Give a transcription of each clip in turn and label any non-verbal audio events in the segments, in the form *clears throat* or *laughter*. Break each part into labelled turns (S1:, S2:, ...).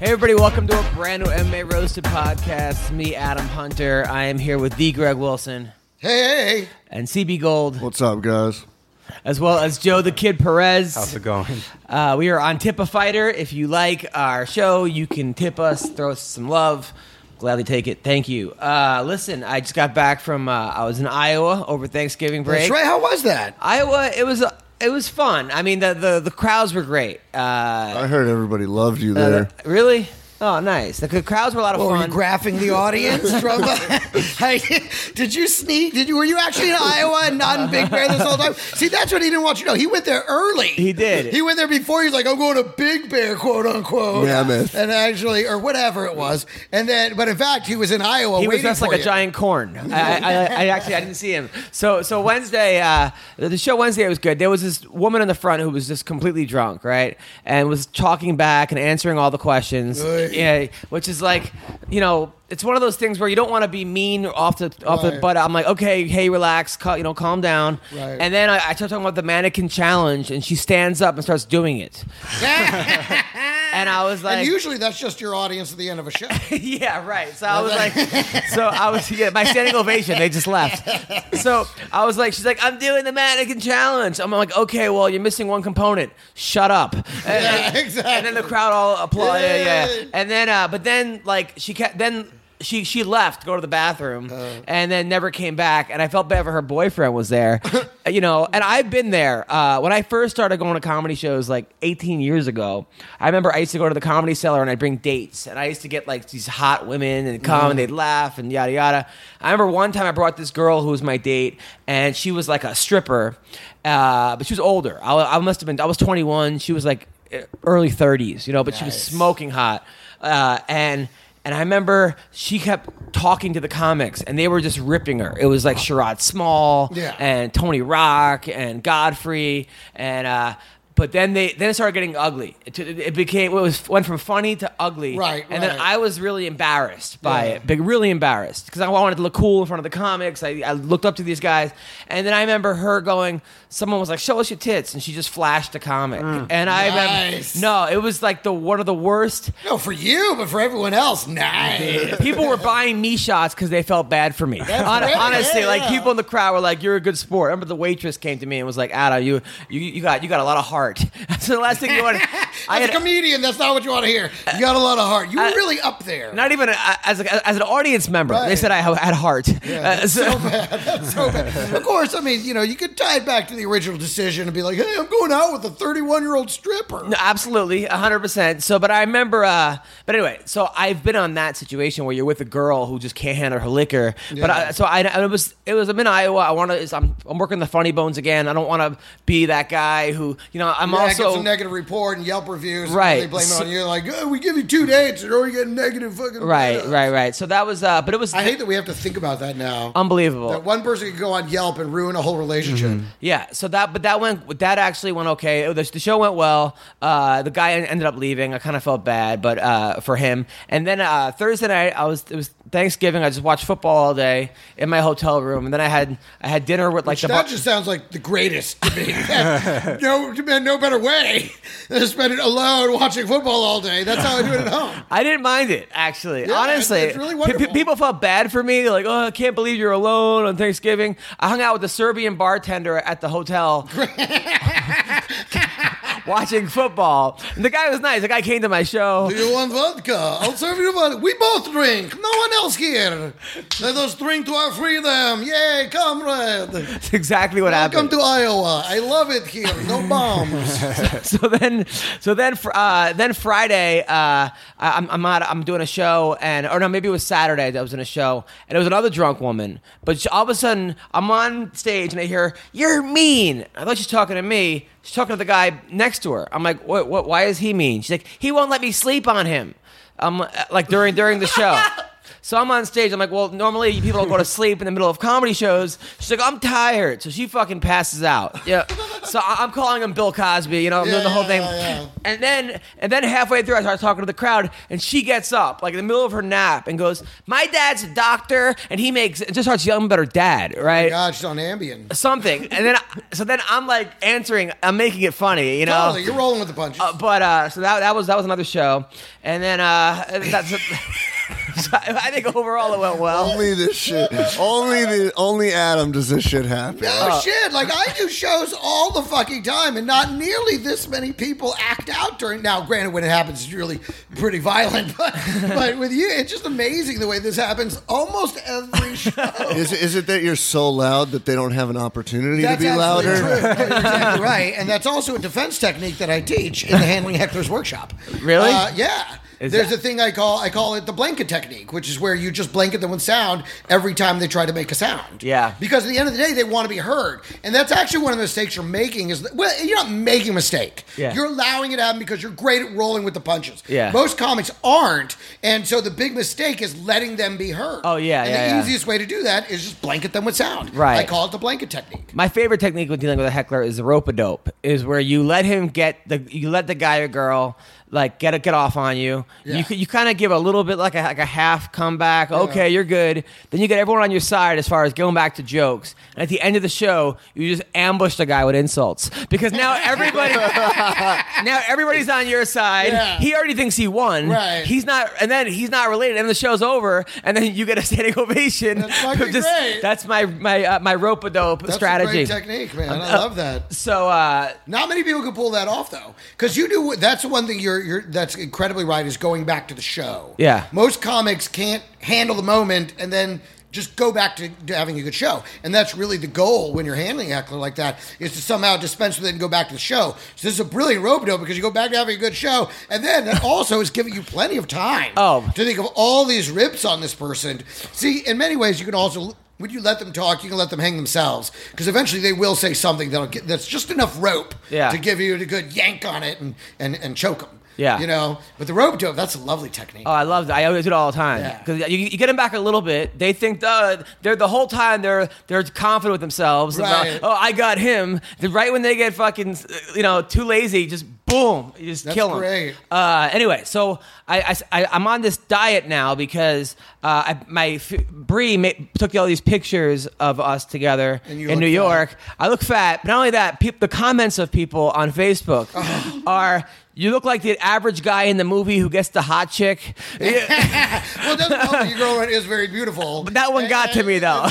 S1: Hey everybody, welcome to a brand new MMA Roasted podcast. It's me, Adam Hunter. I am here with the Greg Wilson
S2: Hey, hey,
S1: and CB Gold,
S2: what's up, guys?
S1: as well as Joe the Kid Perez.
S3: How's it going?
S1: Uh, we are on Tip a Fighter. If you like our show, you can tip us, throw us some love. Gladly take it. Thank you. Uh, listen, I just got back from uh, I was in Iowa over Thanksgiving break.
S2: That's right. How was that?
S1: Iowa, it was it was fun. I mean, the the, the crowds were great. Uh,
S2: I heard everybody loved you there.
S1: really? Oh, nice. The, crowds were a lot of
S2: Oh, were you
S1: fun.
S2: graphing
S1: *laughs*
S2: the audience? from *laughs* hey, did you sneak? Did you? Were you actually in Iowa and not in Big Bear this whole time? See, that's what he didn't want you to know. He went there early.
S1: He did.
S2: He went there before. He's like, I'm going to Big Bear, quote unquote.
S3: Mammoth.
S2: And actually, or whatever it was. And then, but in fact, he was in Iowa.
S1: he was
S2: waiting
S1: dressed like
S2: for
S1: a
S2: you.
S1: giant corn. I, I, I- I actually I didn't see him. So so Wednesday, uh, the show Wednesday was good. There was this woman in the front who was just completely drunk, right, and was talking back and answering all the questions.
S2: Right.
S1: Yeah, which is like, you know. It's one of those things where you don't want to be mean off the off the
S2: Right.
S1: butt. I'm like, okay, hey, relax, cal- you know, calm down.
S2: Right.
S1: And then I, I start talking about the mannequin challenge, and she stands up and starts doing
S2: *laughs*
S1: it. and I was like,
S2: and usually, that's just your audience at the end of a show.
S1: *laughs* yeah, right. So I was like, so I was, yeah, my standing ovation, they just left. So I was like, she's like, I'm doing the mannequin challenge. I'm like, okay, well, you're missing one component. Shut up. And,
S2: Yeah,
S1: and-
S2: exactly.
S1: And then the crowd all applauded. Yeah, yeah.
S2: Yay.
S1: And then, uh, but then, like, she kept, then, she, she left to go to the bathroom and then never came back and I felt bad for her boyfriend was there, you know. And I've been there uh, when I first started going to comedy shows like 18 years ago. I remember I used to go to the comedy cellar and I'd bring dates and I used to get like these hot women and come and they'd laugh and yada yada. I remember one time I brought this girl who was my date and she was like a stripper, uh, but she was older. I, I must have been I was 21. She was like uh, early 30s, you know, but she was smoking hot. Uh, and and I remember she kept talking to the comics, and they were just ripping her. It was like Sherrod Small
S2: Yeah.
S1: and Tony Rock and Godfrey, and uh, but then they then it started getting ugly. It, t- it became it was went from funny to ugly,
S2: Right,
S1: And then
S2: right.
S1: I was really embarrassed by
S2: Yeah.
S1: it, big really embarrassed because I wanted to look cool in front of the comics. I, I looked up to these guys, and then I remember her going. Someone was like, "Show us your tits," and she just flashed a comic, and I
S2: Nice.
S1: remember no, it was like the one of the worst.
S2: No, for you, but for everyone else,
S1: *laughs*
S2: nice.
S1: People were buying me shots because they felt bad for me. Hon-
S2: great.
S1: honestly,
S2: Yeah,
S1: like
S2: yeah.
S1: people in the crowd were like, "You're a good sport." I remember the waitress came to me and was like, "Ada, you you, you got you got a lot of heart." *laughs* so the last thing you want,
S2: *laughs*
S1: I had
S2: As a comedian, that's not what you want to hear. You got a lot of heart. You were
S1: I-
S2: really up there.
S1: not even uh, as a, as an audience member. They
S2: Right.
S1: said I ha- had heart. Uh,
S2: that's
S1: so-
S2: so bad. *laughs* That's so bad. Of course, I mean, you know, you could tie it back to the original decision and be like, "Hey, I'm going out with a 31 year old stripper."
S1: No, absolutely, hundred percent. So, but I remember. Uh, but anyway, so I've been on that situation where you're with a girl who just can't handle her liquor. But I,
S2: Yeah.
S1: so I, I was, it was. I'm in Iowa. I want to. I'm, I'm working the funny bones again. I don't want to be that guy who, you know. I'm
S2: Yeah, I get
S1: also
S2: some negative report and Yelp reviews.
S1: Right.
S2: And they blame
S1: So-
S2: it on you. Like, oh, we give you two dates, and already getting negative fucking.
S1: right, Um,
S2: reviews."
S1: right, right. So that was. Uh, but it was
S2: I hate that we have to think about that now.
S1: unbelievable.
S2: that one person could go on Yelp and ruin a whole relationship.
S1: Mm-hmm. Yeah, so that but that went that actually went okay. It- The, the show went well. Uh, the guy en- ended up leaving. I kind of felt bad, but uh, for him. And then uh, Thursday night, I was it was Thanksgiving. I just watched football all day in my hotel room, and then I had I had dinner with like the
S2: that
S1: bu-
S2: just sounds like the greatest to
S1: *laughs*
S2: me. *laughs* no, no better way than to spend it alone watching football all day. That's how I do it at home.
S1: I didn't mind it actually.
S2: Yeah,
S1: Honestly,
S2: it's- it's really
S1: pe-
S2: wonderful.
S1: pe- people felt bad for me. They're like, "Oh, I can't believe you're alone on Thanksgiving."
S2: *laughs*
S1: I hung out with the Serbian bartender at the hotel. *laughs* watching football. And the guy was nice. The guy came to my show.
S2: Do you want vodka? I'll serve you vodka. We both drink. No one else here. Let us drink to our freedom. Yay, comrade.
S1: That's *laughs* exactly what
S2: Welcome
S1: happened.
S2: to Iowa. I love it here. No bombs.
S1: *laughs* so then, so then, fr- uh, then Friday, uh, I- I'm I'm out, I'm doing a show, and or no, maybe it was Saturday that I was in a show, and it was another drunk woman. But she, all of a sudden, I'm on stage and I hear, "You're mean." I thought she's talking to me. She's talking to the guy next to her. I'm like, "What? What? Why is he mean?" She's like, "He won't let me sleep on him." I'm uh, like during during the show. So I'm on stage. I'm like, well, normally people don't go to sleep in the middle of comedy shows. She's like, I'm tired. So she fucking passes out. Yeah. So I- I'm calling him Bill Cosby. You know, I'm doing the
S2: Yeah,
S1: whole thing.
S2: yeah, yeah.
S1: And then and then halfway through, I start talking to the crowd, and she gets up like in the middle of her nap and goes, "My dad's a doctor, and he makes." And just starts yelling about her dad, right?
S2: Oh God, she's on Ambien.
S1: Something. And
S2: *laughs*
S1: then so then I'm like answering. I'm making it funny, you know.
S2: Totally, you're rolling with the punches.
S1: Uh, but uh, so that that was that was another show, and then uh, that's. *laughs* so I think overall it went well.
S3: Only this shit. Only the only Adam does this shit happen.
S2: Oh shit! Like I do shows all the fucking time, and not nearly this many people act out during. Now, granted, when it happens, it's really pretty violent, *laughs* but but with you, it's just amazing the way this happens almost every show.
S3: Is it, is it that you're so loud that they don't have an opportunity to
S2: That's
S3: be
S2: absolutely
S3: louder?
S1: *laughs*
S2: true. You're exactly right, and that's also a defense technique that I teach in the
S1: *laughs*
S2: handling hecklers workshop.
S1: Really?
S2: Uh, yeah.
S1: Is
S2: There's
S1: that-
S2: a thing I call I call it the blanket technique, which is where you just blanket them with sound every time they try to make a sound.
S1: Yeah.
S2: Because at the end of the day, they want to be heard, and that's actually one of the mistakes you're making. Is that, well, you're not making a mistake.
S1: Yeah.
S2: You're allowing it to happen because you're great at rolling with the punches.
S1: Yeah.
S2: Most comics aren't, and so the big mistake is letting them be heard.
S1: Oh, yeah,
S2: And
S1: yeah,
S2: the
S1: yeah.
S2: easiest way to do that is just blanket them with sound.
S1: Right.
S2: I call it the blanket technique.
S1: My favorite technique when dealing with a heckler is the rope a dope, is where you let him get the you let the guy or girl like get get off on you.
S2: Yeah.
S1: You c- you kind of give a little bit like a like a half comeback. Okay, you're good. Then you get everyone on your side as far as going back to jokes. And at the end of the show, you just ambush the guy with insults because now everybody *laughs* now everybody's on your side.
S2: Yeah.
S1: He already thinks he won.
S2: Right.
S1: He's not, and then he's not related. And the show's over, and then you get a standing *laughs* ovation.
S2: That's fucking
S1: Just-
S2: great.
S1: That's my my uh, my rope a dope
S2: That's
S1: strategy.
S2: a great technique, man. I love that.
S1: So uh,
S2: Not many people can pull that off though, because you do. That's the one thing you're, you're. That's incredibly right. Is going back to the show.
S1: Yeah.
S2: Most comics can't handle the moment and then just go back to, to having a good show. And that's really the goal when you're handling a heckler like that is to somehow dispense with it and go back to the show. So this is a brilliant rope dope because you go back to having a good show, and then that also is giving you plenty of time
S1: Oh.
S2: to think of all these rips on this person. See, in many ways, you can also when you let them talk, you can let them hang themselves because eventually they will say something that'll get that's just enough rope
S1: Yeah.
S2: to give you a good yank on it and and and choke them.
S1: Yeah.
S2: you know. But the rope dope, that's a lovely technique.
S1: oh, I love that. I always do it all the time
S2: Yeah.
S1: because you, you get them back a little bit. They think uh, they're the whole time they're they're confident with themselves. about,
S2: Right.
S1: oh, I got him. Then right when they get fucking uh, you know too lazy, just boom, you just
S2: That's
S1: kill them.
S2: great.
S1: Uh, anyway, so I, am on this diet now because uh, I, my f- Bree ma- took all these pictures of us together
S2: And you
S1: in
S2: look
S1: New
S2: fat.
S1: York. I look fat, but not only that, peop the comments of people on Facebook
S2: Oh.
S1: are. You look like the average guy in the movie who gets the hot chick.
S2: well, it
S1: *laughs*
S2: doesn't help that your girlfriend is very beautiful.
S1: But *laughs* that one got to me though.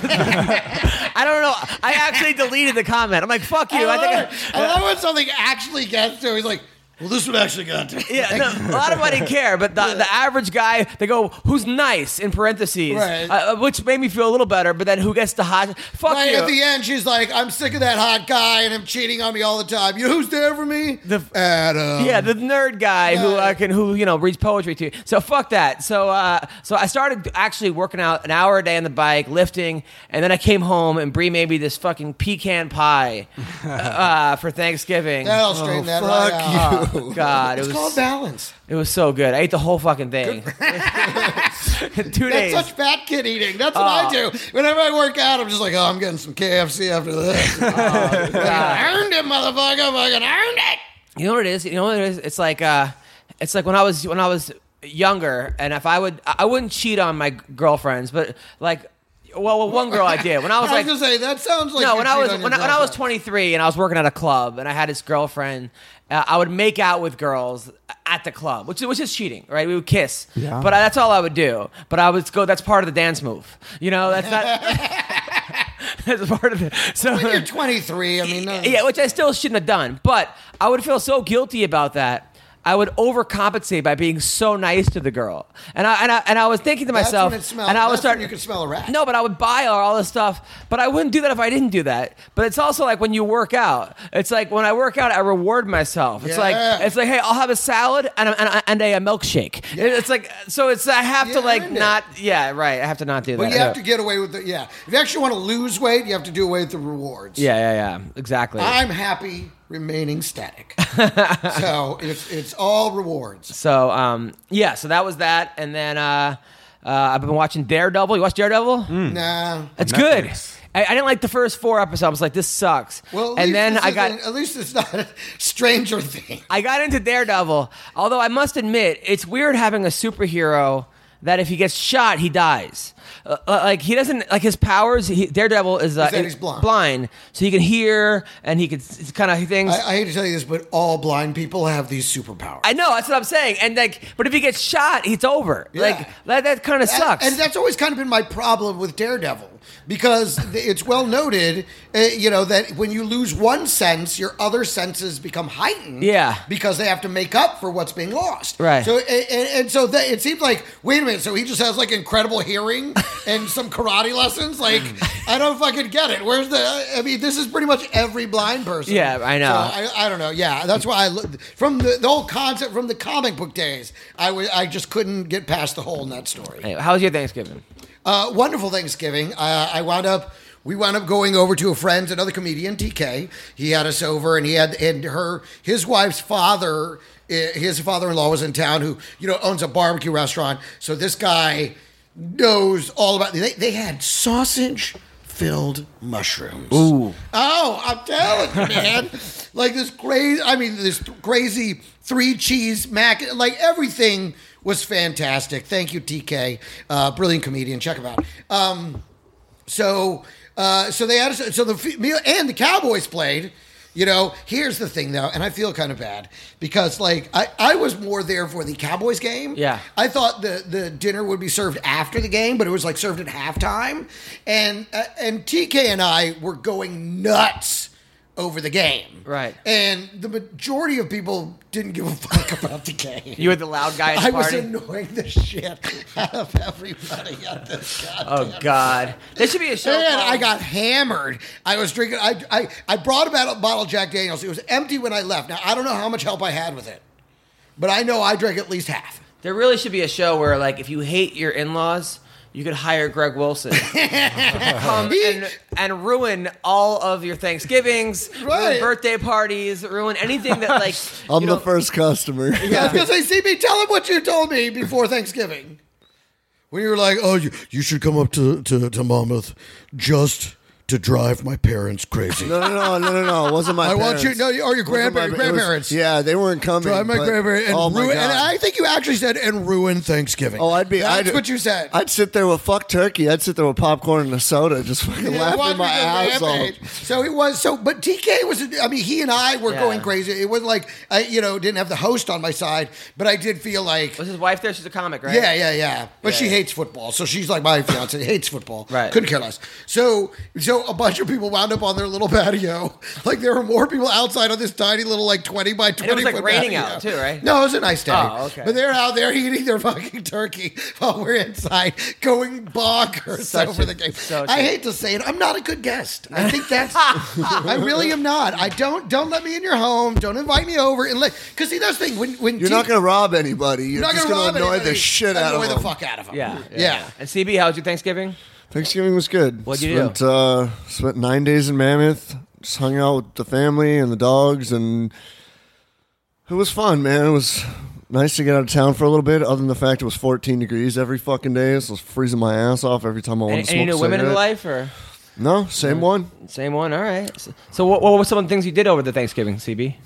S1: *laughs* I don't know. I actually deleted the comment. I'm like, fuck you.
S2: I
S1: I think I-
S2: love, it. I love when something actually gets to. He's like, well, this one actually got to. me."
S1: Yeah, no, a lot of money care, but the, the average guy, they go, who's nice, in parentheses,
S2: Right.
S1: uh, which made me feel a little better, but then who gets the hot, fuck
S2: Right
S1: you.
S2: at the end, she's like, "I'm sick of that hot guy and him cheating on me all the time." You know who's there for me?
S1: The-
S2: Adam.
S1: yeah, the nerd guy who
S2: Um, Yeah.
S1: I can who you know reads poetry to. So fuck that. So uh, so I started actually working out an hour a day on the bike, lifting, and then I came home and Brie made me this fucking pecan
S2: *laughs*
S1: pie uh, for Thanksgiving.
S2: That'll straighten that right out.
S3: Fuck you.
S1: God, it
S2: Oh, It's
S1: was
S2: called balance.
S1: it was so good. I ate the whole fucking thing. *laughs*
S2: *laughs*
S1: Two
S2: That's
S1: days.
S2: such fat kid eating. That's what
S1: Ah.
S2: I do. Whenever I work out, I'm just like, oh, I'm getting some KFC
S1: *laughs*
S2: after this.
S1: Oh,
S2: I earned it, motherfucker. Fucking earned it.
S1: You know what it is? You know what it is? It's like uh, it's like when I was when I was younger, and if I would, I I wouldn't cheat on my girlfriends, but like, well, well one girl I did when I was
S2: *laughs* I
S1: like.
S2: was gonna say that sounds like
S1: no,
S2: you
S1: when I
S2: cheat
S1: was
S2: on your
S1: when I, when I was
S2: girlfriend.
S1: 23 and I was working at a club and I had this girlfriend, uh, I would make out with girls at the club, which which is cheating, right? We would kiss,
S3: Yeah.
S1: but I, that's all I would do. But I would go. That's part of the dance move, you know. That's
S2: *laughs*
S1: not. *laughs* that's part of it. So
S2: You're 23. I mean, uh,
S1: yeah, which I still shouldn't have done. But I would feel so guilty about that. I would overcompensate by being so nice to the girl, and I and I, and I was thinking to
S2: That's
S1: myself,
S2: when it smells-
S1: and I was
S2: that's when
S1: starting.
S2: you can smell a rat.
S1: No, but I would buy all, all this stuff, but I wouldn't do that if I didn't do that. But it's also like when you work out. It's like when I work out, I reward myself. It's
S2: Yeah.
S1: like it's like hey, I'll have a salad and a, and a, and a milkshake. It's like so. It's I have
S2: You
S1: to like
S2: earned it.
S1: not. Yeah, right. I have to not do that.
S2: But you have
S1: Yeah.
S2: to get away with the yeah. If you actually want to lose weight, you have to do away with the rewards.
S1: Yeah, yeah, yeah. Exactly.
S2: I'm happy
S1: *laughs*
S2: remaining static. so it's it's all rewards.
S1: so, um, yeah. So that was that, and then uh, uh, I've been watching Daredevil. You watch Daredevil?
S2: Mm, Nah.
S1: It's good.
S3: Netflix.
S1: I, I didn't like the first four episodes. I was like, this sucks.
S2: Well, at
S1: and
S2: least
S1: then
S2: this
S1: I got.
S2: isn't- at least it's not *laughs* Stranger Things.
S1: I got into Daredevil, although I must admit, it's weird having a superhero that if he gets shot, he dies. Uh, uh, like he doesn't like his powers. He, Daredevil is, uh,
S2: Is that he's blind.
S1: so he can hear and he can kind of things.
S2: I, I hate to tell you this, but all blind people have these superpowers.
S1: I know that's what I'm saying, and like, but if he gets shot, it's over.
S2: Yeah.
S1: Like that, that kind of
S2: And-
S1: sucks.
S2: And that's always kind of been my problem with Daredevil because *laughs* th- it's well noted, uh, you know, that when you lose one sense, your other senses become heightened.
S1: Yeah.
S2: Because they have to make up for what's being lost.
S1: Right.
S2: So and, and so that it seemed like wait a minute, so he just has like
S1: *laughs*
S2: incredible hearing and some karate lessons. Like I don't fucking get it. Where's the? I mean, this is pretty much every blind person.
S1: Yeah, I know.
S2: So I, I don't know. Yeah, that's why I look from the, the whole concept from the comic book days. I wa- I just couldn't get past the hole in that story.
S1: Anyway, how was your Thanksgiving?
S2: Uh, wonderful Thanksgiving. Uh, I wound up. We wound up going over to a friend's, another comedian, TK. He had us over, and he had and her his wife's father. i- His father-in-law was in town, who you know owns a barbecue restaurant. So this guy knows all about. They they had sausage filled mushrooms. Ooh. Oh, I'm telling you, man. like this crazy, I mean, this crazy three cheese mac, like everything was fantastic. Thank you, TK. Uh, brilliant comedian. Check him out. Um, so, uh, so they had, so the f- meal and the Cowboys played. You know, here's the thing though, and I feel kind of bad because like I, I was more there for the Cowboys game.
S1: Yeah.
S2: I thought the the dinner would be served after the game, but it was like served at halftime, and uh, and TK and I were going nuts over the game,
S1: Right.
S2: And the majority of people didn't give a fuck *laughs* about the game.
S1: You were the loud guy at the
S2: I was
S1: party.
S2: annoying the shit out of everybody at this goddamn
S1: oh God, there should be a show.
S2: and
S1: called-
S2: I got hammered. I was drinking. I, I, I brought about a bottle of Jack Daniels. It was empty when I left. Now, I don't know how much help I had with it, but I know I drank at least half.
S1: There really should be a show where, like, if you hate your in-laws, you could hire Greg Wilson to come and, and ruin all of your Thanksgivings, ruin
S2: Right.
S1: birthday parties, ruin anything that, like,
S3: I'm
S1: you
S3: the
S1: don't-
S3: first customer.
S2: *laughs* Yeah, because they see me. Tell them what you told me before Thanksgiving.
S4: When you were like, oh, you, you should come up to, to, to Monmouth just to drive my parents crazy.
S3: No, no, no, no, no, no. It wasn't my.
S2: I want
S3: parents.
S2: you- no, or your
S3: It wasn't
S2: grandpa-
S3: my- it
S2: grandparents.
S3: Was, yeah, they weren't coming.
S4: Drive my
S3: but-
S4: grandparents and
S3: oh my
S4: ruin.
S3: God.
S4: And I think you actually said and ruin Thanksgiving.
S3: Oh, I'd be.
S2: That's
S3: I'd,
S2: what you said.
S3: I'd sit there with fuck turkey. I'd sit there with popcorn and a soda,
S2: *laughs*
S3: just fucking laughing
S2: Watch
S3: my
S2: me go
S3: ass off.
S2: rampage. So it was so, but TK was. I mean, he and I were
S1: Yeah.
S2: going crazy. It was like I, you know, didn't have the host on my side, but I did feel like
S1: Was his wife there? She's a comic, right?
S2: Yeah, yeah, yeah. But
S1: Yeah,
S2: she
S1: yeah.
S2: hates football, so she's like my fiance *laughs* hates football.
S1: Right.
S2: Couldn't care less. So, so a bunch of people wound up on their little *laughs* patio. Like there were more people outside on this tiny little like twenty by twenty.
S1: it was, like,
S2: foot
S1: raining
S2: patio.
S1: out, too, right?
S2: No, it was a nice day.
S1: Oh, okay.
S2: But they're out there eating their fucking turkey *laughs* while we're inside going bonkers
S1: Such
S2: over
S1: a-
S2: the game.
S1: such
S2: I
S1: a-
S2: hate to say it, I'm not a good guest. I think
S1: *laughs*
S2: that's. I really am not. I don't. Don't let me in your home. Don't invite me over. And let because see that's the thing when when
S3: You're
S2: T-
S3: not gonna rob anybody. You're,
S2: you're not
S3: just
S2: gonna, rob
S3: annoy
S2: anybody.
S3: the shit out of
S2: annoy
S3: them.
S2: the fuck out of them.
S1: Yeah, yeah.
S2: yeah.
S1: And CB, how was your Thanksgiving?
S3: Thanksgiving was good.
S1: What'd you
S3: spent, Uh, spent nine days in Mammoth. Just hung out with the family and the dogs, and it was fun, man. It was nice to get out of town for a little bit. Other than the fact it was 14 degrees every fucking day, so it was freezing my ass off every time I wanted
S1: Any,
S3: to
S1: any
S3: smoke
S1: new
S3: a
S1: women in
S3: cigarette.
S1: life or
S3: No, same one.
S1: same one? All right. So, so what, what were some of the things you did over the Thanksgiving, CB?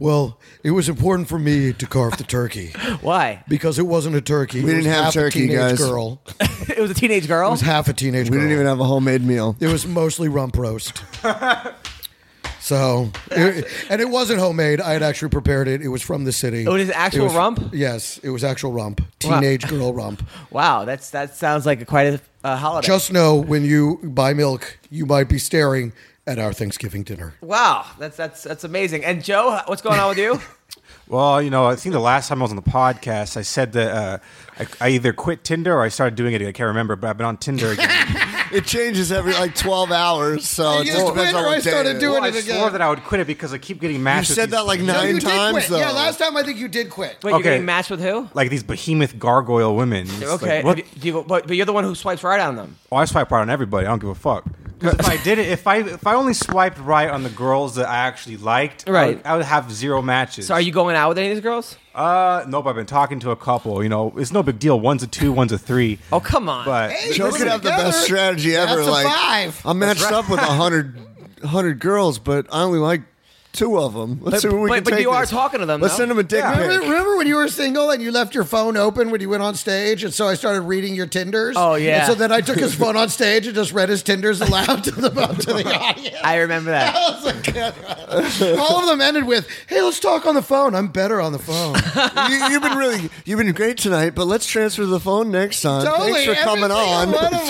S4: Well, it was important for me to carve the turkey
S2: *laughs*
S1: Why? *laughs*
S4: because it wasn't a turkey.
S3: We
S4: It was
S3: didn't have
S4: half a
S3: turkey,
S4: teenage *laughs*
S3: guys.
S4: Girl. It
S1: it was a teenage girl.
S4: was half a teenage
S3: We
S4: girl.
S3: didn't even have a homemade meal. *laughs*
S4: It was mostly rump roast. *laughs* So, it- and it wasn't homemade. I had actually prepared it. It was from the city.
S1: Oh, it is actual
S4: was-
S1: rump?
S4: Yes, it was actual rump.
S1: Wow.
S4: Teenage girl
S1: *laughs*
S4: rump.
S1: wow, that's that sounds like a, quite a, a holiday.
S4: Just know when you buy milk, you might be staring at our Thanksgiving dinner.
S1: Wow, that's that's that's amazing. And Joe, what's going on with
S5: *laughs*
S1: you?
S5: Well, you know, I think the last time I was on the podcast, I said that uh, I, I either quit Tinder or I started doing it. I can't remember, but I've been
S3: *laughs*
S5: on Tinder again.
S3: It changes every like 12 hours, so it
S2: You
S3: just
S2: just
S3: depends
S2: quit
S3: on
S2: or I
S3: what day
S2: started
S3: it is.
S2: doing
S5: I
S2: it again.
S5: swore that I would quit it because I keep getting
S3: You
S5: matched. with
S3: said
S5: these-
S3: that like
S2: No,
S3: nine
S2: you did
S3: times
S2: quit.
S3: though.
S2: Yeah, last time I think you did quit.
S1: Wait, you're
S5: Okay.
S1: getting matched with who?
S5: like these behemoth gargoyle women. It's
S1: Okay,
S5: like, what-
S1: have you- do you- but, but you're the one who swipes right on them.
S5: Oh, I swipe right on everybody. I don't give a fuck. 'Cause if I did it, if I if I only swiped right on the girls that I actually liked, I would-
S1: Right.
S5: I would, have zero matches.
S1: So are you going out with any of these girls?
S5: Uh, nope. I've been talking to a couple. You know, it's no big deal. One's a two, one's a three.
S1: Oh come on!
S5: But
S3: Joe could have the best strategy ever.
S2: That's a
S3: like
S2: five.
S3: I'm matched up
S2: *laughs*
S3: with a hundred, hundred girls, but I only like two of them. Let's see what we
S1: but-
S3: can
S1: but
S3: take
S1: you are
S3: this.
S1: talking to them,
S3: Let's
S1: though.
S3: send them a dick
S2: Remember,
S3: pic.
S2: remember when you were single and you left your phone open when you went on stage, and so I started reading your Tinders.
S1: Oh, yeah.
S2: And so then I took his phone on stage and just read his Tinders aloud *laughs* to the
S1: *laughs*
S2: to the audience.
S1: I remember that.
S2: I was like, *laughs* God. All of them ended with, "Hey, let's talk on the phone. I'm better on
S1: *laughs*
S2: the phone."
S3: *laughs* you, you've been really, you've been great tonight. But let's transfer to the phone next time.
S2: Totally,
S3: Thanks for
S2: every
S3: coming
S2: single
S3: on.
S1: *laughs*
S2: one
S3: *laughs*
S2: of them.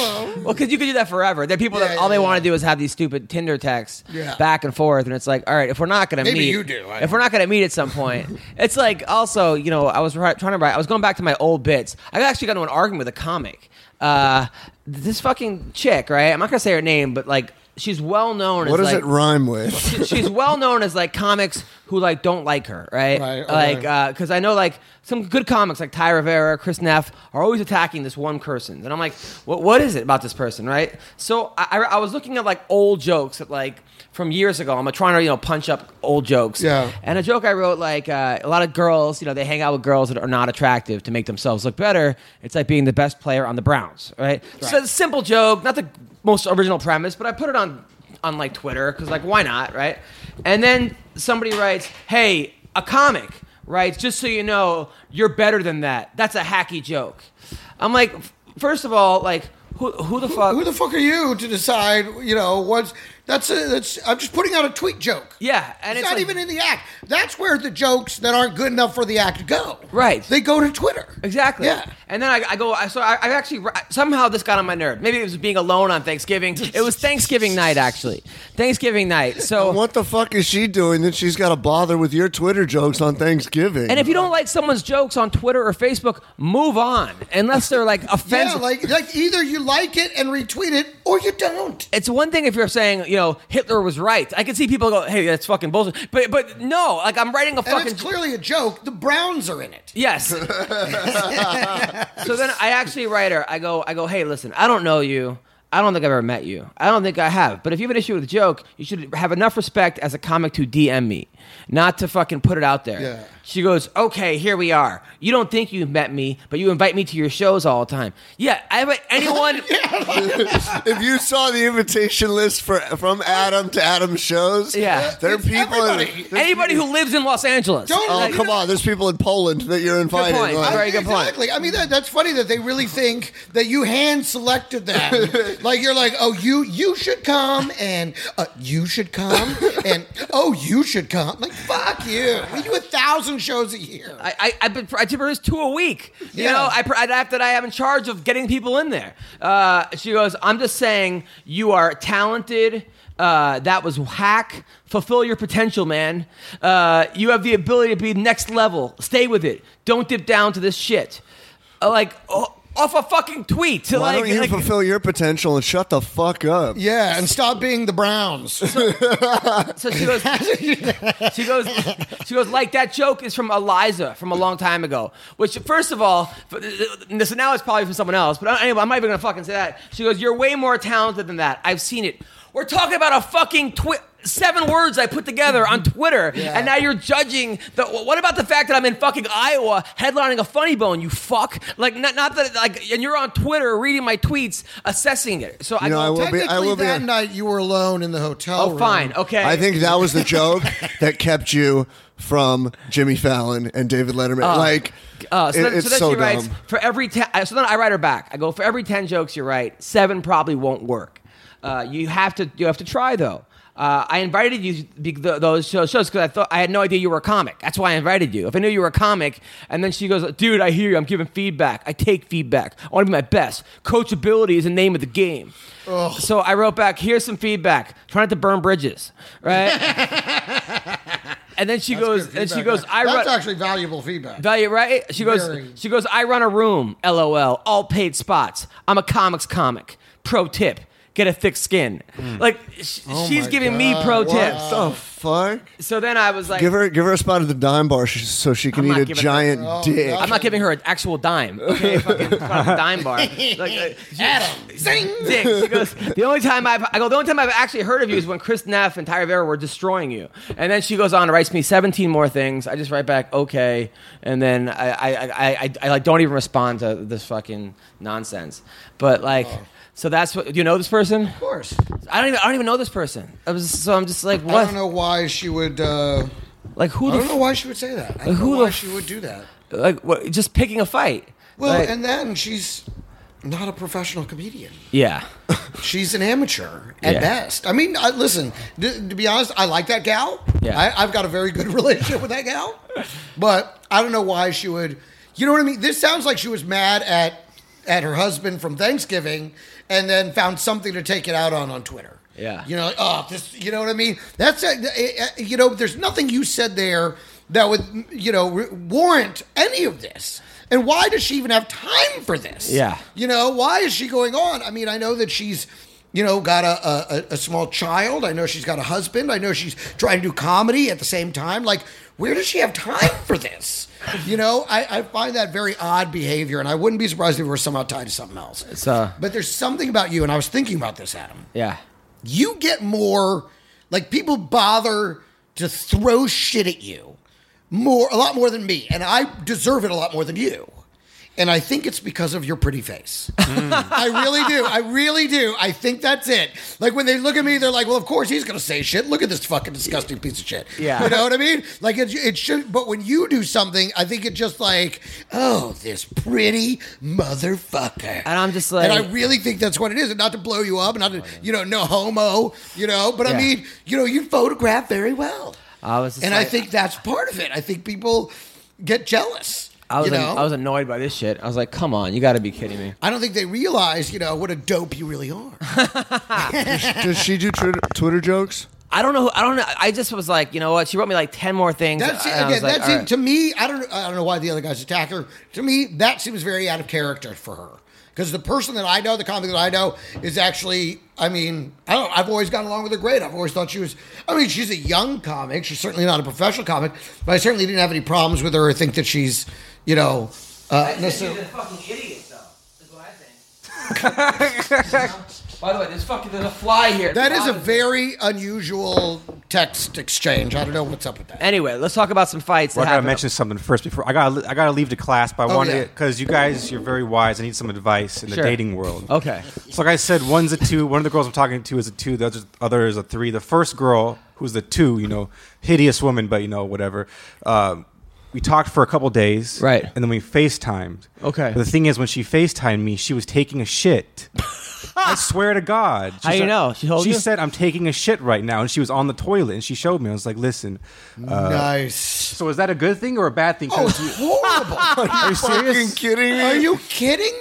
S1: Well, because you could do that forever. There are people that
S2: Yeah,
S1: all they
S2: yeah,
S1: want
S2: yeah.
S1: to do is have these stupid Tinder texts
S2: Yeah.
S1: back and forth, and it's like, all right, if we're not going to
S2: Maybe
S1: meet,
S2: you do, I-
S1: if we're not going to meet at
S2: *laughs*
S1: some point, it's like also, you know, I was ri- trying to write. I was going back to my old bits. I actually got into an argument with a comic. Uh, this fucking chick, right? I'm not going to say her name, but like, she's well known.
S3: What
S1: as
S3: does
S1: like,
S3: it
S1: *laughs*
S3: rhyme with?
S1: she- she's well known as like comics who like don't like her, right?
S2: Right, okay.
S1: Like because I know like some good comics like Ty Rivera, Chris Neff are always attacking this one person, and I'm like, what what is it about this person, right? So I, I, I was looking at like old jokes that like from years ago. I'm trying to you know punch up old jokes,
S2: Yeah.
S1: And a joke I wrote like uh, a lot of girls, you know, they hang out with girls that are not attractive to make themselves look better. It's like being the best player on the Browns, right? So it's a simple joke, not the most original premise, but I put it on on like Twitter because like why not, right? And then somebody writes, "Hey, a comic writes, just so you know, you're better than that. That's a hacky joke." I'm like, f- first of all, like who who the fuck?
S2: Who the fuck are you to decide? You know what's that's a, that's. I'm just putting out a tweet joke.
S1: yeah, and
S2: it's,
S1: it's,
S2: not
S1: like-
S2: even in the act. That's where the jokes that aren't good enough for the act go.
S1: Right.
S2: They go to Twitter.
S1: Exactly.
S2: Yeah.
S1: And then I, I go. I, so I, I actually somehow this got on my nerve. Maybe it was being alone on
S2: *laughs*
S1: Thanksgiving. It was Thanksgiving night actually. Thanksgiving night. So
S3: what the fuck is she doing that she's got to bother with your Twitter jokes on Thanksgiving?
S1: And if you *laughs* don't like someone's jokes on Twitter or Facebook, move on. Unless they're like
S2: *laughs* Yeah,
S1: offensive.
S2: like like either you like it and retweet it or you don't.
S1: it's one thing if you're saying, you know, Hitler was right. I can see people go, "Hey, that's fucking bullshit." But but no, like I'm writing a
S2: And
S1: fucking
S2: it's clearly a joke. The Browns are in it. *laughs*
S1: Yes. so then I actually write her. I go, I go, hey, listen, I don't know you. I don't think I've ever met you. I don't think I have. But if you have an issue with a joke, you should have enough respect as a comic to DM me, not to fucking put it out there.
S2: Yeah.
S1: She goes, okay, here we are. You don't think you've met me, but you invite me to your shows all the time. Yeah, I haven't
S2: *laughs*
S1: anyone.
S3: *laughs* If you saw the invitation list for from Adam to Adam's shows,
S1: Yeah.
S3: there are
S2: It's
S3: people.
S2: everybody.
S3: In,
S1: Anybody who lives in Los Angeles.
S2: Don't-
S3: *laughs* oh
S1: Like-
S3: come on, there's people in Poland that you're inviting.
S1: point.
S3: like-
S1: Very good point.
S2: exactly. I mean, that, that's funny that they really think that you hand
S1: *laughs*
S2: selected them. like you're like, oh, you you should come, and uh, you should come, and oh, you should come. Like fuck you. We do a thousand shows a year.
S1: I, I, I've been, I produce two a week. You
S2: Yeah.
S1: know, I, pr- I that I am in charge of getting people in there. Uh, she goes, I'm just saying you are talented. Uh, that was hack. Fulfill your potential, man. Uh, you have the ability to be next level. Stay with it. Don't dip down to this shit. Uh, like oh, off a fucking tweet.
S3: Why
S1: like,
S3: don't you
S1: like-
S3: fulfill your potential and shut the fuck up?
S2: yeah, and stop being the Browns.
S1: So she
S3: *laughs*
S1: goes, she goes, she goes. Like that joke is from Eliza from a long time ago. Which, first of all, f- so now it's probably from someone else. But uh, anyway, I'm not even gonna fucking say that. She goes, "You're way more talented than that. I've seen it. We're talking about a fucking twi- Seven words I put together on Twitter, and now you're judging. The, what about the fact that I'm in fucking Iowa headlining a Funny Bone? You fuck! Like not, not that like, and you're on Twitter reading my tweets, assessing it. So I
S3: know,
S1: go,
S3: I will be-
S2: Technically,
S3: will be-
S2: that night you were alone in the hotel.
S1: oh
S2: room.
S1: fine, okay.
S3: I think that was the joke that kept you from Jimmy Fallon and David Letterman. like,
S1: Uh, so,
S3: it-
S1: then, so
S3: it's
S1: then
S3: so
S1: she
S3: dumb.
S1: writes for every ten. I- So then I write her back. I go for every ten jokes you write, seven probably won't work. Uh, you have to you have to try though. Uh, I invited you to be- th- those shows because I thought I had no idea you were a comic. That's why I invited you. If I knew you were a comic, and then she goes, "Dude, I hear you. I'm giving feedback. I take feedback. I want to be my best. Coachability is the name of the game." So I wrote back, "Here's some feedback. Try not to burn bridges,
S3: *laughs*
S1: right?" and then she goes, and she goes, "I
S2: That's
S1: wrote."
S2: actually valuable feedback.
S1: Value, right? She goes.
S2: Very.
S1: She goes. I run a room. LOL. All paid spots. I'm a comics comic. Pro tip: get a thick skin.
S3: Hmm.
S1: Like sh- she's giving me pro tips.
S3: Oh What the fuck?
S1: So then I was like,
S3: Give her, give her a spot at the dime bar sh- so she can
S1: I'm not
S3: eat a
S1: giving her-
S3: giant dick.
S1: I'm not giving her an actual dime. Okay, fucking
S3: *laughs*
S1: it's not a dime bar. Like, uh, she-
S2: Adam, zing.
S1: dick. She goes, the only time I've I go, the only time I've actually heard of you is when Chris Neff and Tyra Vera were destroying you. And then she goes on and writes me 17 more things. I just write back, okay. And then I I I, I, I like don't even respond to this fucking nonsense. But like
S2: Oh.
S1: so that's what do you know this person?
S2: Of course.
S1: I don't even I don't even know this person. I was so I'm just like
S2: I
S1: what
S2: don't know why she would. Uh,
S1: like who
S2: I
S1: the
S2: don't
S1: f-
S2: know why she would say that. I don't
S1: Who
S2: know
S1: the
S2: why
S1: f-
S2: she would do that.
S1: like what, just picking a fight.
S2: Well,
S1: Like,
S2: and then she's not a professional comedian.
S1: yeah.
S2: She's an amateur at
S1: Yeah.
S2: best. I mean, I, listen, th- to be honest, I like that gal.
S1: Yeah.
S2: I, I've got a very good *laughs* relationship with that gal. But I don't know why she would, you know what I mean? This sounds like she was mad at, at her husband from Thanksgiving and then found something to take it out on on Twitter.
S1: Yeah.
S2: You know, like, oh, this, you know what I mean? That's, a, a- a- you know, there's nothing you said there that would, you know, re- warrant any of this. And why does she even have time for this?
S1: Yeah.
S2: You know, why is she going on? I mean, I know that she's, you know, got a, a, a- a small child. I know she's got a husband. I know she's trying to do comedy at the same time. Like, where does she have time for this? You know, I, I find that very odd behavior, and I wouldn't be surprised if it were somehow tied to something else.
S1: uh,
S2: but there's something about you, and I was thinking about this, Adam
S1: Yeah.
S2: you get more like people bother to throw shit at you more a lot more than me and i deserve it a lot more than you and i think it's because of your pretty face
S1: Mm.
S2: i really do i really do i think that's it like when they look at me they're like well of course he's gonna say shit look at this fucking disgusting piece of shit
S1: Yeah.
S2: you know what i mean like it, it should but when you do something i think it just like oh this pretty motherfucker
S1: And I'm just like-
S2: and i really think that's what it is, and not to blow you up, and not to, you know, no homo, you know. But
S1: Yeah.
S2: I mean, you know, you photograph very well,
S1: I was just
S2: and I
S1: like-
S2: think that's part of it. I think people get jealous.
S1: I was
S2: you know,
S1: I was annoyed by this shit. I was like, come on, you got to be kidding me.
S2: I don't think they realize, you know, what a dope you really are.
S3: Does she do tr- Twitter jokes?
S1: I don't know. who- I don't know. I just was like, you know what? She wrote me like ten more things.
S2: That's it.
S1: and I was
S2: Again,
S1: like,
S2: that's
S1: all
S2: it.
S1: right.
S2: To me, I don't. I don't know why the other guys attack her. To me, that seems very out of character for her. Because the person that I know, the comic that I know, is actually. I mean, I don't. I've always gotten along with her great. I've always thought she was. I mean, she's a young comic. She's certainly not a professional comic, but I certainly didn't have any problems with her. or think that she's, you know, uh, necessarily.
S1: a fucking idiot, though. That's what I think.
S2: *laughs*
S1: By the way, there's fucking there's a fly here.
S2: That is a very unusual text exchange. I don't know what's up with that.
S1: Anyway, let's talk about some fights.
S5: Well,
S1: that
S5: I gotta
S1: happened.
S5: mention something first before I gotta I gotta leave to class, but I wanted
S2: yeah.
S5: to because you guys you're very wise. I need some advice in
S1: Oh, Sure. Oh.
S5: the dating world.
S1: Okay.
S5: So like I said, one's a two. One of the girls I'm talking to is a two. The other, other is a three. The first girl, who's the two, you know, hideous woman, but you know, whatever. Um, we talked for a couple days,
S1: Right.
S5: And then we FaceTimed.
S1: Okay.
S5: But the thing is, when she FaceTimed me, she was taking
S1: *laughs*
S5: a shit. I swear to God. She
S1: How you know? She told you?
S5: said, "I'm taking a shit right now," and she was on the toilet, and she showed me. I was like, "Listen."
S1: Uh,
S2: nice.
S5: So is that a good thing or a bad thing?
S2: Oh,
S5: 'Cause
S2: it's horrible.
S5: Are you
S3: Fucking
S5: serious?
S3: kidding me?
S2: Are you kidding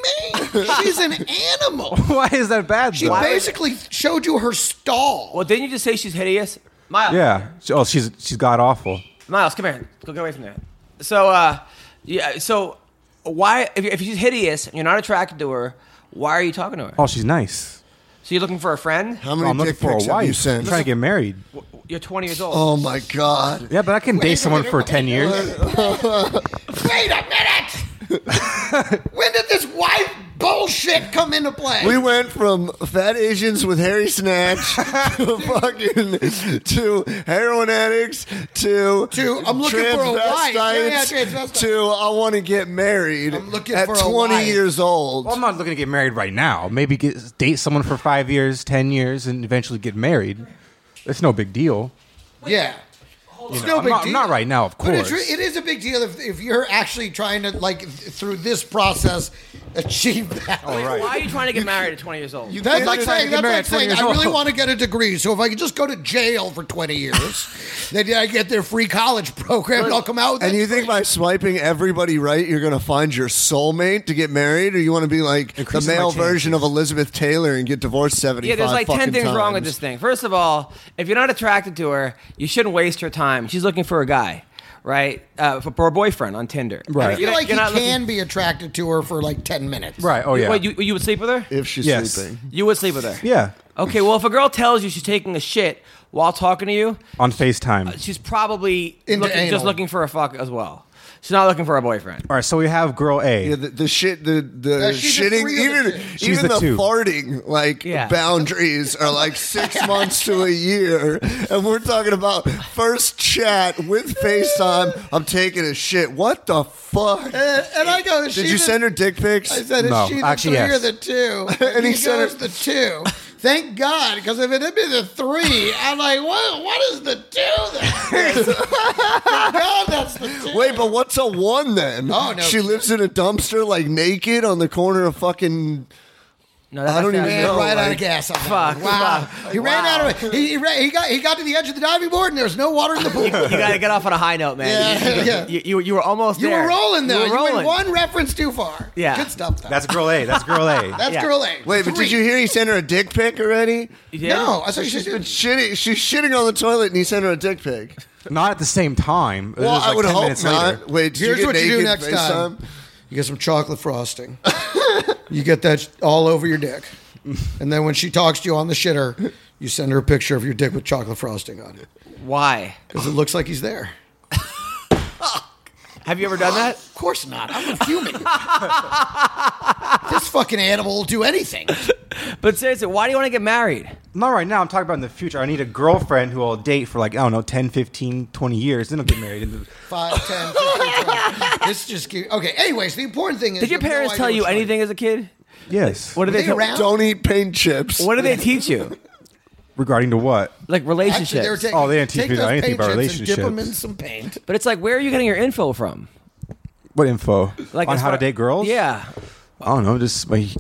S1: *laughs*
S2: me? She's an animal.
S5: *laughs* Why is that bad?
S2: She
S5: though?
S2: basically showed you her stall.
S1: Well, didn't you just say she's hideous? Miles.
S5: yeah. She- Oh, she's she's god awful.
S1: Miles, come here. Go get away from there. So, uh, yeah. So, why if, if she's hideous, and you're not attracted to her. Why are you talking to her?
S5: Oh, she's nice.
S1: So you're looking for a friend?
S3: How
S5: Oh,
S3: many
S5: I'm looking
S3: dick
S5: for a
S3: pics have you
S5: wife. I'm
S3: sent?
S5: trying to get married.
S1: You're 20 years old.
S3: Oh my god. *laughs*
S5: Yeah, but I can date someone for ten years.
S2: Wait a minute!
S5: *laughs*
S2: when did this wife bullshit come into play?
S3: We went from fat Asians with hairy
S2: *laughs*
S3: snatch *laughs* to fucking to heroin addicts to
S2: To, I'm looking for a wife. Yeah, yeah,
S3: transvestites,
S2: transvestite.
S3: to I want to get married.
S2: I'm looking
S3: at
S2: for a
S3: 20
S2: wife. Oh,
S3: years old.
S5: Well, I'm not looking to get married right now. Maybe get, date someone for five years, ten years, and eventually get married. It's no big deal.
S2: yeah.
S5: You
S2: It's
S5: know,
S2: no
S5: I'm
S2: big
S5: not,
S2: deal.
S5: not right now, of
S2: But
S5: course.
S2: it's, re- it is a big deal if, if you're actually trying to like th- through this process *laughs* achieve that.
S5: All right.
S1: Why are you trying to get married at 20 years old?
S2: That's
S5: can't
S2: like
S5: do that
S2: saying,
S5: to
S2: that's
S5: get married
S2: like
S5: at 20
S2: saying
S5: years
S2: I really
S5: old.
S2: want to get a degree, so if I could just go to jail for 20
S5: *laughs*
S2: years, then I get their free college program and I'll come out with
S3: And
S2: that
S3: you think by swiping everybody right, you're going to find your soulmate to get married, or you want to be like
S5: Increases
S3: the male
S5: my chances.
S3: version of Elizabeth Taylor and get divorced seventy?
S1: Yeah, there's like ten things wrong with this
S3: thing.
S1: thing. First of all, if you're not attracted to her, you shouldn't waste her time. She's looking for a guy, right? Uh, for, for a boyfriend on Tinder.
S5: Right.
S2: I feel like you
S1: looking-
S2: can be attracted to her for like 10 minutes.
S5: right. Oh yeah.
S1: Wait, you, you would sleep with her?
S3: If she's
S5: Yes.
S3: sleeping,
S1: You would sleep with her.
S5: yeah.
S1: Okay. Well, if a girl tells you she's taking a shit while talking to you,
S5: On FaceTime.
S1: she's probably
S2: Into
S1: looking- just
S2: anal.
S1: looking for a fuck as well. She's not looking for a boyfriend.
S5: All right, so we have girl A.
S3: yeah, the, the shit, the the
S2: Uh, she's a
S3: shitting,
S2: three of
S3: even
S2: the two.
S5: She's
S3: even
S5: the
S3: the,
S5: two.
S3: farting, like
S1: Yeah.
S3: boundaries are like six
S2: *laughs*
S3: months to a year, and we're talking about first chat with FaceTime. I'm taking a shit. What the fuck?
S2: And, and I go,
S3: Did you send her dick pics?
S2: I said, is
S5: No,
S2: she the
S5: actually,
S2: three
S5: yes.
S2: or the
S3: *laughs*
S2: two?
S3: And he said
S2: goes,
S3: it-
S2: the two. Thank God, because if it had been the three, I'm like, what? What is the two? Then? Thank God, that's the two.
S3: Wait, but what's a one then?
S2: Oh, no.
S3: She lives in a dumpster, like naked, on the corner of fucking.
S1: No, that's
S3: I don't
S1: not
S3: even
S2: Ran
S3: know.
S2: right out of
S3: like-
S2: gas. On that
S1: Fuck,
S2: one. Wow. He ran out of he, he, ran, he got he got to the edge of the diving board and there was no water in the
S3: *laughs*
S2: pool.
S1: You gotta get off on a high note, man.
S2: Yeah,
S1: you,
S2: yeah.
S1: You, you, you were almost
S2: you
S1: there.
S2: were rolling though.
S1: You were rolling.
S2: went one reference too far.
S1: Yeah.
S2: Good stuff though.
S5: That's girl A. That's
S3: *laughs*
S5: girl A.
S2: that's
S1: yeah.
S2: girl A.
S3: Wait, but
S2: Three.
S3: did you hear he sent her a dick pic already?
S1: You did?
S2: No, I thought she
S3: She's
S2: said
S3: been shitting. She's shitting on the toilet, and he sent her a dick pic.
S5: not at the same time. It
S3: Well,
S5: was like
S3: I would
S5: 10
S3: hope
S5: minutes
S3: not.
S5: later.
S3: Wait, did
S2: Here's
S3: you get
S2: what you do
S3: naked
S2: next
S3: FaceTime?
S2: time. You get some chocolate frosting. you get that sh- all over your dick. And then when she talks to you on the shitter, you send her a picture of your dick with chocolate frosting on it
S1: Why?
S2: because it looks like he's there.
S1: Have you ever done that?
S2: Of course not. I'm *laughs* a human. this fucking animal will do anything.
S1: But seriously, why do you want to get married?
S5: Not right now. I'm talking about in the future. I need a girlfriend who I'll date for like, I don't know, 10, 15, 20 years. Then I'll get married. And-
S2: Five, ten, fifteen, twenty. This just keep okay. Anyways, the important thing is
S1: Did your
S2: you have no
S1: parents
S2: idea
S1: tell you
S2: what's going on.
S1: anything as a kid?
S5: *laughs* yes.
S1: What did they,
S2: they
S1: tell-
S2: around?
S3: Don't eat paint chips.
S1: What did they teach you?
S5: Regarding to what?
S1: Like
S2: Actually,
S1: relationships.
S2: they were taking,
S5: Oh, they didn't teach
S2: take
S5: me
S2: those
S5: anything
S2: paint
S5: about
S2: chips and Dip them
S5: relationships.
S2: in some paint.
S1: but it's like, where are you getting your info from?
S5: What info?
S1: Like
S5: on
S1: as
S5: how to
S1: far-
S5: date girls?
S1: Yeah.
S5: I don't know. Just my hu-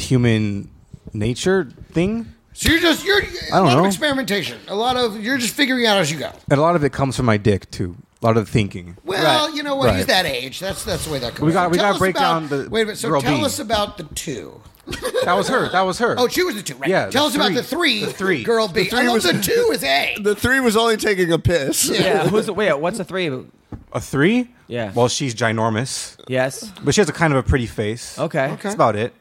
S5: human nature thing.
S2: So you're just you're a
S5: don't
S2: lot of
S5: know.
S2: experimentation. A lot of you're just figuring out as you go.
S5: And a lot of it comes from my dick, too. A lot of the thinking.
S2: Well,
S1: Right.
S2: you know what? He's
S5: Right.
S2: that age. That's that's the way that goes.
S5: We got- we
S2: Tell
S5: gotta
S2: us
S5: break
S2: about-
S5: down the
S2: Wait a minute. So
S5: girl
S2: tell
S5: B.
S2: us about the two.
S5: That was her. That was her.
S2: Oh, she was the two, right?
S5: Yeah, the
S2: Tell us about
S5: three.
S2: the three.
S5: The three.
S2: Girl B. I love
S3: was-
S5: *laughs*
S2: the two is A.
S3: The three was only taking a piss.
S1: Yeah. Who's wait? What's a three?
S5: a three?
S1: Yeah.
S5: Well, she's ginormous,
S1: Yes.
S5: but she has a kind of a pretty face.
S1: Okay.
S5: That's about it.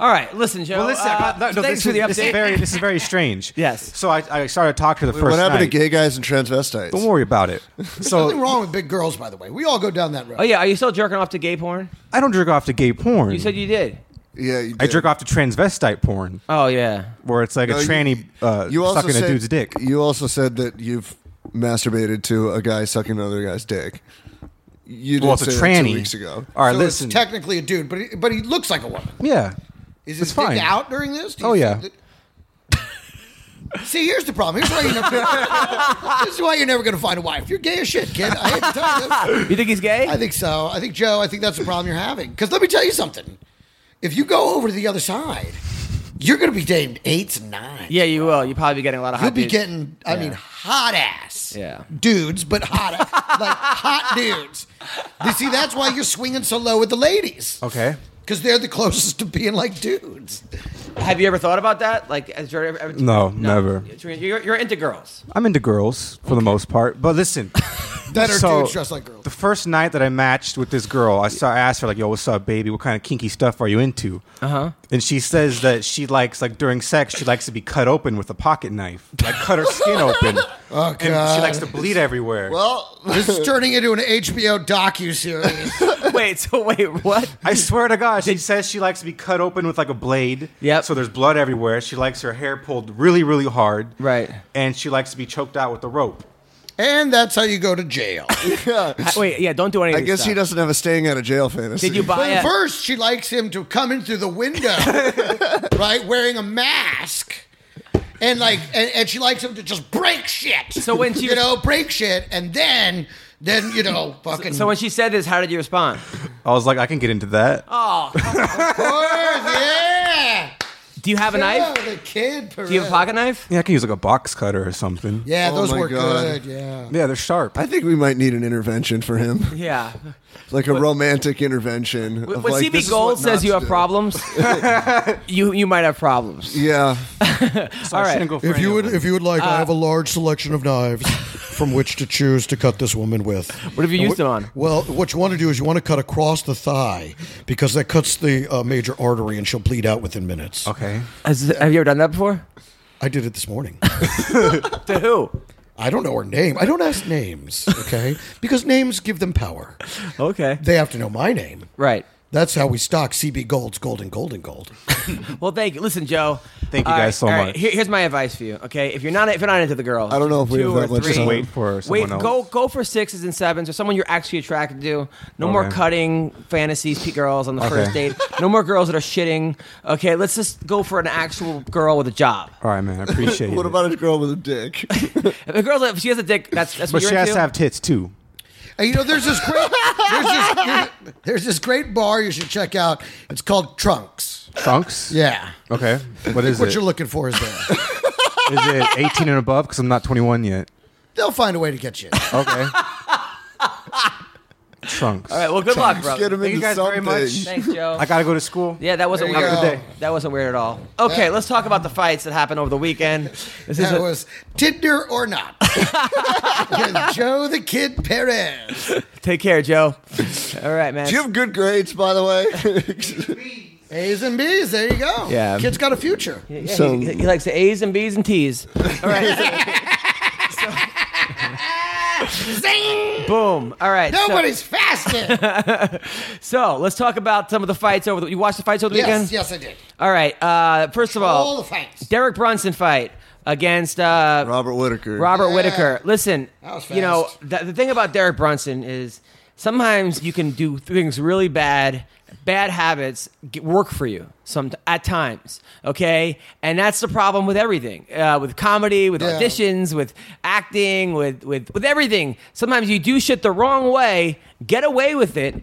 S1: All right. Listen, Joe.
S5: Well, listen,
S1: uh,
S5: I- no, no,
S1: thanks
S5: this
S1: for
S5: is-
S1: the
S5: This is
S1: update.
S5: very, this is very strange.
S1: *laughs* Yes.
S5: So I, I started talking to her the first
S3: What happened
S5: night.
S3: to gay guys and transvestites?
S5: Don't worry about *laughs* it.
S2: Nothing
S5: So
S2: wrong with big girls, by the way. We all go down that road.
S1: oh yeah. Are you still jerking off to gay porn?
S5: I don't jerk off to gay porn.
S1: You said you did.
S3: Yeah, you
S5: I
S3: did.
S5: jerk off to transvestite porn,
S1: Oh yeah.
S5: where it's like
S3: No,
S5: a
S3: you-
S5: tranny uh,
S3: You also
S5: sucking
S3: said,
S5: a dude's dick.
S3: You also said that you've masturbated to a guy sucking another guy's dick. You did
S5: Well, it's a
S3: say that
S5: tranny.
S3: two weeks ago.
S5: All right,
S2: So
S5: listen.
S2: it's technically a dude, but he, but he looks like a woman.
S5: yeah.
S2: Is
S5: It's
S2: his dick
S5: fine.
S2: out during this? Do you
S5: Oh,
S2: think
S5: yeah.
S2: that- See, here's the problem. Here's why you're never, *laughs* this is why you're never going to find a wife. You're gay as shit, kid. I hate to tell you this.
S1: You think he's gay?
S2: I think so. I think Joe. I think that's the problem you're having. Because let me tell you something. If you go over to the other side, you're going to be dating eights and nines.
S1: yeah, you will. You'll probably be getting a lot of.
S2: You'll
S1: hot
S2: be
S1: dudes.
S2: getting, I
S1: Yeah.
S2: mean, hot ass
S1: Yeah.
S2: dudes,
S1: *laughs*
S2: but hot, like hot dudes. You see, that's why you're swinging so low with the ladies.
S5: Okay.
S2: Because they're the closest to being like dudes.
S1: Have you ever thought about that? Like, as you're ever, ever-
S5: No, never.
S1: You're, you're into
S5: *laughs*
S1: girls.
S5: I'm into girls for the most part, but listen.
S2: That are
S5: so
S2: dudes dressed like girls.
S5: the first night that I matched with this girl, I saw I asked her like, "Yo, what's up, baby? What kind of kinky stuff are you into?" Uh huh.
S1: Uh-huh.
S5: And she says that she likes like during sex, she likes to be cut open with a pocket knife, like cut her
S3: *laughs*
S5: skin open, and she likes to bleed everywhere.
S3: Oh, Well,
S2: This is turning into an HBO docu series.
S5: *laughs*
S1: wait. So wait. What?
S5: I swear to God, she says she likes to be cut open with like a blade.
S1: Yep.
S5: So there's blood everywhere. She likes her hair pulled really, really hard.
S1: Right.
S5: And she likes to be choked out with a rope.
S2: and that's how you go to jail.
S1: Wait. Yeah. Don't do any.
S3: I
S1: of this
S3: guess he
S1: stuff.
S3: doesn't have a staying out of jail fantasy.
S1: Did you buy
S2: But
S1: a?
S2: first,
S1: *laughs*
S2: she likes him to come in through the window, right, wearing a mask. and like, and, and she likes him to just break shit.
S1: So when she-
S2: you know, break shit, and then, then you know,
S1: *laughs*
S2: fucking. *laughs*
S1: So when she said this, how did you respond?
S5: I was like, I can get into that.
S1: Oh,
S2: yeah,
S1: do you have a
S2: yeah,
S1: knife?
S2: the kid.
S1: Do you have a pocket knife?
S5: Yeah, I can use like a box cutter or something.
S2: Yeah,
S3: Oh
S2: those
S3: my
S2: were
S3: God.
S2: good. Yeah.
S5: Yeah, they're sharp.
S3: I think we might need an intervention for him,
S1: Yeah.
S3: like a romantic intervention.
S1: When
S3: of like, this
S1: CB
S3: is what
S1: Gold
S3: not
S1: says you
S3: to
S1: have
S3: do.
S1: problems, *laughs* you you might have problems.
S5: *laughs*
S3: Yeah,
S5: So I
S1: right.
S5: shouldn't go for
S4: If
S5: any
S4: you
S5: of
S4: would,
S5: them.
S4: if you would
S1: Uh,
S4: like, I have a large selection of knives from which to choose to cut this woman with.
S1: *laughs* What have you
S4: And
S1: used
S4: what-
S1: them on?
S4: Well, what you want to do is you want to cut across the thigh because that cuts the uh, major artery, and she'll bleed out within minutes.
S5: okay.
S1: Has- have you ever done that before?
S4: I did it this morning. *laughs*
S1: To who?
S4: I don't know her name. I don't ask names, okay? *laughs* because names give them power.
S1: Okay.
S4: They have to know my name.
S1: Right.
S4: That's how we stock CB Gold's Golden Golden Gold.
S1: Well, thank you. Listen, Joe.
S5: Thank you
S1: all
S5: guys
S1: right,
S5: so
S1: all right.
S5: much.
S1: Here- here's my advice for you. Okay, if you're not if you're not into the girl,
S3: I don't know if we
S1: two
S3: have that
S1: or
S3: much
S1: three-
S3: time.
S5: Wait for
S1: Wait,
S5: someone else.
S1: go go for sixes and sevens or someone you're actually attracted to. No more
S5: Okay.
S1: cutting fantasies, Pete girls on the
S5: Okay.
S1: first date. No more girls that are shitting. Okay, let's just go for an actual girl with a job.
S5: All right, man. I
S4: *laughs*
S5: appreciate it.
S3: what about a girl with a dick?
S1: If a girl if she has a dick, that's that's what
S5: But
S1: you're
S5: she has
S1: into.
S5: to have tits too.
S2: And you know, there's this great, there's this, there's this great bar you should check out. It's called Trunks.
S5: Trunks.
S2: Yeah.
S5: Okay. What is
S2: What
S5: it?
S2: you're looking for is there.
S5: Is it 18 and above? Because I'm not 21 yet.
S2: They'll find a way to get you.
S4: *laughs*
S5: Okay. Trunks.
S1: all right, well, good luck, brother.
S3: Get him
S5: Thank
S3: into
S5: you guys very
S3: something.
S1: *laughs*
S5: much.
S1: Thanks, Joe.
S5: I gotta go to school.
S1: Yeah, that wasn't
S2: There you
S1: weird.
S2: go.
S1: That wasn't weird at all. Okay, let's talk about the fights that happened over the weekend. This is
S2: That
S1: a-
S2: was Tinder
S1: *laughs*
S2: or not. With Joe the Kid Perez.
S1: take care, Joe. All right, man.
S3: Do you have good grades, by the way?
S2: A's and B's. There you go.
S1: Yeah.
S2: Kid's got a future.
S1: *laughs* Yeah,
S3: So-
S1: he, he likes the A's and B's and T's. All right.
S2: Zing!
S1: Boom. All right. so- *laughs*
S2: Nobody's faster.
S1: So, let's talk about some of the fights over the You watched the fights over the
S2: yes,
S1: weekend?
S2: yes, I did.
S1: All right. Uh, first of
S2: All the
S1: all,
S2: fights.
S1: Derek Brunson fight against uh,
S3: Robert Whitaker.
S1: Robert Whitaker. Listen,
S2: That was
S1: you know
S2: fast.
S1: the, the thing about Derek Brunson is sometimes you can do things really bad, bad habits get, work for you. Some at times, okay, and that's the problem with everything, uh, with comedy, with
S2: Yeah.
S1: auditions, with acting, with with with everything. Sometimes you do shit the wrong way, get away with it.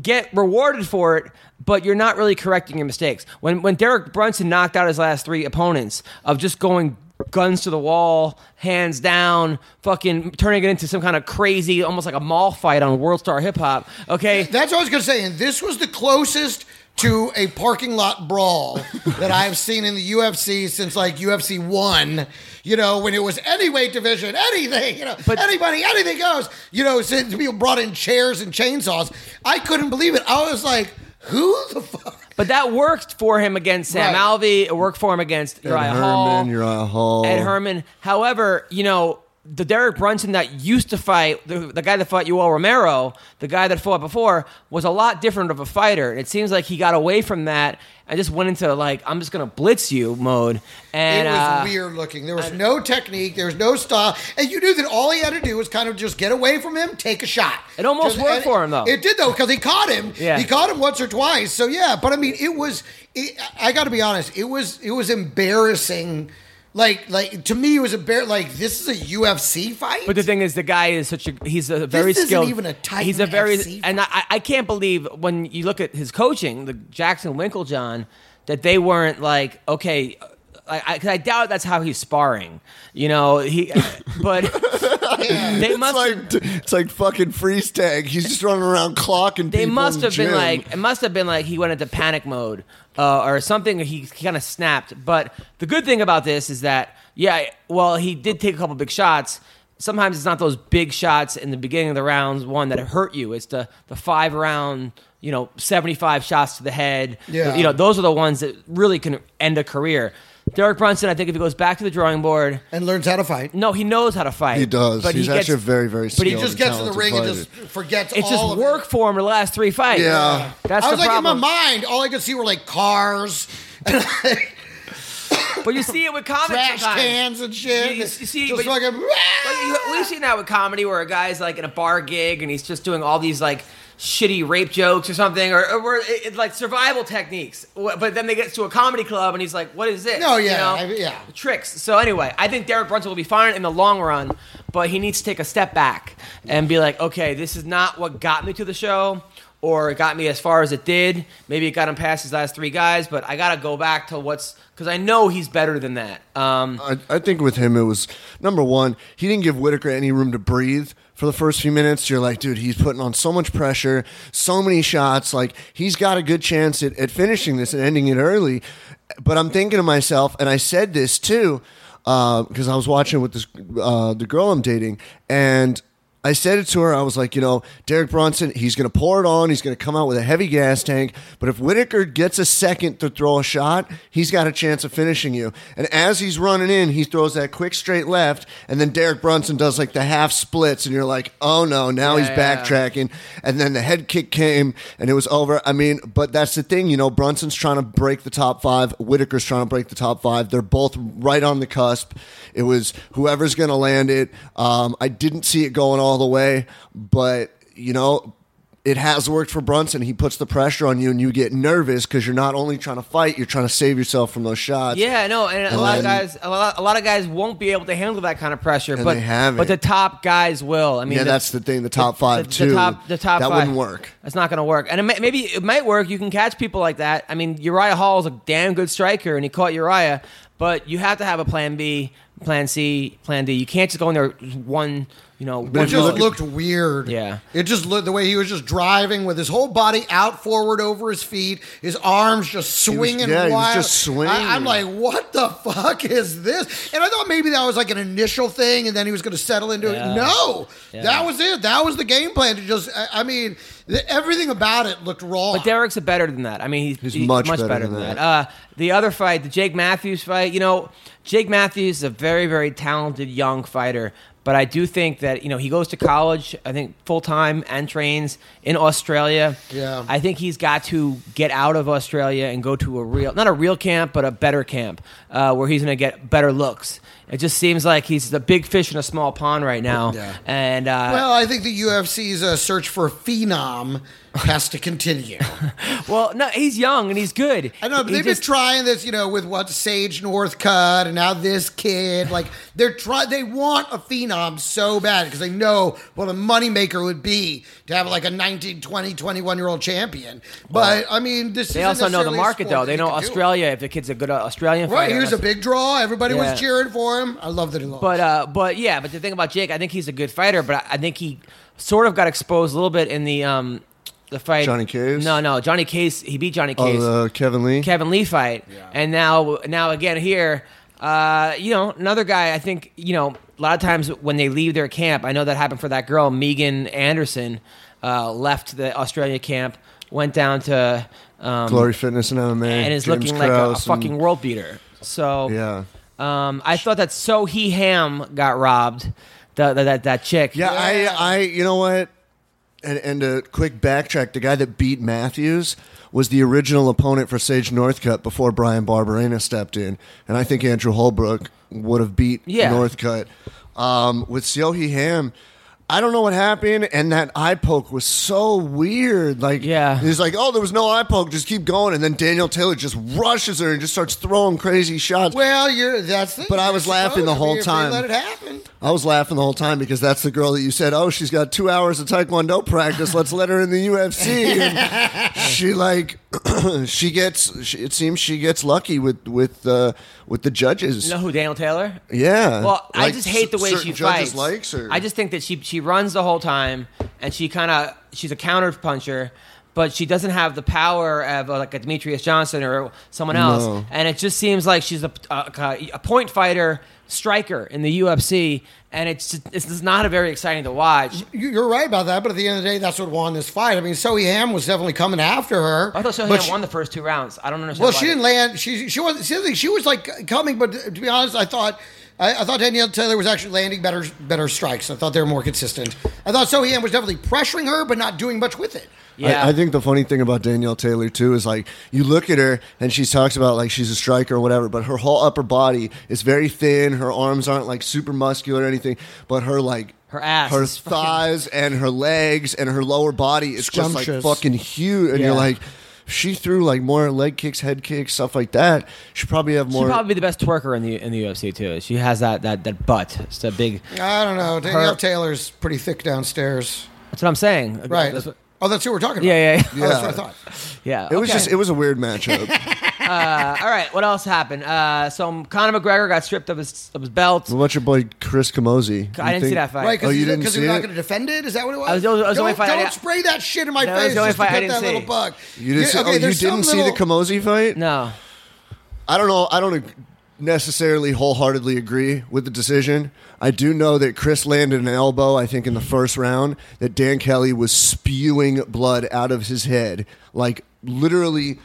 S1: Get rewarded for it, but you're not really correcting your mistakes. When when Derek Brunson knocked out his last three opponents of just going guns to the wall, hands down, fucking turning it into some kind of crazy, almost like a mall fight on World Star Hip Hop.
S2: *laughs*
S1: Okay.
S2: That's what I was going to say. And this was the closest to a parking lot brawl that I have seen in the UFC since like UFC 1, you know, when it was any weight division, anything, you know,
S1: But-
S2: anybody, anything goes. You know, since people brought in chairs and chainsaws, I couldn't believe it. I was like, who the fuck?
S1: But that worked for him against Sam
S2: Right.
S1: Alvey. It worked for him against
S3: Ed
S1: Uriah Hall.
S3: Herman, Uriah Hall.
S1: Ed Herman. However, you know, the Derek Brunson that used to fight, the, the guy that fought Yoel Romero, the guy that fought before, was a lot different of a fighter. It seems like he got away from that and just went into like, I'm just going to blitz you mode. And
S2: it was
S1: uh,
S2: weird looking. There was no technique. There was no style, and you knew that all he had to do was kind of just get away from him, take a shot.
S1: It almost
S2: Just-
S1: worked
S2: and
S1: for him, though.
S2: It did though because he caught him.
S1: Yeah.
S2: he caught him once or twice. So yeah, but I mean, it was. It, I got to be honest. It was. It was embarrassing. Like, like to me, it was embar. Like this is a UFC fight.
S1: But the thing is, the guy is such a—he's a very
S2: isn't
S1: skilled.
S2: even a Titan
S1: He's a very
S2: FC
S1: and I, I can't believe when you look at his coaching, the Jackson Winklejohn, that they weren't like okay. I, I, 'cause I doubt that's how he's sparring, you know. He, *laughs*
S2: *laughs*
S1: but they
S3: It's
S1: must.
S3: like it's like fucking freeze tag. He's just running around clocking.
S1: they
S3: people
S1: must
S3: in the
S1: have been
S3: gym.
S1: like it must have been like he went into panic mode uh, or something he, he kind of snapped but the good thing about this is that yeah well he did take a couple big shots sometimes it's not those big shots in the beginning of the rounds one that hurt you it's the the five round you know 75 shots to the head
S2: Yeah.
S1: you know those are the ones that really can end a career Derek Brunson, I think if he goes back to the drawing board,
S2: and learns how to fight.
S1: no, he knows how to fight.
S3: He does. He's actually very, very
S1: But he
S3: skilled.
S1: just
S2: Just gets to the
S3: Talented
S2: ring and just
S3: fighter.
S2: forgets.
S1: it's
S2: all
S1: just
S2: of it.
S1: work for him in the last three fights.
S3: Yeah.
S1: that's
S2: I was
S1: the
S2: like
S1: problem.
S2: in my mind, all I could see were like cars.
S1: But you see it with comics
S2: trash
S1: sometimes.
S2: cans and shit.
S1: You- you see, but
S2: just
S1: you-
S2: fucking.
S1: But you-
S2: *laughs*
S1: We've seen that with comedy where a guy's like in a bar gig and he's just doing all these like shitty rape jokes or something, or, or where it, it- like survival techniques. Wh- But then they get to a comedy club and he's like, "What is this?"
S2: No, Oh, yeah, I- yeah.
S1: tricks. So anyway, I think Derek Brunson will be fine in the long run, but he needs to take a step back and be like, "Okay, this is not what got me to the show." Or it got me as far as it did. Maybe it got him past his last three guys, but I gotta go back to what's because I know he's better than that. Um,
S3: I, I think with him, it was number one, he didn't give Whitaker any room to breathe for the first few minutes. You're like, dude, he's putting on so much pressure, so many shots. Like, he's got a good chance at, at finishing this and ending it early. But I'm thinking to myself, and I said this too, because I was watching with this, uh, the girl I'm dating, and I said it to her. I was like, you know, Derek Bronson, he's going to pour it on. He's going to come out with a heavy gas tank. But if Whitaker gets a second to throw a shot, he's got a chance of finishing you. And as he's running in, he throws that quick straight left. And then Derek Brunson does like the half splits. And you're like, oh no, now he's
S1: yeah.
S3: backtracking. And then the head kick came and it was over. I mean, but that's the thing. You know, Brunson's trying to break the top five. Whitaker's trying to break the top five. They're both right on the cusp. It was whoever's going to land it. Um, I didn't see it going all the way, but you know, it has worked for Brunson. He puts the pressure on you, and you get nervous because you're not only trying to fight, you're trying to save yourself from those shots.
S1: Yeah, no, and a
S3: And
S1: lot of
S3: then-
S1: guys, a lot, a lot of guys won't be able to handle that kind of pressure.
S3: And
S1: but
S3: they haven't.
S1: but the top guys will. I mean,
S3: Yeah, that's the thing, the top five,
S1: the,
S3: too.
S1: The top, the top
S3: That
S1: five.
S3: wouldn't work.
S1: That's not going to work. And it may, maybe it might work. You can catch people like that. I mean, Uriah Hall is a damn good striker, and he caught Uriah. But you have to have a plan B, plan C, plan D. You can't just go in there with one, you know.
S2: It
S1: one
S3: if you
S2: just
S3: look
S1: goal.
S2: looked
S3: at-
S2: weird.
S1: Yeah.
S2: It just looked the way he was just driving with his whole body out forward over his feet, his arms just swinging
S3: yeah, he was
S2: wild.
S3: just swinging.
S2: I, am like, what the fuck is this? And I thought maybe that was like an initial thing and then he was going to settle into
S1: Yeah.
S2: it. No,
S1: Yeah.
S2: that was it. That was the game plan to just, I, I mean, th- everything about it looked raw.
S1: But Derek's a better than that. I mean, he's,
S3: He's
S1: he's much,
S3: much
S1: better,
S3: better
S1: than,
S3: than
S1: that.
S3: that.
S1: Uh, the other fight, the Jake Matthews fight, you know, Jake Matthews is a very, very talented young fighter. But I do think that, you know, he goes to college, I think full time and trains in Australia.
S2: Yeah.
S1: I think he's got to get out of Australia and go to a real, not a real camp, but a better camp uh, where he's going to get better looks. It just seems like he's the big fish in a small pond right now.
S2: Yeah.
S1: And, uh,
S2: well, I think the UFC's uh, search for a phenom has to continue.
S1: well, no, he's young and he's good.
S2: I know but
S1: He
S2: they've
S1: just-
S2: been trying this, you know, with what Sage Northcutt and now this kid. Like they're try, they want a phenom so bad because they know what a moneymaker would be to have like a 19, 20, 21 year old champion. But I mean, this
S1: They
S2: isn't
S1: also know the
S2: necessarily a
S1: market,
S2: sport
S1: though.
S2: that
S1: They
S2: you
S1: know
S2: can do it.
S1: Australia. If the kid's a good uh, Australian
S2: Right
S1: fighter,
S2: here's a
S1: that's-
S2: big draw. Everybody
S1: Yeah.
S2: was cheering for him. I love that he lost.
S1: But uh, but yeah, but the thing about Jake, I think he's a good fighter, but I, I think he sort of got exposed a little bit in the um the fight.
S3: Johnny Case?
S1: No, no, Johnny Case. He beat Johnny Case.
S3: Oh, the Kevin Lee.
S1: Kevin Lee fight, and now now again here, uh, you know, another guy. I think you know a lot of times when they leave their camp, I know that happened for that girl Megan Anderson, uh, left the Australia camp, went down to um,
S3: Glory Fitness and MMA.
S1: and is
S3: James
S1: looking like a- a,
S3: Krause and-
S1: fucking world beater. So
S3: Yeah.
S1: um, I thought that So He Ham got robbed. That that that chick.
S3: Yeah, I, uh, I, you know what? And, and a quick backtrack: the guy that beat Matthews was the original opponent for Sage Northcutt before Brian Barberena stepped in, and I think Andrew Holbrook would have beat
S1: Yeah.
S3: Northcutt um, with Seohee Ham. I don't know what happened, and that eye poke was so weird. Like,
S1: Yeah.
S3: he's like, "Oh, there was no eye poke. Just keep going." And then Daniel Taylor just rushes her and just starts throwing crazy shots.
S2: well, you're that's. The,
S3: But I
S2: you're
S3: was laughing
S2: supposed
S3: the
S2: to be
S3: whole
S2: if they
S3: time.
S2: Let it happen.
S3: I was laughing the whole time because that's the girl that you said, oh, she's got two hours of Taekwondo practice. Let's let her in the UFC. And she like, *clears throat* she gets. She, it seems she gets lucky with with uh, with the judges.
S1: You know who Daniel Taylor?
S3: Yeah.
S1: Well, I
S3: Like,
S1: just hate the way
S3: certain
S1: she
S3: judges
S1: fights.
S3: likes her.
S1: I just think that she she runs the whole time, and she kind of she's a counter puncher, but she doesn't have the power of uh, like a Demetrius Johnson or someone else.
S3: No.
S1: And it just seems like she's a, a, a point fighter striker in the UFC, and it's just, it's just not a very exciting to watch.
S2: You- You're right about that, but at the end of the day, that's what won this fight. I mean, Soe Ham was definitely coming after her.
S1: I thought So He
S2: but
S1: Ham
S2: she-
S1: won the first two rounds. I don't understand.
S2: Well,
S1: why
S2: she
S1: they-
S2: didn't land. She she was she was like coming, but to be uh, honest, I thought I, I thought Danielle Taylor was actually landing better better strikes. I thought they were more consistent. I thought Sohan was definitely pressuring her, but not doing much with it.
S1: Yeah.
S3: I, I think the funny thing about Danielle Taylor too is like you look at her and she talks about like she's a striker or whatever, but her whole upper body is very thin. Her arms aren't like super muscular or anything, but her like
S1: Her ass
S3: her
S1: is fucking-
S3: thighs, and her legs and her lower body is just like
S6: Scrumptious.
S3: fucking huge. And
S6: Yeah.
S3: you're like, if she threw like more leg kicks, head kicks, stuff like that. She probably have
S1: She'd
S3: more.
S1: probably be the best twerker in the in the UFC too. She has that that that butt. It's a big.
S2: I don't know. Danielle
S1: Her-
S2: Taylor's pretty thick downstairs,
S1: That's what I'm saying.
S2: right?
S1: That's what-
S2: oh, that's who we're talking about.
S1: Yeah, yeah,
S2: Oh, that's what I thought.
S1: yeah.
S3: it was
S1: okay.
S3: just it was a
S1: *laughs*
S3: weird matchup.
S1: Uh, all right. What else happened? Uh, so Conor McGregor got stripped of his of his belt.
S3: what about your boy Chris Camozzi?
S1: I didn't see that fight.
S2: Right,
S3: Oh,
S2: because
S3: you
S2: you
S3: didn't
S2: because
S3: see
S2: you're
S3: it?
S2: not going to defend it. Is that what it was?
S1: I was- that was the
S2: don't
S1: only fight I
S2: don't
S1: didn't-
S2: spray that shit in my
S1: That was
S2: face
S1: the only
S2: just to
S1: fight I
S2: get
S1: didn't
S2: that little
S1: see.
S2: bug.
S3: You didn't,
S2: Yeah,
S3: see, oh, you
S2: there's some
S3: didn't see
S2: little-
S3: the Camozzi fight?
S1: No.
S3: I don't know. I don't ag- necessarily wholeheartedly agree with the decision. I do know that Chris landed an elbow, I think, in the first round, that Dan Kelly was spewing blood out of his head, like literally.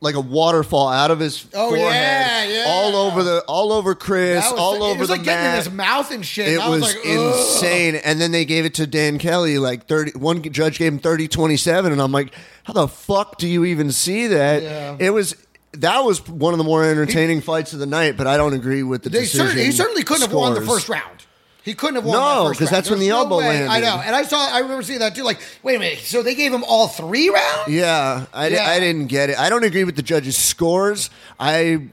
S3: Like a waterfall out of his
S2: Oh,
S3: forehead,
S2: yeah, yeah.
S3: all over the, all over Chris,
S2: That was-
S3: all
S2: it
S3: over
S2: was
S3: the
S2: like getting in
S3: mat.
S2: his mouth and shit.
S3: It
S2: and I
S3: was,
S2: was, like, ugh.
S3: insane. And then they gave it to Dan Kelly, like 30. One judge gave him 30 27. And I'm like, how the fuck do you even see that?
S2: Yeah.
S3: It was. That was one of the more entertaining fights of the night, but I don't agree with the
S2: They
S3: decision.
S2: certainly, he certainly couldn't have won the
S3: scores.
S2: first round. He couldn't have won.
S3: No,
S2: that first
S3: 'cause
S2: round.
S3: that's when
S2: There's
S3: the
S2: no
S3: elbow
S2: way. I
S3: landed.
S2: know, and I saw. I remember seeing that too. Like, wait a minute. So they gave him all three rounds.
S3: Yeah, I, di-
S2: Yeah.
S3: I didn't get it. I don't agree with the judges' scores. I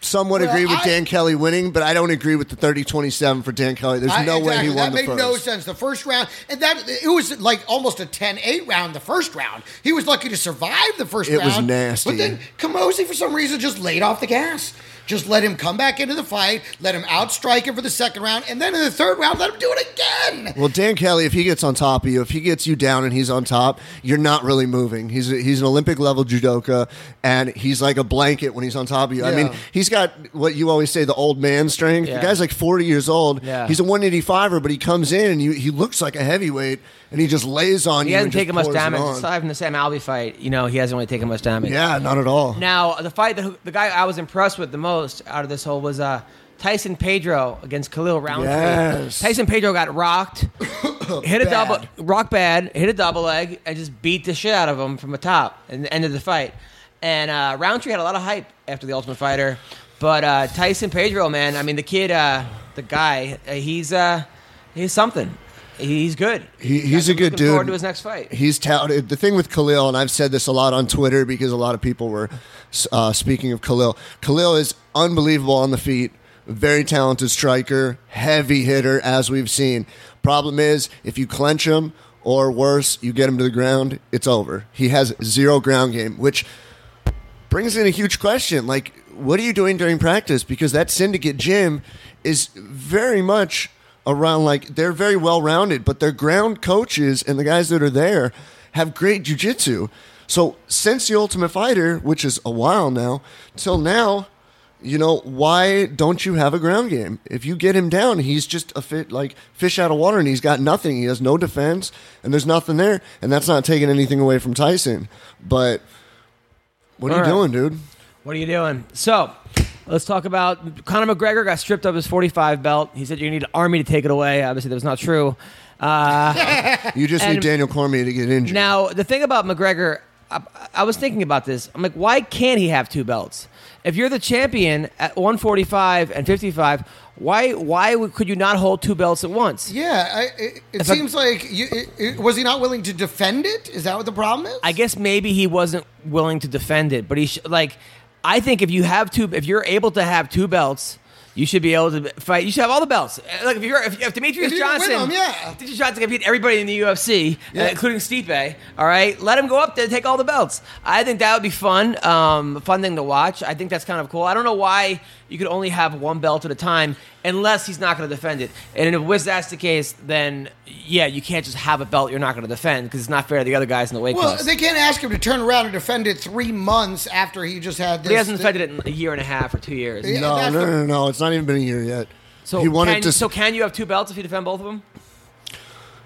S3: somewhat
S2: Well,
S3: agree with
S2: I-
S3: Dan Kelly winning, but I don't agree with the 30 27 for Dan Kelly. There's
S2: I-
S3: no way
S2: exactly.
S3: he won
S2: That
S3: the
S2: made
S3: first.
S2: no sense. The first round, and that it was like almost a 10-8 round. The first round, he was lucky to survive the first
S3: It was
S2: round.
S3: nasty.
S2: But then Kamosi, for some reason, just laid off the gas. Just let him come back into the fight. Let him outstrike him for the second round, and then in the third round, let him do it again.
S3: Well, Dan Kelly, if he gets on top of you, if he gets you down and he's on top, you're not really moving. He's he's an Olympic level judoka, and he's like a blanket when he's on top of you. I mean,
S2: Yeah.
S3: he's got what you always say the old man strength.
S1: Yeah.
S3: The guy's like 40 years old.
S1: Yeah.
S3: He's a 185er, but he comes in and you, he looks like a heavyweight, and he just lays on
S1: He
S3: you.
S1: hasn't
S3: and just
S1: taken much
S3: pours it
S1: damage
S3: on.
S1: aside from the Sam Alvey fight. You know, he hasn't really taken much damage.
S3: Yeah, not at all.
S1: Now the fight that the guy I was impressed with the most out of this whole was uh, Tyson Pedro against Khalil Roundtree.
S3: Yes.
S1: Tyson Pedro got
S3: *coughs*
S1: rocked, hit a double rock bad, hit a double leg, and just beat the shit out of him from the top and the end of the fight. And uh, Roundtree had a lot of hype after the Ultimate Fighter, but uh, Tyson Pedro, man, I mean the kid, uh, the guy, uh, he's uh, he's something. He's good.
S3: He, he's a
S1: I'm
S3: good
S1: looking
S3: dude.
S1: Forward to his next fight.
S3: He's touted. The thing with Khalil, and I've said this a lot on Twitter because a lot of people were uh, speaking of Khalil. Khalil is unbelievable on the feet, very talented striker, heavy hitter, as we've seen. Problem is, if you clench him, or worse, you get him to the ground, it's over. He has zero ground game, which brings in a huge question. Like, what are you doing during practice? Because that syndicate gym is very much around, like, they're very well rounded, but their ground coaches and the guys that are there have great jujitsu. So, since The Ultimate Fighter, which is a while now, till now, you know, why don't you have a ground game? If you get him down, he's just a fit like fish out of water and he's got nothing. He has no defense and there's nothing there. And that's not taking anything away from Tyson. But what are you
S1: All
S3: doing, dude?
S1: What are you doing? So, let's talk about Conor McGregor got stripped of his 45 belt. He said you need an army to take it away. Obviously, that was not true.
S3: You just
S1: And-
S3: need Daniel Cormier to get injured.
S1: Now, the thing about McGregor, I, I was thinking about this. I'm like, why can't he have two belts? If you're the champion at 145 and 55, why why would, could you not hold two belts at once?
S2: Yeah, I, it, it
S1: I-
S2: seems like you, it, it, was he not willing to defend it? Is that what the problem is?
S1: I guess maybe he wasn't willing to defend it, but he sh- like I think if you have two, if you're able to have two belts, you should be able to fight. You should have all the belts. Uh, Like if you're if, if Demetrius
S2: If you can win
S1: Johnson,
S2: them, yeah.
S1: Demetrius Johnson can beat everybody in the UFC, uh, including Stipe. All right, let him go up there and take all the belts. I think that would be fun, um, fun thing to watch. I think that's kind of cool. I don't know why you could only have one belt at a time unless he's not going to defend it. And if was that's the case, then yeah, you can't just have a belt you're not going to defend because it's not fair to the other guys in the weight
S2: Well,
S1: class.
S2: they can't ask him to turn around and defend it three months after he just had this.
S1: But he hasn't defended it in a year and a half or two years.
S2: Yeah.
S3: no,
S2: that's
S3: no,
S2: the-
S3: no, no. It's not even been a year yet.
S1: So
S3: he wanted
S1: can,
S3: to.
S1: So can you have two belts if you defend both of them?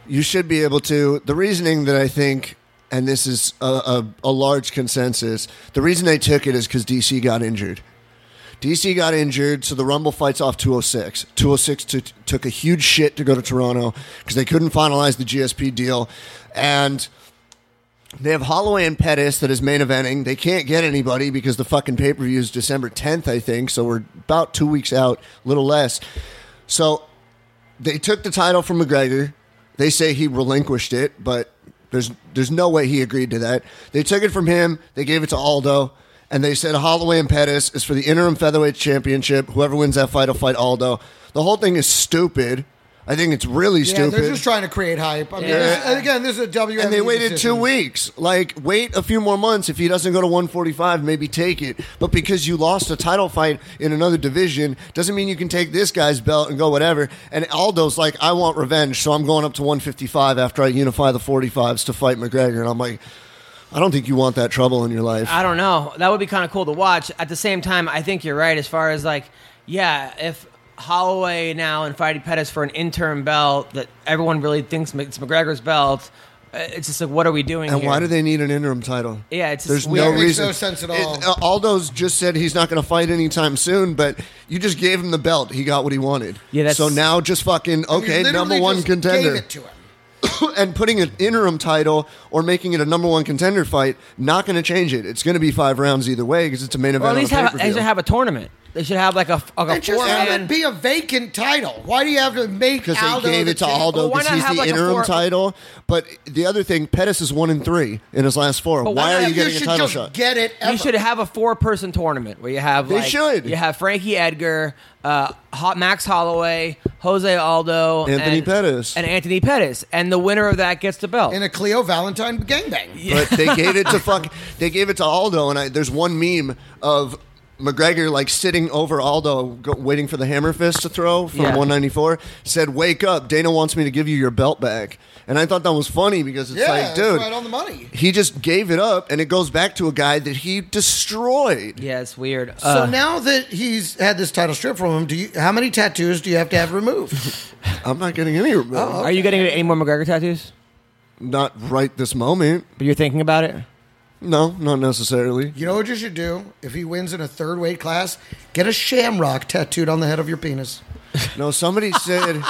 S3: you should be able to. The reasoning that I think, and this is a, a, a large consensus, the reason they took it is because DC got injured. DC got injured, so the Rumble fights off 206. 206 t- took a huge shit to go to Toronto because they couldn't finalize the GSP deal. And they have Holloway and Pettis that is main eventing. They can't get anybody because the fucking pay per view is December 10th, I think. So we're about two weeks out, a little less. So they took the title from McGregor. They say he relinquished it, but there's there's no way he agreed to that. They took it from him. They gave it to Aldo, and they said Holloway and Pettis is for the interim featherweight championship. Whoever wins that fight will fight Aldo. The whole thing is stupid. I think it's really
S2: Yeah,
S3: stupid.
S2: they're just trying to create hype. I mean, this- and again, this is a WWE.
S3: and they waited
S2: decision.
S3: two weeks. Like, wait a few more months. If he doesn't go to 145, maybe take it. But because you lost a title fight in another division, doesn't mean you can take this guy's belt and go whatever. And Aldo's like, I want revenge, so I'm going up to 155 after I unify the 45s to fight McGregor. And I'm like, I don't think you want that trouble in your life.
S1: I don't know. That would be kind of cool to watch. At the same time, I think you're right as far as like, yeah, if Holloway now and fighting Pettis for an interim belt that everyone really thinks it's McGregor's belt, uh, it's just like, what are we doing?
S3: and
S1: here?
S3: why do they need an interim title?
S1: Yeah, it's
S3: there's
S1: just weird.
S3: no
S2: Makes
S3: reason.
S2: no sense at all.
S3: uh, Aldo's just said he's not going to fight anytime soon, but you just gave him the belt. He got what he wanted.
S1: Yeah, that's-
S3: so now just fucking
S2: You
S3: okay,
S2: literally
S3: number one
S2: just
S3: contender,
S2: Gave it to him.
S3: *clears throat* and putting an interim title or making it a number one contender fight not going to change it. It's going to be five rounds either way because it's a main
S1: Or
S3: event.
S1: at least
S3: on a
S1: have, they
S3: pay-per-view.
S1: should have a tournament. They should have like a, like a
S2: It just
S1: four
S2: have it
S1: man.
S2: be a vacant title. Why do you have to make?
S3: because
S2: Aldo
S3: they gave
S2: the
S3: it to
S2: champ?
S3: Aldo
S1: Well, why
S3: because
S1: not
S3: he's
S1: have
S3: the
S1: like a
S3: interim
S1: four-
S3: title. But the other thing, Pettis is one and three in his last four.
S1: But why
S3: Why,
S1: not-
S3: are you
S1: you
S3: getting
S2: should
S3: a title
S2: just
S3: shot?
S2: Get it?
S1: You should have a four-person tournament where you have.
S3: They
S1: like,
S3: should.
S1: You have Frankie Edgar, uh, Hot Max Holloway, Jose Aldo,
S3: Anthony
S1: and-
S3: Pettis.
S1: and Anthony Pettis, and the winner of that gets the belt.
S2: in a Cleo Valentine gangbang.
S3: but they
S1: *laughs*
S3: gave it to fuck. They gave it to Aldo, and I, there's one meme of McGregor like sitting over Aldo, go, waiting for the hammer fist to throw from
S1: Yeah.
S3: 194. Said, "Wake up, Dana wants me to give you your belt back." And I thought that was funny because it's
S2: Yeah,
S3: like,
S2: that's
S3: dude,
S2: right on the money.
S3: he just gave it up, and it goes back to a guy that he destroyed.
S1: yeah, it's weird.
S2: So
S1: Uh,
S2: now that he's had this title stripped from him, do you, how many tattoos do you have to have removed?
S3: I'm not getting any removed.
S1: Are you getting any more McGregor tattoos?
S3: Not right this moment.
S1: But you're thinking about it.
S3: No, not necessarily.
S2: You know what you should do if he wins in a third weight class? Get a shamrock tattooed on the head of your penis.
S3: No, somebody
S1: *laughs*
S3: said.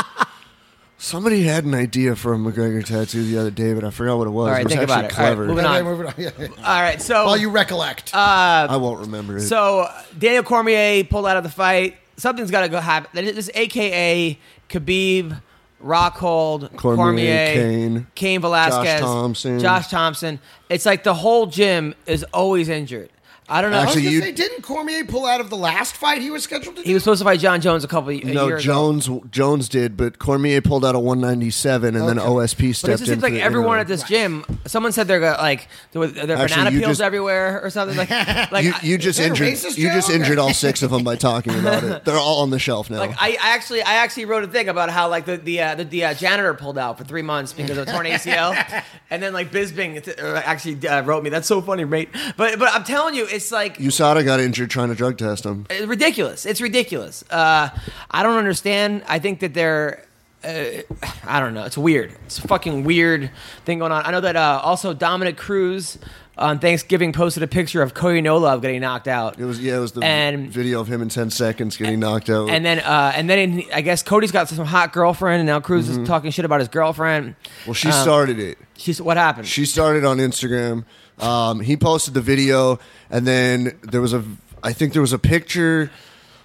S3: Somebody had an idea for a McGregor tattoo the other day, but I forgot what it was.
S1: All right,
S3: it was
S1: think
S3: actually
S1: about it. All right,
S3: clever.
S1: moving on.
S2: Okay, moving on. *laughs* Yeah, yeah.
S1: All right, so
S2: While you recollect,
S3: I won't remember it.
S1: So Daniel Cormier pulled out of the fight. Something's got to go happen. This is AKA Khabib, Rockhold,
S3: Cormier,
S1: Cormier,
S3: Kane,
S1: Kane Velasquez,
S3: Josh Thompson.
S1: Josh Thompson. It's like the whole gym is always injured. I don't know.
S3: Actually,
S2: I was
S3: you-
S2: gonna say, didn't Cormier pull out of the last fight he was scheduled to do?
S1: he was supposed to fight John Jones a couple of
S3: no,
S1: years
S3: Jones Jones did, but Cormier pulled out a 197, and then OSP
S1: But it
S3: stepped
S1: just
S3: in.
S1: seems
S3: for
S1: like
S3: the
S1: everyone
S3: interim.
S1: at this gym. Someone said they're got, like there were there were
S3: Actually,
S1: banana
S3: you
S1: peels
S3: just-
S1: everywhere or something
S3: *laughs*
S1: like like
S3: you, you
S1: I-
S3: just
S2: that a
S3: injured
S2: racist
S3: you just
S2: joke?
S3: injured all six of them by talking about it. They're all on the shelf now.
S1: Like I I actually, I actually wrote a thing about how like the the uh, the, the uh, janitor pulled out for three months because of a torn
S3: *laughs*
S1: ACL, and then like Bisbing uh, actually uh, wrote me. That's so funny, mate. But but I'm telling you, it's like
S3: USADA got injured trying to drug test him.
S1: it's ridiculous. It's ridiculous. Uh, I don't understand. I think that they're. Uh, I don't know. It's weird. It's a fucking weird thing going on. I know that uh, also Dominic Cruz on Thanksgiving posted a picture of Cody Nolov getting knocked out.
S3: It was yeah, it was the
S1: And-
S3: video of him in 10 seconds getting knocked out.
S1: And then, uh, and then, in, I guess Cody's got some hot girlfriend, and now Cruz is talking shit about his girlfriend.
S3: Mm-hmm. well, she
S1: Um,
S3: started it.
S1: She's what happened?
S3: She started on Instagram. Um, he posted the video, and then there was a, I think there was a picture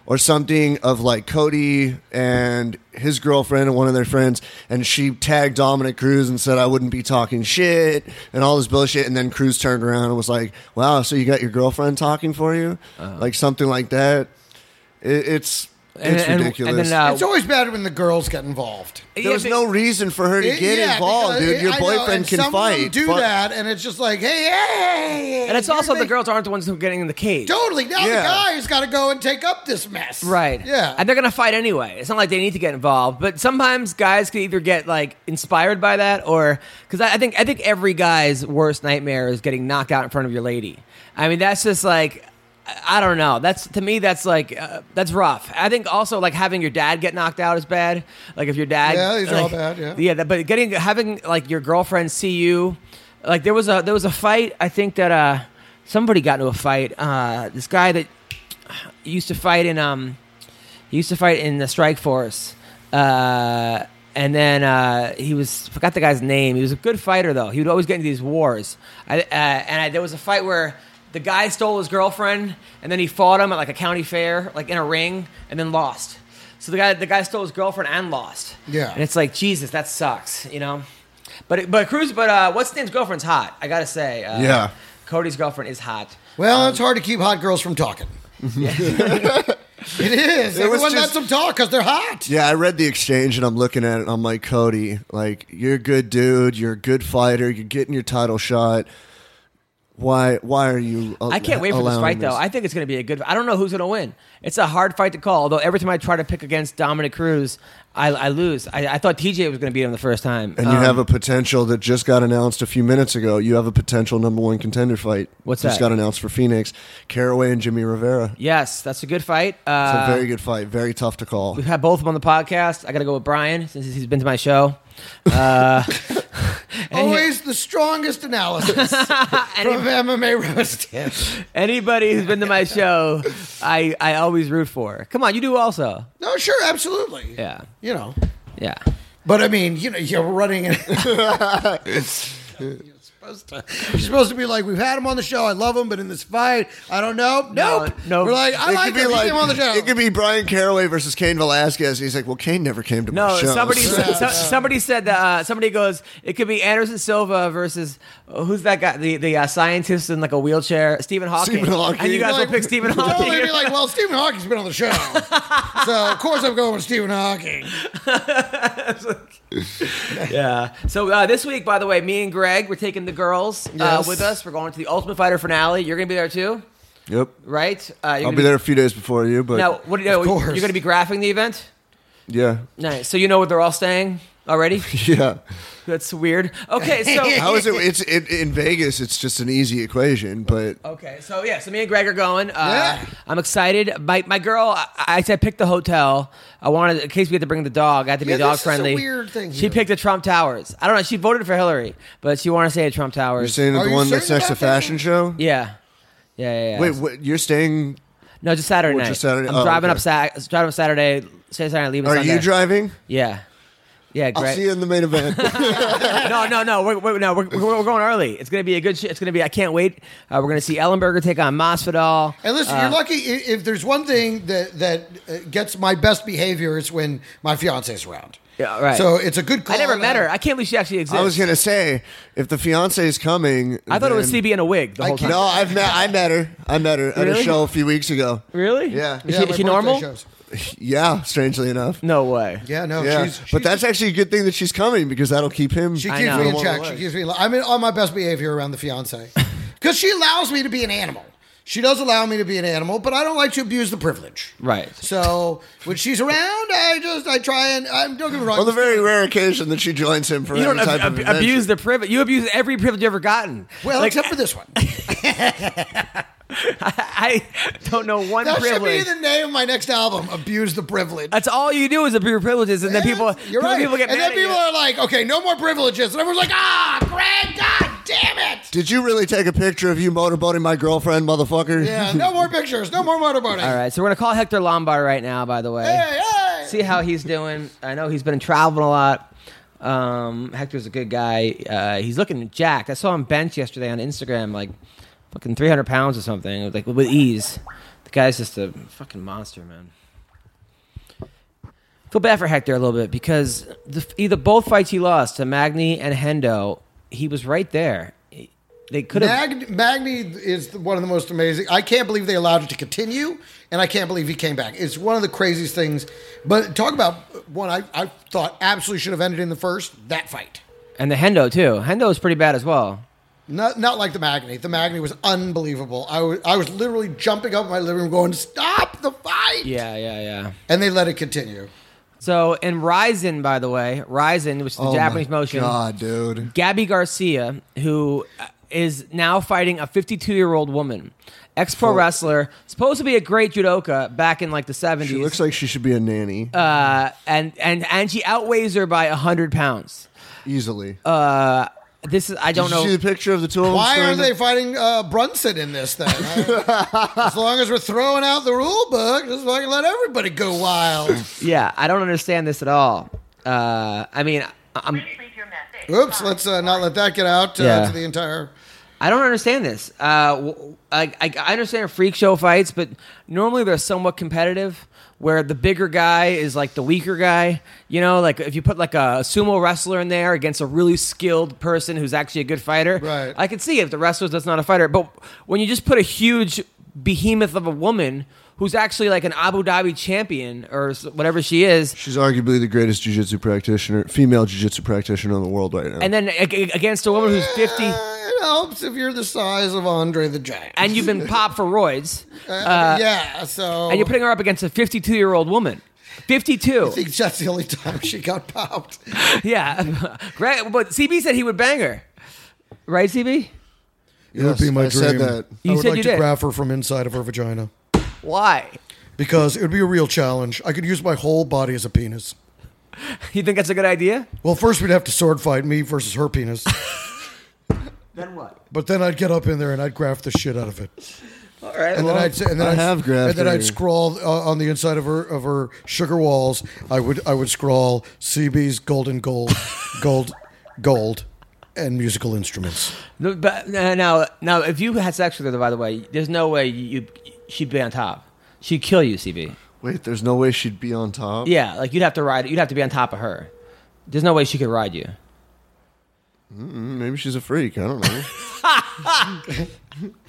S3: or something of like Cody and his girlfriend and one of their friends, and she tagged Dominic Cruz and said I wouldn't be talking shit and all this bullshit, and then Cruz turned around and was like, "Wow, so you got your girlfriend talking for you,
S2: Uh-huh.
S3: like something like that." It, it's
S1: And-
S3: it's
S1: and- and
S3: ridiculous.
S1: then, uh,
S2: it's always bad when the girls get involved.
S3: there was no reason for her to
S2: It-
S3: get
S2: yeah,
S3: involved,
S2: because-
S3: dude. Your
S2: I know,
S3: boyfriend
S2: and
S3: can
S2: some
S3: fight.
S2: Of them do
S3: Fuck-
S2: that, and it's just like, hey, hey,
S1: And it's also the
S2: girl.
S1: girls aren't the ones who are getting in the cage.
S2: Totally. Now
S3: Yeah.
S2: the guy's got to go and take up this mess.
S1: Right.
S2: Yeah.
S1: And they're gonna fight anyway. It's not like they need to get involved. But sometimes guys can either get like inspired by that, or because I, I think I think every guy's worst nightmare is getting knocked out in front of your lady. I mean, that's just like. I- I don't know. That's to me. That's like uh, that's rough. I think also like having your dad get knocked out is bad. Like if your dad,
S2: Yeah, these are all
S1: like-
S2: bad, yeah.
S1: yeah. that- But getting having like your girlfriend see you, like there was a there was a fight. I think that uh somebody got into a fight. Uh, this guy that used to fight in um he used to fight in the strike force uh and then uh, he was forgot the guy's name. He was a good fighter though. He would always get into these wars. I, uh, and I, there was a fight where the guy stole his girlfriend, and then he fought him at like a county fair, like in a ring, and then lost. So the guy the guy stole his girlfriend and lost.
S2: Yeah.
S1: And it's like Jesus, that sucks, you know. But it- but Cruz, but uh, what's his name's girlfriend's hot. I gotta say. Uh,
S3: Yeah.
S1: Cody's girlfriend is hot.
S2: Well,
S3: Um,
S2: it's hard to keep hot girls from talking. it is.
S3: was
S2: Everyone
S3: just-
S2: lets them talk because they're hot.
S3: Yeah, I read the exchange and I'm looking at it. And I'm like, Cody, like you're a good dude. You're a good fighter. You're getting your title shot. Why? Why are you? al-
S1: I can't wait for this
S3: allowing
S1: fight though. I think it's going to be a good. I don't know who's going to win. It's a hard fight to call. Although every time I try to pick against Dominic Cruz, I, I lose. I, I thought TJ was going to beat him the first time. Uh,
S3: and you have a potential that just got announced a few minutes ago. You have a potential number one contender fight.
S1: What's
S3: just
S1: that?
S3: got announced for Phoenix? Caraway and Jimmy Rivera.
S1: yes, that's a good fight. Uh,
S3: It's a very good fight. Very tough
S1: *laughs*
S3: to call.
S1: We've had both of them on the podcast. I got to go with Brian since he's been to my show. Uh, and-
S2: Always the strongest
S3: *laughs*
S2: analysis
S1: and
S2: from MMA roast.
S1: anybody who's been to
S3: *laughs*
S1: my show, I, I always root for. Come on, you do also.
S2: No, sure, absolutely.
S1: Yeah,
S2: You know.
S1: yeah.
S2: But I mean, you know, you're running.
S3: *laughs*
S2: In- you're supposed to. You're supposed to be like, we've had him on the show. I love him, but in this fight, I don't know.
S1: No,
S2: Nope.
S1: no.
S2: We're like, I
S3: It
S2: like
S3: could
S2: him.
S3: be
S2: He came on the show.
S3: It could be Brian Caraway versus Kane Velasquez. He's like, well, Kane never came to
S1: No,
S3: my show. *laughs*
S1: somebody
S3: so-
S1: so, somebody said that uh, somebody goes. It could be Anderson Silva versus uh, who's that guy? The the uh, scientist in like a wheelchair, Stephen Hawking.
S3: Stephen Hawking.
S1: And you guys
S3: Like,
S1: will pick Stephen
S2: You'd
S1: Hawking.
S2: Totally
S1: *laughs*
S2: be like, well, Stephen Hawking's been on the
S3: *laughs*
S2: show, so of course I'm going with Stephen Hawking.
S1: yeah. So uh, this week, by the way, me and Greg we're taking the girls uh,
S2: Yes.
S1: with us. We're going to the Ultimate Fighter finale. You're gonna be there too,
S3: Yep.
S1: right? Uh, you're
S3: I'll
S1: gonna
S3: be there a few days before you, but
S1: Now, what do you know?
S2: course.
S1: You're gonna be graphing the event.
S3: yeah, *laughs*
S1: Nice. So you know where they're all staying already. *laughs*
S3: yeah.
S1: That's weird. Okay. So
S3: How is it? It's it, in Vegas. It's just an easy equation, but
S1: Okay, so yeah, so me and Greg are going. Uh,
S2: Yeah.
S1: I'm excited. My my girl, I, I said pick the hotel. I wanted in case we had to bring the dog. I had to be
S2: Yeah,
S1: dog
S2: this is a
S1: friendly.
S2: weird thing
S1: She
S2: here.
S1: picked the Trump Towers. I don't know. She voted for Hillary, but she wanted to stay at Trump
S3: you're
S1: Towers.
S3: staying at
S2: Are
S3: the
S2: you
S3: one that's
S2: certain
S3: next to
S2: about that?
S3: Fashion Show.
S1: yeah. Yeah, yeah, yeah.
S3: Wait, what, you're staying?
S1: no, just Saturday
S3: Or
S1: night.
S3: just Saturday-
S1: I'm
S3: oh,
S1: driving
S3: okay.
S1: up Sat, driving up Saturday, stay Saturday, leaving
S3: Are
S1: Sunday.
S3: you driving?
S1: Yeah, yeah.
S3: I'll
S1: Greg.
S3: see you in the main event.
S1: no, no, no. We're, we're, no, we're, we're, we're going early. It's gonna be a good. Sh- it's gonna be. I can't wait. Uh, we're gonna see Ellenberger take on Masvidal.
S2: And listen,
S1: Uh,
S2: you're lucky i- if there's one thing that that uh, gets my best behavior is when my fiance's around.
S1: Yeah, right.
S2: So it's a good call. uh,
S1: I never
S2: and
S1: met her. I can't believe she actually exists.
S3: I was gonna say if the fiance is coming.
S1: I thought it was
S3: then-
S1: CB in a wig the whole time.
S3: No, I've met. I met her. I met her at
S1: Really?
S3: a show a few weeks ago.
S1: Really?
S3: Yeah.
S1: Is
S2: Yeah,
S1: she,
S2: my
S1: is she
S2: birthday
S1: normal?
S2: shows.
S3: Yeah. Strangely enough.
S1: No way.
S2: Yeah, no,
S3: yeah.
S2: she's, she's
S3: but that's actually a good thing that she's coming because that'll keep him.
S2: She
S1: I
S2: keeps
S1: know.
S2: me in
S1: Don't
S2: check. She keeps me. in li- I'm in, on my best behavior around the fiance *laughs* because she allows me to be an animal. She does allow me to be an animal, but I don't like to abuse the privilege.
S1: Right.
S2: So when she's around, I just I try and I'm don't get me wrong.
S3: on the very rare occasion that she joins him for
S1: You
S3: any
S1: don't
S3: type
S1: ab-
S3: of
S1: ab-
S3: adventure.
S1: abuse the privilege. You abuse every privilege you ever gotten.
S2: well,
S1: Like,
S2: except for this one.
S1: *laughs* I, I don't know one
S2: That should be
S1: privilege.
S2: the name of my next album. Abuse the privilege.
S1: That's all you do is abuse your privileges, and then people,
S2: you're
S1: then
S2: right.
S1: people get
S2: and
S1: mad
S2: then people
S1: at
S2: are like, okay, no more privileges, and everyone's like, ah, Greg, god damn it.
S3: Did you really take a picture of you motorboating my girlfriend, motherfucker?
S2: Yeah,
S1: *laughs*
S2: no more pictures, no more motorboating.
S1: you. All right, so we're gonna call Hector Lombard right now. By the way,
S2: Hey, hey.
S1: see how he's doing. I know he's been traveling a lot. Um, Hector's a good guy. Uh, he's looking jacked. I saw him bench yesterday on Instagram, like fucking 300 pounds or something, like with ease. The guy's just a fucking monster, man. Feel bad for Hector a little bit because the, either both fights he lost to Magni and Hendo, he was right there. He- They could have.
S2: Mag- Magni is the- one of the most amazing. I can't believe they allowed it to continue, and I can't believe he came back. It's one of the craziest things. But talk about one I, I thought absolutely should have ended in the first that fight.
S1: and the Hendo too. Hendo is pretty bad as well.
S2: Not not like the Magni. The Magni was unbelievable. I was I was literally jumping up in my living room going, "Stop the fight!"
S1: Yeah, yeah, yeah.
S2: and they let it continue.
S1: So in Ryzen, by the way, Ryzen, which is the
S3: Oh
S1: Japanese
S3: my
S1: motion,
S3: God, dude.
S1: Gabby Garcia, who uh, is now fighting a 52 year old woman, ex pro wrestler, supposed to be a great judoka back in like the Uh, 70s,
S3: She looks like she should be a nanny
S1: uh, and and and she outweighs her by 100 pounds.
S3: easily.
S1: This is I don't
S3: Did you see
S1: know.
S3: the picture of the two of them?
S2: Why are
S3: standing-
S2: they fighting uh, Brunson in this thing? I-
S4: *laughs*
S2: as long as we're throwing out the rule book, just fucking let everybody go wild.
S1: Yeah, I don't understand this at all. Uh, I mean, I- I'm
S2: Oops, let's uh, not let that get out uh,
S1: Yeah.
S2: to the entire.
S1: I don't understand this. Uh, w- I, I, I understand freak show fights, but normally they're somewhat competitive, where the bigger guy is like the weaker guy. You know, like if you put like a sumo wrestler in there against a really skilled person who's actually a good fighter,
S2: Right.
S1: I can see if the wrestler's that's not a fighter, but when you just put a huge behemoth of a woman who's actually like an Abu Dhabi champion or s- whatever she is,
S3: She's arguably the greatest jiu-jitsu practitioner, female jiu-jitsu practitioner in the world right now.
S1: and then ag- ag- against a woman who's fifty.
S2: Uh, it helps if you're the size of Andre the Giant.
S1: And you've been popped for roids.
S2: Uh, yeah, so
S1: and you're putting her up against a 52 year old woman. *laughs* 52.
S2: I think that's the only time she got popped.
S1: yeah. *laughs* Greg, but CB said he would bang her. Right, CB?
S4: It would be my
S3: I
S4: dream.
S3: said that.
S1: You
S4: I would
S1: said
S4: like
S1: you
S4: to
S1: did.
S4: graph her from inside of her vagina
S1: Why?
S4: because it would be a real challenge. I could use my whole body as a penis.
S1: You think that's a good idea?
S4: Well, first we'd have to sword fight me versus her penis,
S1: Then what?
S4: but then I'd get up in there and I'd graft the shit out of
S2: *laughs*
S4: it.
S1: All right.
S4: And
S1: well,
S4: then I'd say- and then
S3: I
S4: I'd,
S3: have graphed
S4: and then
S3: her.
S4: I'd scrawl uh, on the inside of her of her sugar walls. I would I would scrawl CB's golden
S3: *laughs*
S4: gold, gold, gold, and musical instruments.
S1: no, but, no, no, no, if you had sex with her, by the way, there's no way you, you she'd be on top. She'd kill you, CB.
S3: Wait, there's no way she'd be on top.
S1: Yeah, like you'd have to ride. You'd have to be on top of her. There's no way she could ride you.
S3: Hmm, Maybe she's a freak. I don't
S1: *laughs*
S3: know.
S2: *laughs*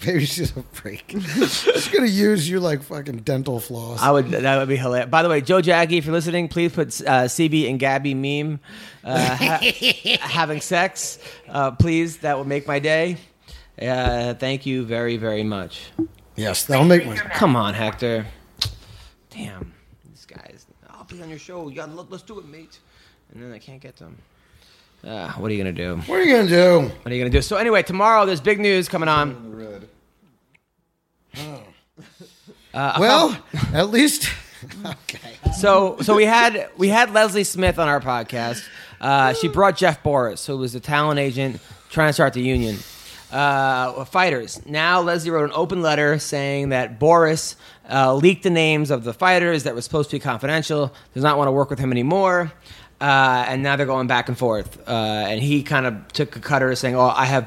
S2: Maybe she's a freak. she's gonna use you like fucking dental floss.
S1: I would. That would be hilarious. By the way, Joe Jaggy, if you're listening, please put uh, CB and Gabby meme uh, ha- having sex. Uh, please, that would make my day. Uh, thank you very, very much.
S4: Yes, that'll make me.
S1: Come on, Hector. Damn, these guys. I'll be on your show. You gotta look, let's do it, mate. And then I can't get them. Uh, what are you gonna do?
S2: what are you gonna do?
S1: What are you gonna do? So anyway, tomorrow there's big news coming on.
S4: Oh.
S2: *laughs* Well, at least
S1: So so we had we had Leslie Smith on our podcast. Uh, she brought Jeff Boris, who was a talent agent trying to start the union. Uh, fighters. Now Leslie wrote an open letter saying that Boris uh, leaked the names of the fighters that were supposed to be confidential. Does not want to work with him anymore. Uh, and now they're going back and forth. Uh, and he kind of took a cutter, saying, "Oh, I have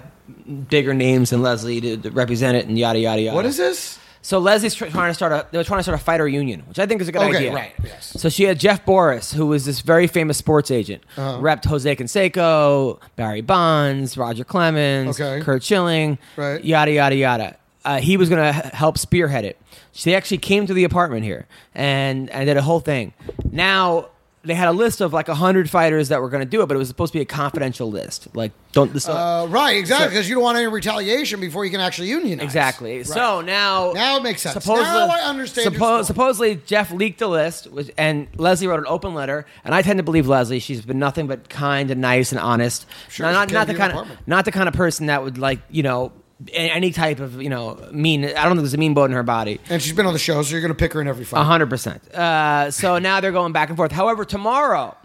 S1: bigger names than Leslie to, to represent it," and yada yada yada.
S2: *laughs* what is this?
S1: So Leslie's tr- trying to start a they were trying to start a fighter union, which I think is a good
S2: Okay,
S1: idea.
S2: right, yes.
S1: So she had Jeff Boris, who was this very famous sports agent,
S2: Uh-huh.
S1: repped Jose Canseco, Barry Bonds, Roger Clemens,
S2: Okay.
S1: Kurt Schilling,
S2: Right.
S1: yada yada yada. Uh, he was going to h- help spearhead it. So they actually came to the apartment here and and did a whole thing. Now. They had a list of like hundred fighters that were going to do it, but it was supposed to be a confidential list. Like, don't this
S2: Uh, right, exactly, because you don't want any retaliation before you can actually unionize.
S1: Exactly. So now
S2: Now it makes sense.
S1: Supposedly,
S2: Now I understand your story.
S1: supposedly Jeff leaked the list, which, and Leslie wrote an open letter. And I tend to believe Leslie. She's been nothing but kind and nice and honest.
S2: Sure,
S1: Now,
S2: she
S1: not,
S2: came
S1: not the
S2: to your
S1: kind of
S2: apartment.
S1: not the kind of person that would like you know a- any type of you know mean. I don't think there's a mean bone in her body.
S2: And she's been on the show, so you're gonna pick her in every fight.
S1: A hundred percent. Uh, So
S2: *laughs*
S1: now they're going back and forth. However, tomorrow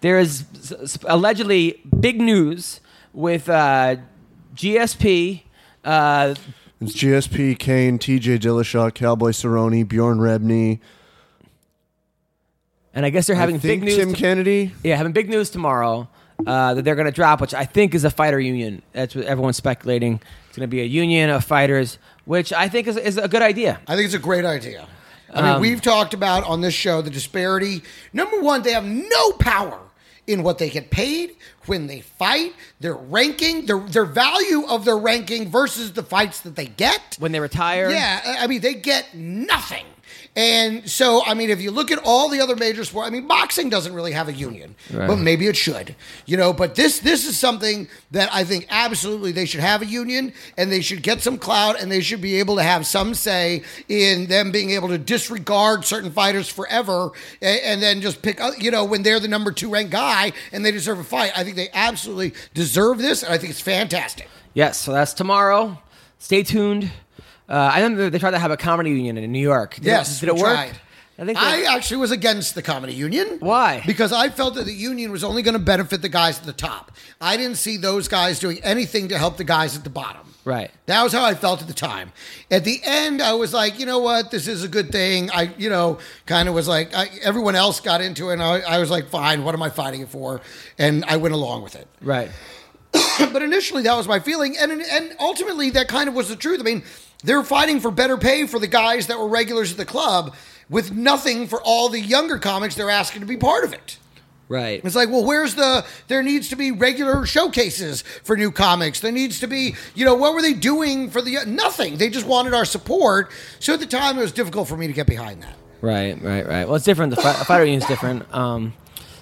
S1: there is s- s- allegedly big news with uh, GSP. Uh,
S3: It's GSP, Kane, T.J. Dillashaw, Cowboy Cerrone, Bjorn Rebney.
S1: and I guess they're having
S3: I think
S1: big news.
S3: Tim
S1: to-
S3: Kennedy.
S1: Yeah, having big news tomorrow uh, that they're going to drop, which I think is a fighter union. That's what everyone's speculating. It's going to be a union of fighters, which I think is, is a good idea.
S2: I think it's a great idea. I
S1: Um,
S2: mean, we've talked about on this show the disparity. Number one, they have no power in what they get paid, when they fight, their ranking, their their value of their ranking versus the fights that they get.
S1: When they retire,
S2: Yeah, I- I mean, they get nothing. And so, I mean, if you look at all the other major sports, I mean, boxing doesn't really have a union, but maybe it should, you know. But this this is something that I think absolutely they should have a union, and they should get some clout, and they should be able to have some say in them being able to disregard certain fighters forever, and, and then just pick, up, you know, when they're the number two ranked guy and they deserve a fight. I think they absolutely deserve this, and I think it's fantastic.
S1: Yes, so that's tomorrow. Stay tuned. Uh, I remember they tried to have a comedy union in New York. Did
S2: Yes,
S1: it, did it
S2: we
S1: work?
S2: tried.
S1: I think
S2: I uh,
S1: that-
S2: actually was against the comedy union.
S1: Why?
S2: Because I felt that the union was only going to benefit the guys at the top. I didn't see those guys doing anything to help the guys at the bottom.
S1: Right.
S2: That was how I felt at the time. At the end, I was like, you know what, this is a good thing. I, you know, kind of was like, I, everyone else got into it, and I, I was like, fine, what am I fighting it for? And I went along with it
S1: right.
S2: but initially that was my feeling and and ultimately that kind of was the truth i mean they're fighting for better pay for the guys that were regulars at the club with nothing for all the younger comics they're asking to be part of it
S1: Right.
S2: it's like well where's the there needs to be regular showcases for new comics there needs to be you know what were they doing for the nothing they just wanted our support so at the time it was difficult for me to get behind that
S1: Right, right, right. Well, it's different. The fi- fighter union's different. Um,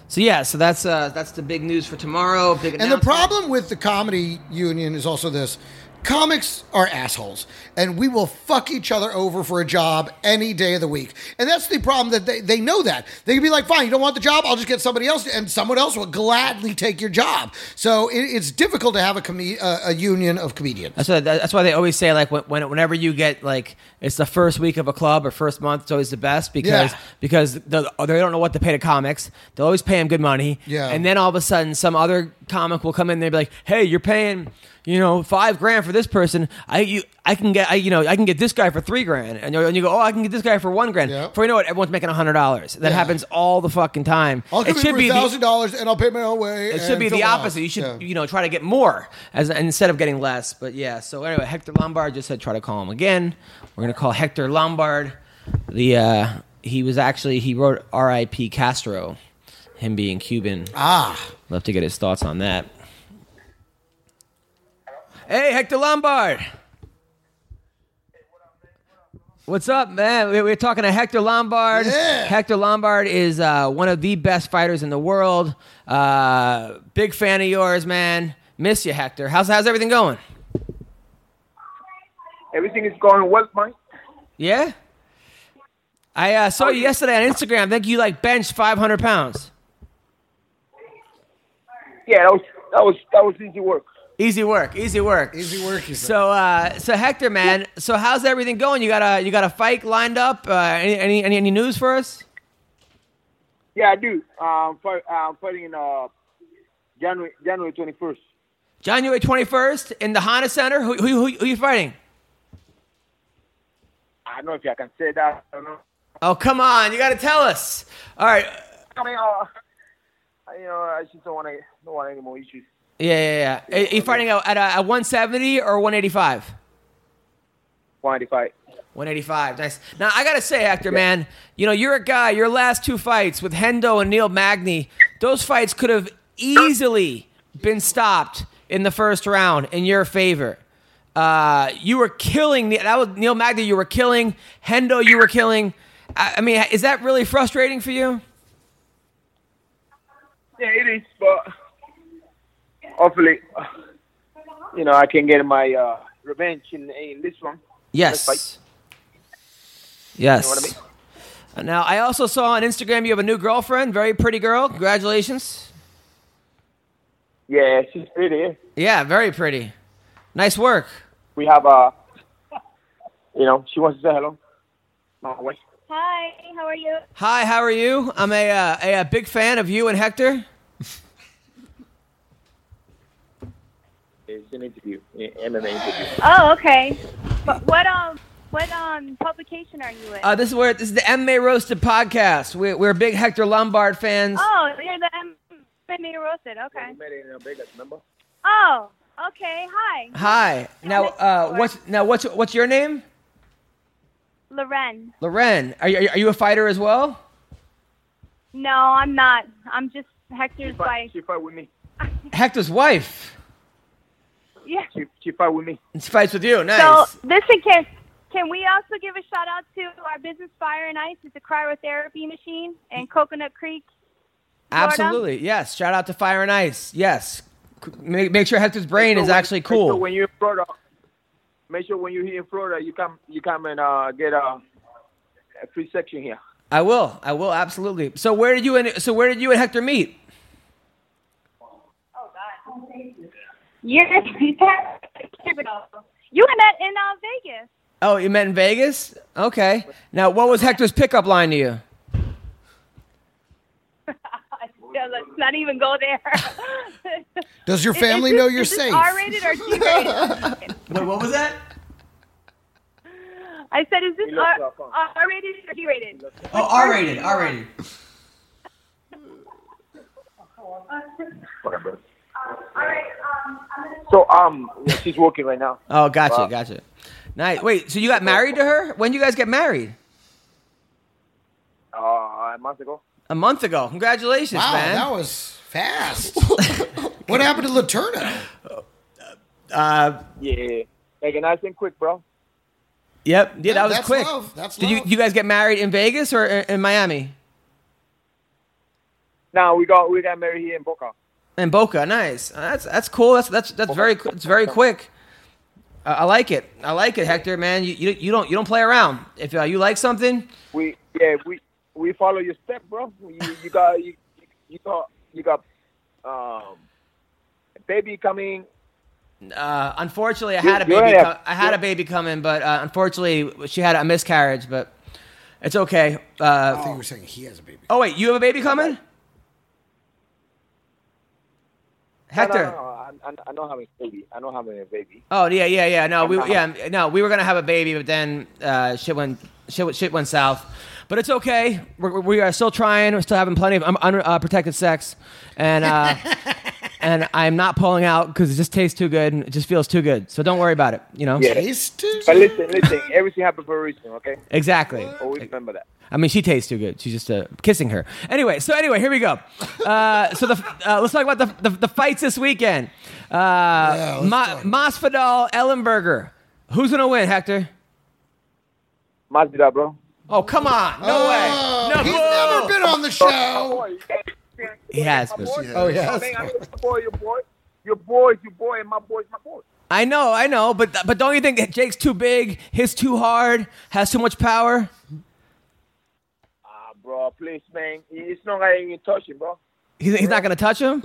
S1: so yeah, so that's uh, that's the big news for tomorrow. Big
S2: And the
S1: announcement.
S2: problem with the comedy union is also this comics are assholes and we will fuck each other over for a job any day of the week and that's the problem that they, they know that they can be like fine you don't want the job i'll just get somebody else and someone else will gladly take your job so it, it's difficult to have a, com- a, a union of comedians
S1: That's why, that's why they always say like when, when whenever you get like it's the first week of a club or first month, it's always the best because
S2: Yeah.
S1: because the, they don't know what to pay to comics. They always pay them good money,
S2: Yeah.
S1: And then all of a sudden, some other comic will come in. and They'll be like, "Hey, you're paying you know five grand for this person. I you I can get I you know I can get this guy for three grand, and, you- and you go, oh, I can get this guy for one grand.
S2: Yeah.
S1: For you know what, everyone's making a hundred dollars. That
S2: Yeah.
S1: happens all the fucking time.
S2: i'll
S1: it
S2: give you
S1: should be the,
S2: thousand dollars and i'll pay my own way
S1: it should
S2: and
S1: be
S2: fill
S1: the
S2: it out.
S1: opposite. You should,
S2: Yeah.
S1: you know, try to get more as instead of getting less. But yeah. So anyway, Hector Lombard just said try to call him again. We're gonna call Hector Lombard. The uh, he was actually he wrote R.I.P. Castro, him being Cuban.
S2: ah
S1: Love to get his thoughts on that. Hey, Hector Lombard. What's up, man? We- We're talking to Hector Lombard.
S2: Yeah.
S1: Hector Lombard is uh, one of the best fighters in the world. Uh, big fan of yours, man. Miss you, Hector. How's how's everything going?
S7: Everything is going well, Mike.
S1: Yeah. I uh, saw you yesterday on Instagram. I think you like benched 500 pounds.
S7: Yeah, that was that was that was easy work.
S1: Easy work, easy work,
S2: Easy work, you said.
S1: So, uh, so Hector, man, so how's everything going? You got a you got a fight lined up? Uh, any, any any any news for us?
S7: Yeah, I do. Um, for, I'm fighting in uh, January January 21st.
S1: January twenty first in the Honda Center. Who who who, who you fighting?
S7: I don't know if I can say that. I don't know.
S1: Oh come on, you got to tell us. All right,
S7: I mean, uh, I- you know, I just don't want to don't want any more issues.
S1: yeah yeah yeah. Are you fighting at at, uh, at one seventy or one eighty five?
S7: 185.
S1: 185. Nice. Now I gotta say, actor man, you know you're a guy. Your last two fights with Hendo and Neil Magny, those fights could have easily been stopped in the first round in your favor. Uh, you were killing. Ne- That was Neil Magny. You were killing Hendo. You were killing. I, I mean, is that really frustrating for you?
S7: Yeah, it is, but hopefully, you know, I can get my uh, revenge in in this one.
S1: Yes.
S7: Let's
S1: Yes.
S7: You know what
S1: Now I also saw on Instagram you have a new girlfriend, very pretty girl. Congratulations.
S7: Yeah, she's pretty. yeah.
S1: Yeah, very pretty. Nice work.
S7: We have uh, you know, she wants to say hello. My wife.
S8: Hi, how are you?
S1: Hi, how are you? I'm a, uh, a, a big fan of you and Hector.
S7: It's an interview, an MMA interview.
S8: Oh, okay. But what um what um publication are you with?
S1: Uh, this is where this is the MMA Roasted podcast. We're, we're big Hector Lombard fans.
S8: oh, you're the M- Sydney Roasted. Okay.
S7: We met in uh, Vegas, remember?
S8: Oh, okay. Hi,
S1: Hi. Now, uh, what's now what's what's your name?
S8: Loren.
S1: Loren. Are you, are you a fighter as well?
S8: No, I'm not. I'm just Hector's
S7: She fight,
S8: wife.
S7: she fight with me.
S1: Hector's wife.
S8: Yeah.
S7: She, she fight with me.
S1: She fights with you.
S8: So
S1: Nice.
S8: listen, can can we also give a shout out to our business Fire and Ice? It's a cryotherapy machine in Coconut Creek.
S1: Absolutely. Yes. Shout out to Fire and Ice. Yes. C- Make, make sure Hector's brain is
S7: So when-
S1: actually
S7: Make sure
S1: cool.
S7: when you're in Florida, make sure when you're here in Florida, you come you come and uh, get a, a free section here.
S1: I will. I will absolutely. So where did you and so where did you and Hector meet?
S8: *laughs* You're you met in uh, Vegas.
S1: Oh, you met in Vegas? Okay. Now, what was Hector's pickup line to you?
S8: Yeah, let's not even go there.
S4: Does your *laughs*
S8: Is-
S4: family
S8: is
S4: know
S8: this-
S4: you're
S8: is this
S4: safe?
S8: R-rated or G-rated?
S4: *laughs*
S1: Wait, what was that?
S8: I said, is this
S7: We lost
S8: R-
S7: our phone.
S8: R-rated or G-rated?
S1: Oh, R-rated, R-rated.
S7: Whatever. So um, yeah, she's working right now.
S1: Oh, gotcha, gotcha. Nice. Wait, so you got married to her? When did you guys get married?
S7: Uh, a month ago.
S1: A month ago. Congratulations,
S2: Wow,
S1: man.
S2: that was
S1: *laughs*
S2: fast. what happened to Laterno?
S7: Yeah, like nice and quick, bro.
S1: Yep. Yeah, that was
S2: That's
S1: quick.
S2: love. That's
S1: Did you,
S2: love.
S1: you guys get married in Vegas or in in Miami?
S7: Now we got we got married here in Boca.
S1: In Boca. Nice. Uh, That's that's cool. That's that's that's very qu- it's very quick. I I like it. I like it, Hector. Man, you you, you don't you don't play around. If uh, you like something,
S7: We yeah we we follow your step, bro. You, you got you, you got you got um baby coming.
S1: uh, unfortunately, I
S7: You-
S1: had a
S7: you
S1: baby.
S7: already
S1: co-
S7: have-
S1: I had a
S7: you-
S1: baby coming, but uh, unfortunately, she had a miscarriage. But it's okay. Uh,
S2: Oh, You were saying he has a baby.
S1: Oh wait, you have a baby coming?
S7: No, no,
S1: Hector.
S7: no, no, I, I, I know having a baby. I know having a baby.
S1: Oh yeah, yeah, yeah. No, we
S7: not.
S1: yeah no, we were gonna have a baby, but then uh, shit went shit, went- shit went south. But it's okay. We're, we are still trying. We're still having plenty of um, unprotected sex, and
S7: *laughs*
S1: uh, and I'm not pulling out because it just tastes too good. And it just feels too good. So don't worry about it. You know.
S7: Yeah.
S2: Tasted?
S7: But listen, listen, everything happens for a reason, okay?
S1: Exactly.
S7: Always remember that.
S1: I mean, she tastes too good. She's just uh, kissing her. Anyway, so anyway, here we go. Uh, so the uh, let's talk about the, the, the fights this weekend. Uh, Ma- Masvidal, Ellenberger. Who's gonna win, Hector?
S7: Mazda, bro.
S1: Oh, come on! No way! No,
S2: He's
S1: boo!
S2: never been on the show.
S1: He has.
S7: My
S1: Been.
S7: boy.
S4: Oh, yes.
S7: Man, I'm your boy, your boy. Your boy's your boy, and my boy's my boy.
S1: I know, I know, but but don't you think that Jake's too big? His too hard. Has too much power.
S7: Ah, bro, please, man. It's not going to even touch him, bro.
S1: He's, he's not gonna touch him.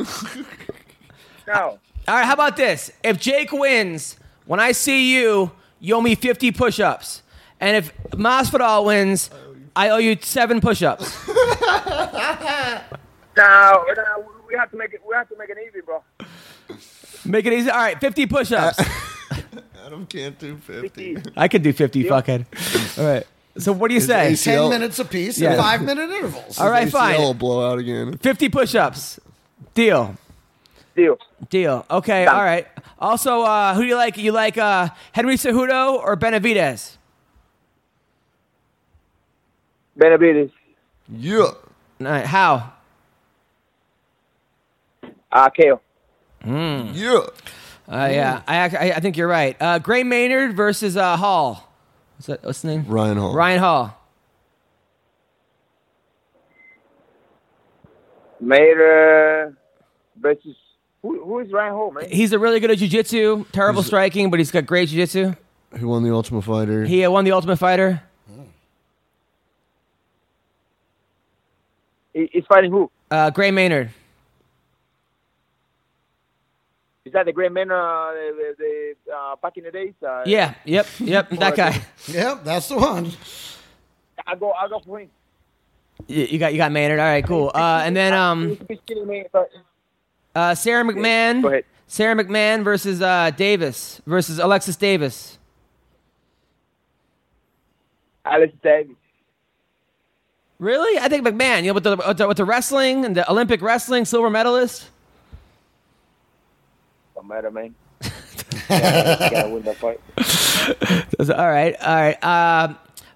S7: No.
S1: All right, how about this? If Jake wins, when I see you, you owe me 50 push ups. And if Masvidal wins, I owe you seven push ups.
S7: No, no, we have to make it. We have to make it even, bro.
S1: Make it easy. All right, 50 push ups.
S3: Adam can't do 50.
S7: Please.
S1: *laughs* I could do 50, fuckhead. All right. So what do you say?
S3: AC
S2: Ten
S3: Yo.
S2: minutes apiece
S1: Yeah.
S2: and five minute intervals.
S1: All right,
S3: ACL will
S1: fine.
S3: blow out again.
S1: 50 push ups. Deal.
S7: Deal.
S1: Deal. Okay, all right. Also, uh, who do you like? You like uh, Henry Cejudo or Benavidez?
S7: Benavides.
S3: Yeah.
S1: All right, how?
S7: Ah, KO.
S3: Yeah.
S1: Uh, yeah, I, act- I I think you're right. Uh, Gray Maynard versus uh, Hall. What's that? What's the name?
S3: Ryan Hall.
S1: Ryan Hall.
S7: Mater versus who? Who is Ryan Hall, man?
S1: He's a really good at jiu-jitsu, terrible striking, but he's got great jiu-jitsu.
S3: Who won the Ultimate Fighter?
S1: He uh, won the Ultimate Fighter.
S7: He- He's fighting who?
S1: Uh, Gray Maynard.
S7: Is that the great man? Uh, the, the, the, uh, back in the days. Uh,
S1: Yeah, yep, yep, that guy.
S4: Yep, that's the one.
S7: I go. I go for him.
S1: You you got you got Maynard. All right, cool. Uh, and then um,
S7: He's been killing me, but
S1: uh, Sarah
S7: Go
S1: McMahon.
S7: ahead.
S1: Sarah McMahon versus uh, Davis versus Alexis Davis.
S7: Alex Davis.
S1: Really? I think McMahon. You know, with the with the, with the wrestling and the Olympic wrestling silver medalist.
S7: Don't matter,
S1: *laughs*
S7: man. yeah, gotta win that fight.
S1: That's- all right, all right. Uh,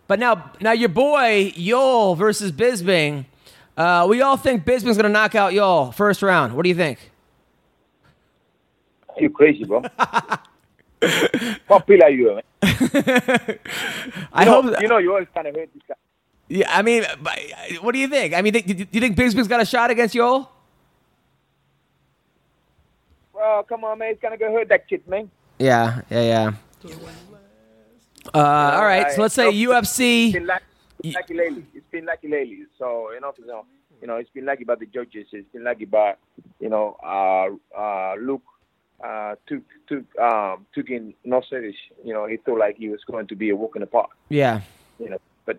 S1: but now, now your boy Yol versus Bisbing. Uh, we all think Bisbing's gonna knock out Yol first round. What do you think?
S7: You crazy, bro? what pill are you, man?
S1: I
S7: You know,
S1: hope.
S7: you know you always kind of hurt this guy.
S1: yeah, I mean, but, what do you think? I mean, think, do you think Bisbing's got a shot against Yol?
S7: Well, come on, man. He's gonna get hurt that kid, man.
S1: Yeah, yeah, yeah. Uh, all right, so let's say
S7: Nope. It's
S1: UFC.
S7: been lucky, it's been lucky lately. It's been lucky lately. So enough is enough. You know, it's been lucky by the judges. It's been lucky by, you know, uh, uh, Luke, uh, to to um, to get no serious. You know, he thought like he was going to be a walk in the park.
S1: Yeah.
S7: You know, but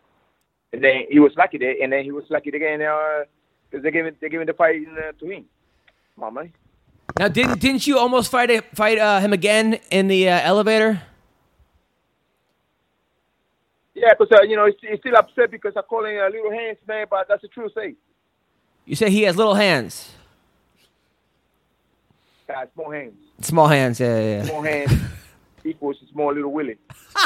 S7: and then he was lucky there, and then he was lucky again because uh, they gave it, they gave it the fight uh, to him. My money.
S1: Now, didn't didn't you almost fight it- fight uh, him again in the uh, elevator?
S7: Yeah, because uh, you know he's, he's still upset because I call him a little hands man, but that's the truth. Say,
S1: You said he has little hands,
S7: guys, small hands,
S1: small hands. Yeah, yeah. yeah. *laughs*
S7: small hands equals small little Willie.
S1: *laughs*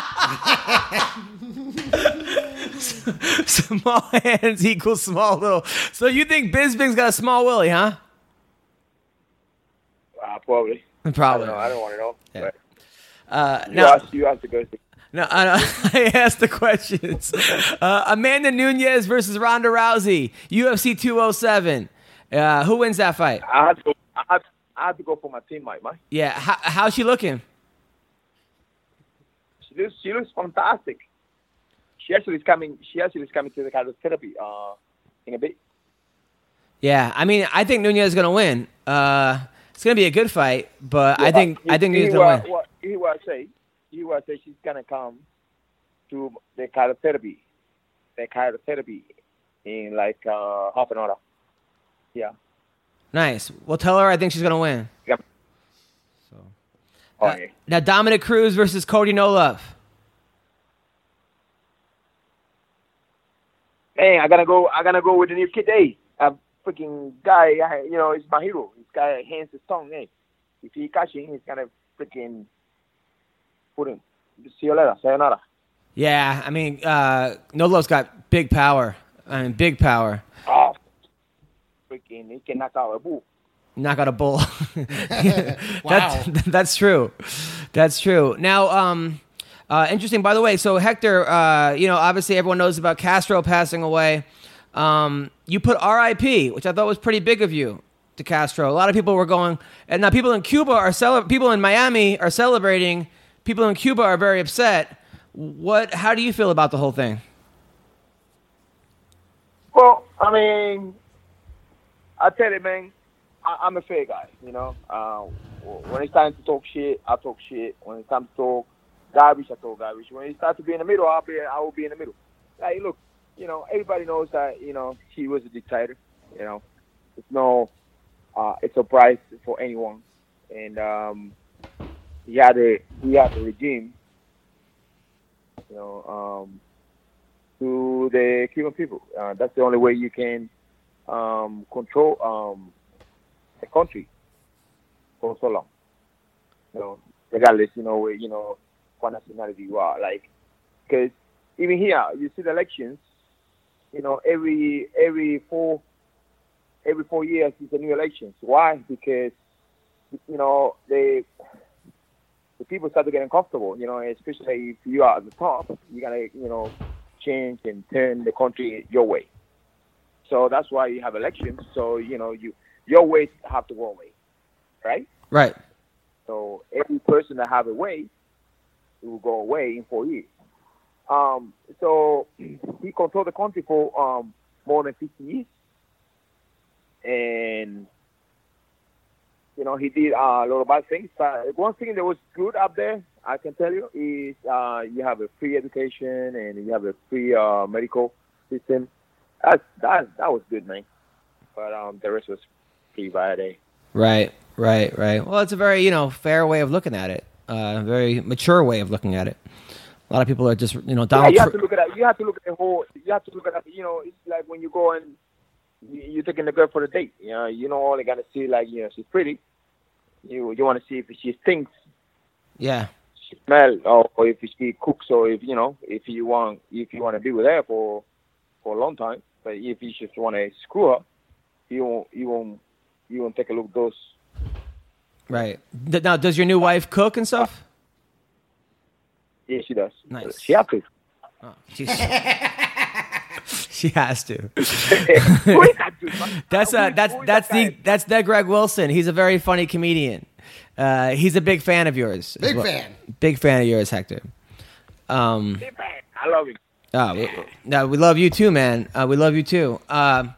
S1: small hands equals small little. So you think Bisbing's got a small willy, huh?
S7: Uh, probably. I
S1: Probably.
S7: don't know. I don't want to know. But
S1: Uh,
S7: you
S1: now,
S7: ask, you ask the girls.
S1: No, I, *laughs* I asked the
S7: *laughs*
S1: questions. Uh, Amanda Nunez versus Ronda Rousey, UFC 207. Uh, who wins that fight?
S7: I had to, go- I had, I had to go for my teammate, man.
S1: Yeah, how, how's she looking?
S7: She looks, she looks fantastic. She actually is coming. She actually is coming to the kind of therapy uh, in a bit.
S1: Yeah, I mean, I think Nunez is gonna win. Uh, it's gonna be a good fight, but I
S7: Yeah,
S1: think
S7: he-
S1: I think
S7: he uh,
S1: Nunez is
S7: will-
S1: gonna win.
S7: What, he will say, he will say she's gonna come to the kind of therapy, the kind of therapy in like uh, half an hour. Yeah.
S1: Nice. Well, tell her I think she's gonna win.
S7: yeah.
S1: Uh,
S7: So. Okay.
S1: Now, Dominic Cruz versus Cody No Love.
S7: man, I gotta go. I gotta go with the new kid. Hey, a freaking guy. I, you know, he's my hero. He's got hands is strong. Hey, if he catch him, he's gonna freaking put him. See you later. Sayonara.
S1: Yeah, I mean, uh, No Love's got big power. I mean, big power.
S7: Oh, freaking, he can knock out a bull.
S1: knock out a bull. *laughs* that's, *laughs* that's true. That's true. Now, um, uh, interesting. By the way, so Hector, uh, you know, obviously everyone knows about Castro passing away. Um, you put R.I.P., which I thought was pretty big of you to Castro. A lot of people were going, and now people in Cuba are cele- people in Miami are celebrating. People in Cuba are very upset. What? How do you feel about the whole thing?
S7: Well, I mean, I tell you, man, I, I'm a fair guy. You know, uh, when it's time to talk shit, I talk shit. When it's time to talk garbage, I talk garbage. When it's time to be in the middle, I'll be, I will be in the middle. Like, look, you know, everybody knows that you know he was a dictator. You know, it's no, uh, it's a price for anyone, and um, he had a he had a regime. You know, um, to the Cuban people. Uh, that's the only way you can um, control um, the country for so long. You know, regardless, you know, where- you know, what nationality you are, like, because even here you see the elections. You know, every every four every four years is a new elections. Why? Because you know they the people started getting comfortable, you know, especially if you are at the top, you gotta, you know, change and turn the country your way. So that's why you have elections. So, you know, you your ways have to go away. Right?
S1: Right.
S7: So every person that have a way, it will go away in four years. Um, so *clears throat* he controlled the country for um, more than 50 years. And, you know, he did uh, a lot of bad things. But one thing that was good up there, I can tell you, is uh, you have a free education and you have a free uh, medical system. That's, that, that was good, man. But um, the rest was pretty bad, eh?
S1: Right, right, right. Well, it's a very you know fair way of looking at it. Uh, very mature way of looking at it. A lot of people are just you know
S7: Yeah,
S1: Donald.
S7: you have
S1: Tru-
S7: to look at that. You have to look at the whole. You have to look at that. You know, it's like when you go and you- you're taking the girl for the date. You know, you don't only gotta see like you know she's pretty. You you want to see if she thinks,
S1: yeah,
S7: she smells, or, or if she cooks, or if you know if you want if you want to be with her for for a long time. But if you just want to screw her, you won't you won't you won't take a look at those.
S1: right. D- now, does your new wife cook and stuff?
S7: Yeah, she does.
S1: Nice.
S7: She
S1: *laughs*
S7: has to. *laughs*
S1: She's- she has to.
S7: Who is that dude, man?
S1: That's
S7: Who
S1: uh,
S7: is-
S1: that's
S7: who is
S1: that's
S7: that
S1: the
S7: guy?
S1: that's the Greg Wilson. He's a very funny comedian. Uh, he's a big fan of yours. as
S2: Big
S1: well.
S2: fan.
S1: Big fan of yours, Hector. Um,
S7: I love him.
S1: Oh, we, no, we love you too, man. Uh, we love you too. Uh,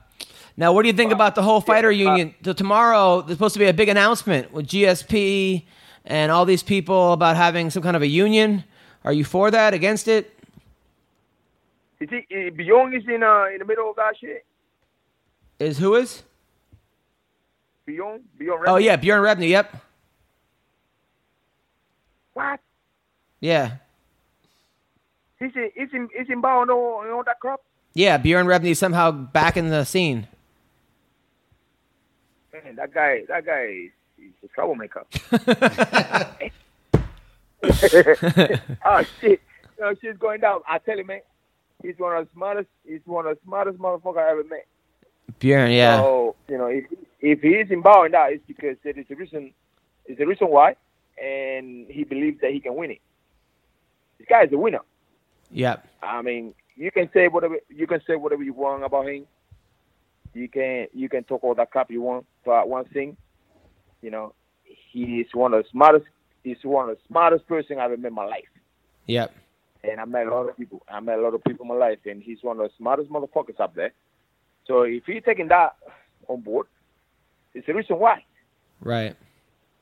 S1: Now, what do you think about the whole fighter union? So tomorrow, there's supposed to be a big announcement with GSP and all these people about having some kind of a union. Are you for that? Against it?
S7: Is he, eh, Beyond is in, uh, in the middle of that shit?
S1: Is who is?
S7: Beyond? Beyond
S1: Oh yeah, Bjorn Rebney. Yep.
S7: What?
S1: Yeah.
S7: He's in, he's in, he's in Bao and all, and all that crap?
S1: Yeah, Bjorn Rebney somehow back in the scene.
S7: Man, that guy, that guy is, is a troublemaker. oh shit, no, shit's going down. I tell you, man, he's one of the smartest. He's one of the smartest motherfucker I ever met.
S1: Bjorn, yeah.
S7: So you know, if if he is in Bao and that, it's because there is a reason. Is the reason why, and he believes that he can win it. This guy is a winner.
S1: Yep.
S7: I mean, you can say whatever you can say whatever you want about him. You can you can talk all that crap you want, but one thing, you know, he is one of the smartest. He's one of the smartest person I've ever met in my life,
S1: Yep.
S7: and I met a lot of people. I met a lot of people in my life, and he's one of the smartest motherfuckers up there. So if he's taking that on board, it's the reason why.
S1: Right.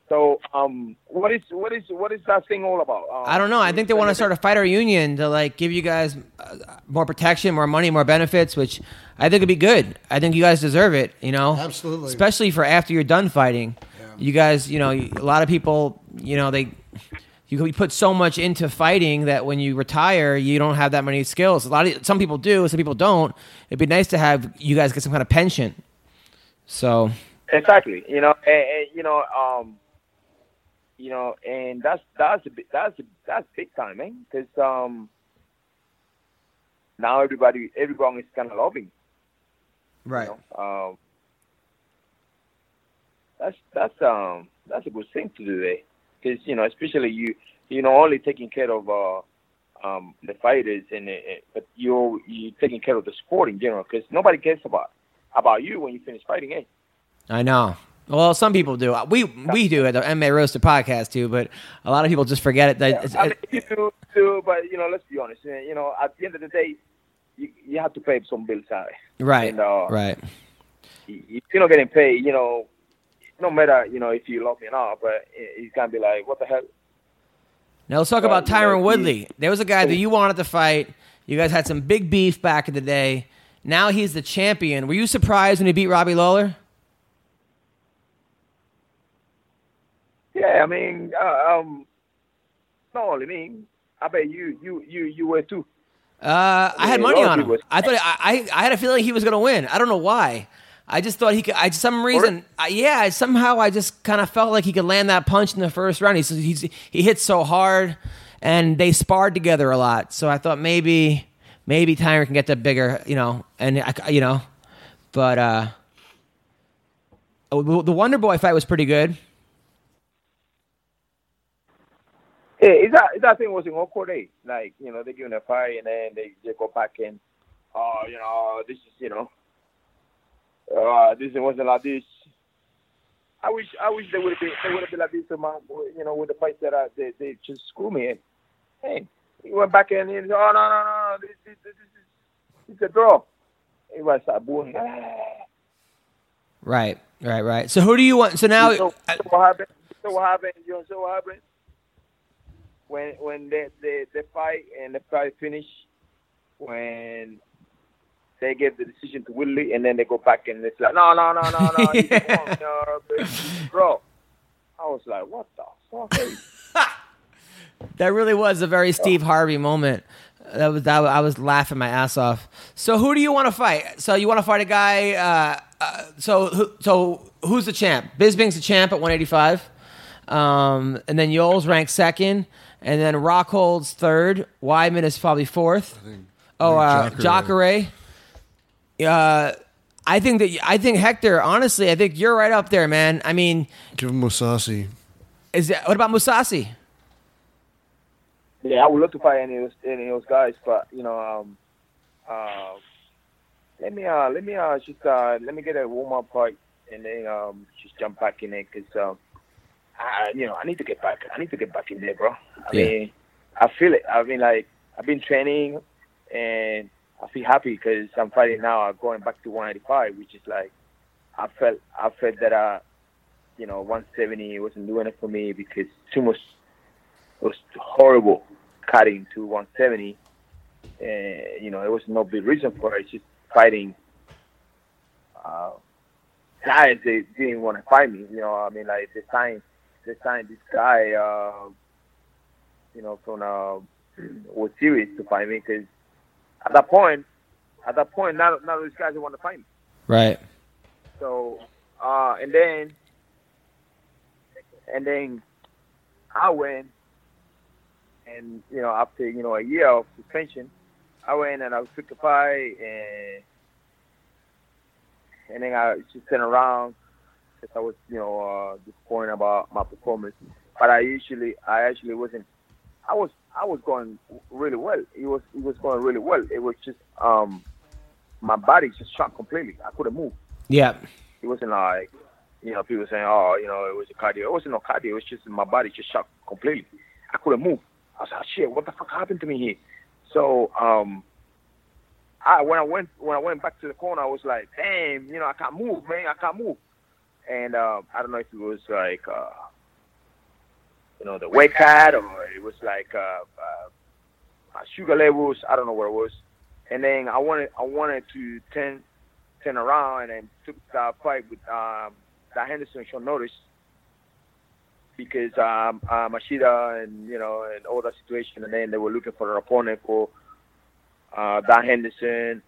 S7: So um, what is what is what is that thing all about? Um,
S1: I don't know. I think they want to start a fighter union to like give you guys uh, more protection, more money, more benefits, which I think would be good. I think you guys deserve it. You know,
S4: Absolutely.
S1: especially for after you're done fighting. You guys, you know, a lot of people, you know, they you, you put so much into fighting that when you retire, you don't have that many skills. A lot of some people do, some people don't. It'd be nice to have you guys get some kind of pension. So
S7: Exactly. You know, and, and, you know, um, you know, and that's that's a, bi- that's a, that's big time, man. Because um, now everybody everyone is kind of loving.
S1: right,
S7: Um, that's that's um that's a good thing to do, eh? Because you know, especially you you know only taking care of uh um the fighters and uh, uh, but you you taking care of the sport in general because nobody cares about about you when you finish fighting, eh?
S1: I know. Well, some people do. Uh, We we do at the MMA Roaster podcast too, but a lot of people just forget it. That it's-
S7: I mean,
S1: it-
S7: *laughs* you do too, but you know, let's be honest. eh, You know, at the end of the day, you you have to pay some bills, eh?
S1: right,
S7: And, uh,
S1: right,
S7: If you're not getting paid, you know, no matter you know if you love me or not, but it- it's gonna be like, what the hell?
S1: Now let's talk
S7: Well,
S1: about Tyron
S7: you know,
S1: Woodley.
S7: he- Oh.
S1: There was a guy that you wanted to fight. You guys had some big beef back in the day. Now he's the champion. Were you surprised when he beat Robbie Lawler?
S7: Yeah, I mean, uh, um, not only me. I bet you, you, you, you were too.
S1: Uh, I had
S7: Yeah,
S1: money
S7: Lawler
S1: on him.
S7: was-
S1: I thought I, I, I had a feeling he was going to win. I don't know why. I just thought he could. I some reason. I, yeah, I- somehow I just kind of felt like he could land that punch in the first round. He's, he's he hit so hard, and they sparred together a lot. So I thought maybe maybe Tyron can get that bigger, you know, and I c you know, but uh, oh, the the Wonder Boy fight was pretty good.
S7: Yeah, is that is that thing was in awkward, eh? Like, you know, they give him a fight and then they just go back and, oh, you know, this is, you know, uh, this wasn't like this. I wish I wish they would have been they would have been like this among you know with the fights that I, they they just screw me in. Hey, he went back in and oh no no no no this this this, this is it's a draw. Everybody started booing. "Ah,
S1: Right, right, right. So who do you want? So now, uh,
S7: so, so what happened? So what happened? You know, so what happened? When when they they, they fight and the fight finish, when they give the decision to Woodley and then they go back and it's like no no no no no, he's wrong, no bro. I was like, what the fuck? are you-
S1: That really was a very Steve Harvey moment. That was that, I was laughing my ass off. So who do you want to fight? So you want to fight a guy? Uh, uh, so who, so who's the champ? Bisbing's the champ at 185, um, and then Yoel's ranked second, and then Rockhold's third. Wyman is probably fourth. oh, uh, Jacare. Uh, I think that I think Hector. Honestly, I think you're right up there, man. I mean,
S3: Give him Musasi.
S1: is that, what about Musasi?
S7: Yeah, I would love to fight any of those, any of those guys, but you know, um, uh, let me uh, let me uh, just uh, let me get a warm up fight and then um, just jump back in there because um, I, you know I need to get back. I need to get back in there, bro. I
S1: Yeah.
S7: mean, I feel it. I mean, like I've been training and I feel happy because I'm fighting now. I'm going back to 185, which is like I felt I felt that I, you know, 170 wasn't doing it for me because too much it was horrible cutting to 170. Uh, you know, it was no big reason for it. It's just fighting uh, guys they didn't want to fight me. You know, I mean, like they signed they signed this guy, uh, you know, from uh, was serious to fight me because at that point, at that point, none none of these guys want to fight me.
S1: Right.
S7: So, uh, and then, and then I went, and you know, after you know a year of suspension, I went and I was took a fight, and and then I just turned around because I was you know uh, disappointed about my performance. But I usually, I actually wasn't. I was, I was going really well. It was, it was going really well. It was just, um, my body just shot completely. I couldn't move
S1: Yeah.
S7: it wasn't like you know people saying oh you know it was a cardio it wasn't no cardio it was just my body just shocked completely i couldn't move i was like "Oh, shit what the fuck happened to me here so um i when i went when i went back to the corner i was like damn you know i can't move man i can't move and um i don't know if it was like uh you know the weight cut or it was like uh, uh my sugar levels i don't know what it was and then i wanted i wanted to turn turn around and then took the fight with um, the Henderson short notice because um, uh, Machida and you know and all that situation, and then they were looking for an opponent for uh, Don Henderson,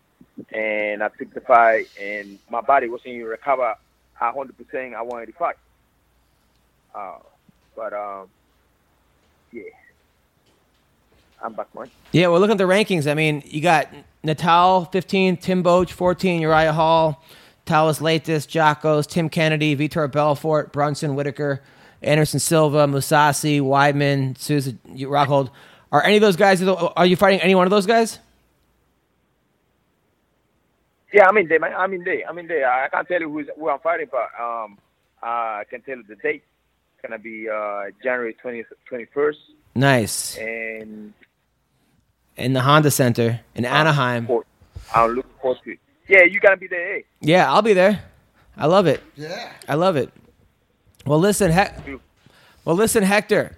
S7: and I took the fight, and my body wasn't even recover a hundred percent. I wanted to fight, uh, but um, yeah, I'm back, man.
S1: Yeah, well, looking at the rankings, I mean, you got Natal 15, Tim Boach 14, Uriah Hall, Talis Latis, Jocos, Tim Kennedy, Vitor Belfort, Brunson Whitaker, Anderson Silva, Musasi, Weidman, Sousa Rockhold. Are any of those guys? Are you fighting any one of those guys?
S7: Yeah, I'm in there, man. I'm in there. I'm in there. I I can't tell you who's, who I'm fighting for. Um, I can tell you the date. It's gonna be uh, January 20th, 21st,
S1: Nice.
S7: and
S1: In the Honda Center in Anaheim.
S7: for- I'm looking forward to it. Yeah, you gotta be there. eh? Hey.
S1: Yeah, I'll be there. I love it.
S2: Yeah.
S1: I love it. Well, listen, he- well, listen, Hector.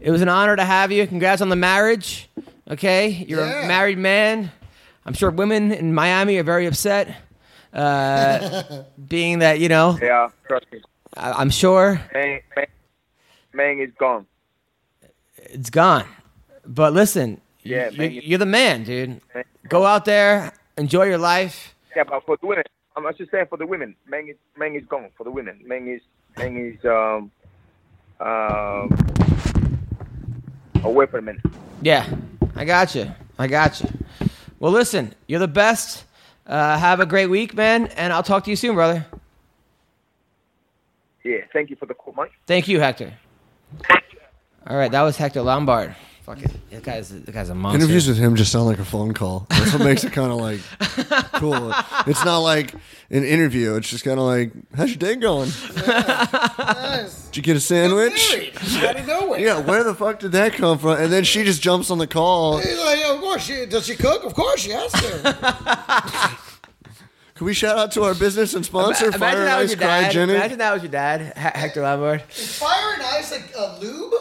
S1: It was an honor to have you. Congrats on the marriage. Okay, you're a
S2: Yeah.
S1: married man. I'm sure women in Miami are very upset, uh, being that you know.
S7: Yeah, trust me.
S1: I- I'm sure
S7: Man, man, man is gone.
S1: it's gone. But listen,
S7: Yeah,
S1: you,
S7: man, you-
S1: you're the man, dude. Go out there, enjoy your life.
S7: Yeah, but for the women, I'm I'm just saying for the women, man is man is gone for the women. Man is man is um um away for a minute.
S1: Yeah, I got you. I got you. Well, listen, you're the best. Uh, have a great week, man, and I'll talk to you soon, brother.
S7: Yeah, thank you for the call, man.
S1: Thank you, Hector. All right, that was Hector Lombard. Fucking, that guy's that guy's a monster.
S3: Interviews with him just sound like a phone call. That's what makes it kind of like cool. It's not like an interview. It's just kind of like, how's your day going? Did you get a sandwich?
S2: Out of nowhere.
S3: Yeah, where the fuck did that come from? And then she just jumps on the call.
S2: He's like, of course, she, does she cook? Of course she has to.
S1: *laughs*
S3: Can we shout out to our business and sponsor,
S1: Imagine
S3: Fire and
S1: that was
S3: Ice
S1: your
S3: Cry
S1: dad.
S3: Jenny?
S1: Imagine that was your dad, H- Hector Lombard.
S2: Is fire and ice a, a lube?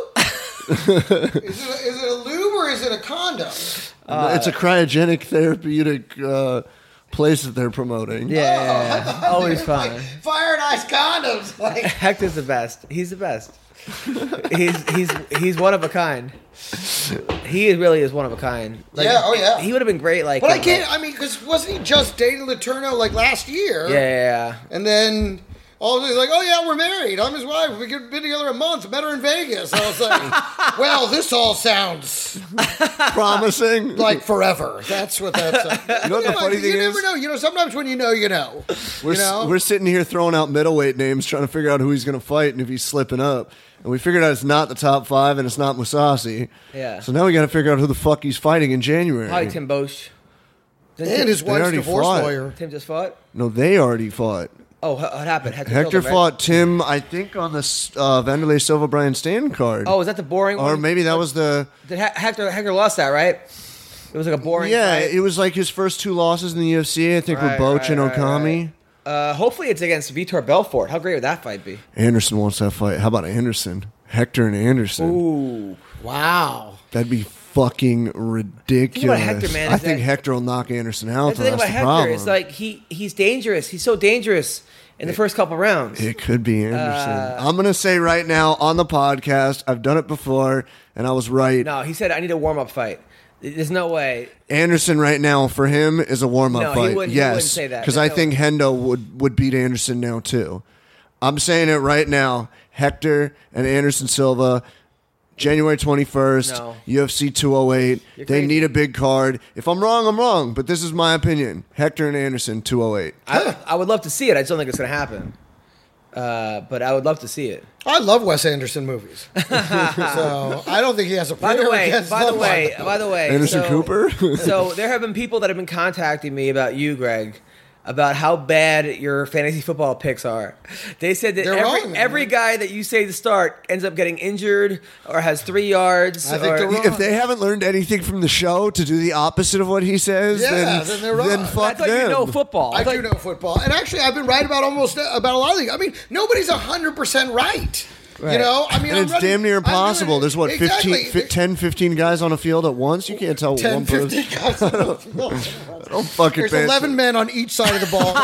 S2: is, it a, is it a lube or is it a condom?
S3: Uh, it's a cryogenic therapeutic uh, place that they're promoting.
S1: Yeah, always fun.
S2: Fire and ice condoms. *laughs* Like,
S1: Hector's the best. He's the best. he's he's he's one of a kind. He really is one of a kind. Like,
S2: Yeah, oh, yeah.
S1: He would have been great. Like,
S2: but I
S1: in,
S2: can't.
S1: like-
S2: I mean, because wasn't he just dating Laterno like last year?
S1: yeah, yeah,
S2: And then all of a sudden he's like, "Oh yeah, we're married. I'm his wife. We've been together a month. Met her in Vegas." I was
S3: *laughs*
S2: like, "Well, this all sounds
S3: Promising.
S2: like forever." That's what that's.
S3: *laughs*
S2: Like.
S3: You know what the funny
S2: you
S3: thing
S2: never
S3: is?
S2: know. You know, sometimes when you know, you know.
S3: We're,
S2: you know?
S3: we're sitting here throwing out middleweight names, trying to figure out who he's going to fight and if he's slipping up. And we figured out it's not the top five and it's not Musasi.
S1: Yeah.
S3: So now we got to figure out who the fuck he's fighting in January.
S1: Probably Tim Bosch. Didn't
S4: And
S1: Tim,
S4: his wife's
S3: already
S4: divorce
S3: fought.
S4: lawyer.
S1: Tim just fought.
S3: no, they already fought.
S1: Oh, h- what happened? Hector,
S3: Hector
S1: killed him, right?
S3: fought Tim, I think, on the uh, Vanderlei Silva Brian Stan card.
S1: Oh, is that the boring
S3: or
S1: one?
S3: maybe that was the.
S1: Did H- Hector Hector lost that, right? It was like a boring.
S3: Yeah,
S1: fight.
S3: it was like his first two losses in the UFC. I think
S1: Right,
S3: were Boch
S1: right,
S3: and
S1: right,
S3: Okami.
S1: right. Uh, hopefully, it's against Vitor Belfort. How great would that fight be?
S3: Anderson wants that fight. How about Anderson? Hector and Anderson.
S1: Ooh,
S6: Wow.
S3: That'd be fucking ridiculous.
S1: Hector, man,
S3: I
S1: is
S3: think
S1: that-
S3: Hector will knock Anderson out.
S1: that's the thing
S3: that's
S1: about
S3: the
S1: Hector.
S3: problem.
S1: It's like he he's dangerous. He's so dangerous in the first couple rounds.
S3: It could be Anderson.
S1: uh,
S3: I'm gonna say right now on the podcast, I've done it before, and I was right.
S1: no, he said I need a warm up fight. There's no way.
S3: Anderson right now for him is a warm up
S1: No, he
S3: fight.
S1: wouldn't- he
S3: yes,
S1: wouldn't say that.
S3: because I
S1: No.
S3: think Hendo would would beat Anderson now too. I'm saying it right now. Hector and Anderson Silva, January 21st,
S1: No.
S3: UFC 208.
S1: You're
S3: They
S1: crazy.
S3: need a big card. If I'm wrong, I'm wrong. But this is my opinion. Hector and Anderson 208.
S1: I, I would love to see it. I just don't think it's gonna happen. Uh, but I would love to see it.
S2: I love Wes Anderson
S3: *laughs*
S2: movies, so I don't think he has a
S1: By
S2: prayer
S1: the way,
S2: against
S1: by the
S2: someone.
S1: way, by the way,
S3: Anderson
S1: so-
S3: Cooper? *laughs*
S1: so there have been people that have been contacting me about you, Greg, about how bad your fantasy football picks are. They said that
S2: They're
S1: every,
S2: wrong, man.
S1: every guy that you say to start ends up getting injured or has three yards.
S2: I think
S1: or-
S2: they're wrong.
S3: If they haven't learned anything from the show to do the opposite of what he says,
S2: Yeah,
S3: then,
S2: then they're wrong.
S3: then
S1: I
S3: fuck
S1: thought
S3: them.
S1: you know football.
S2: I
S1: thought-
S2: do know football, and actually, I've been right about almost uh, about a lot of things. I mean, nobody's hundred percent right. You know, I mean,
S3: And
S2: I'm
S3: it's
S2: running-
S3: damn near
S2: I'm doing
S3: impossible.
S2: it-
S3: There's what,
S2: exactly.
S3: 15, fi- 10, 15 guys on a field at once? You can't tell
S2: 10,
S3: one person.
S2: 15 guys.
S3: Don't *laughs* fucking
S2: There's
S3: fancy.
S2: 11 men on each side of the ball.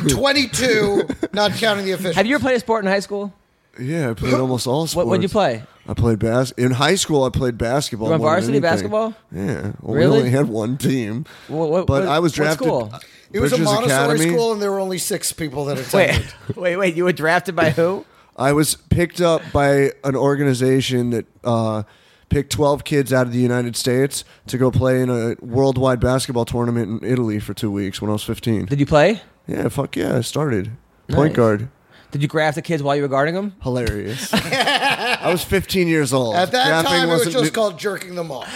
S2: okay? 22, not counting the officials.
S1: Have you ever played a sport in high school?
S3: Yeah, I played almost all sports.
S1: What would you play?
S3: I played bas. In high school, I played basketball.
S1: You were on
S3: more than
S1: varsity
S3: anything.
S1: basketball?
S3: Yeah. Well,
S1: Really?
S3: We only had one team.
S1: What- what-
S3: but
S1: what-
S3: I was
S1: what
S3: drafted.
S1: school?
S2: It was
S3: Bridges
S2: a Montessori
S3: Academy.
S2: school, and there were only six people that attended.
S1: Wait, *laughs* wait, wait. You were drafted by who?
S3: I was picked up by an organization that uh, picked 12 kids out of the United States to go play in a worldwide basketball tournament in Italy for two weeks when I was 15.
S1: Did you play?
S3: Yeah, fuck yeah, I started. Point
S1: Nice.
S3: guard.
S1: Did you graph the kids while you were guarding them?
S3: *laughs* Hilarious. I was 15 years old.
S2: At that
S3: Graphing
S2: time, it was
S3: wasn't
S2: just
S3: new-
S2: called jerking them off.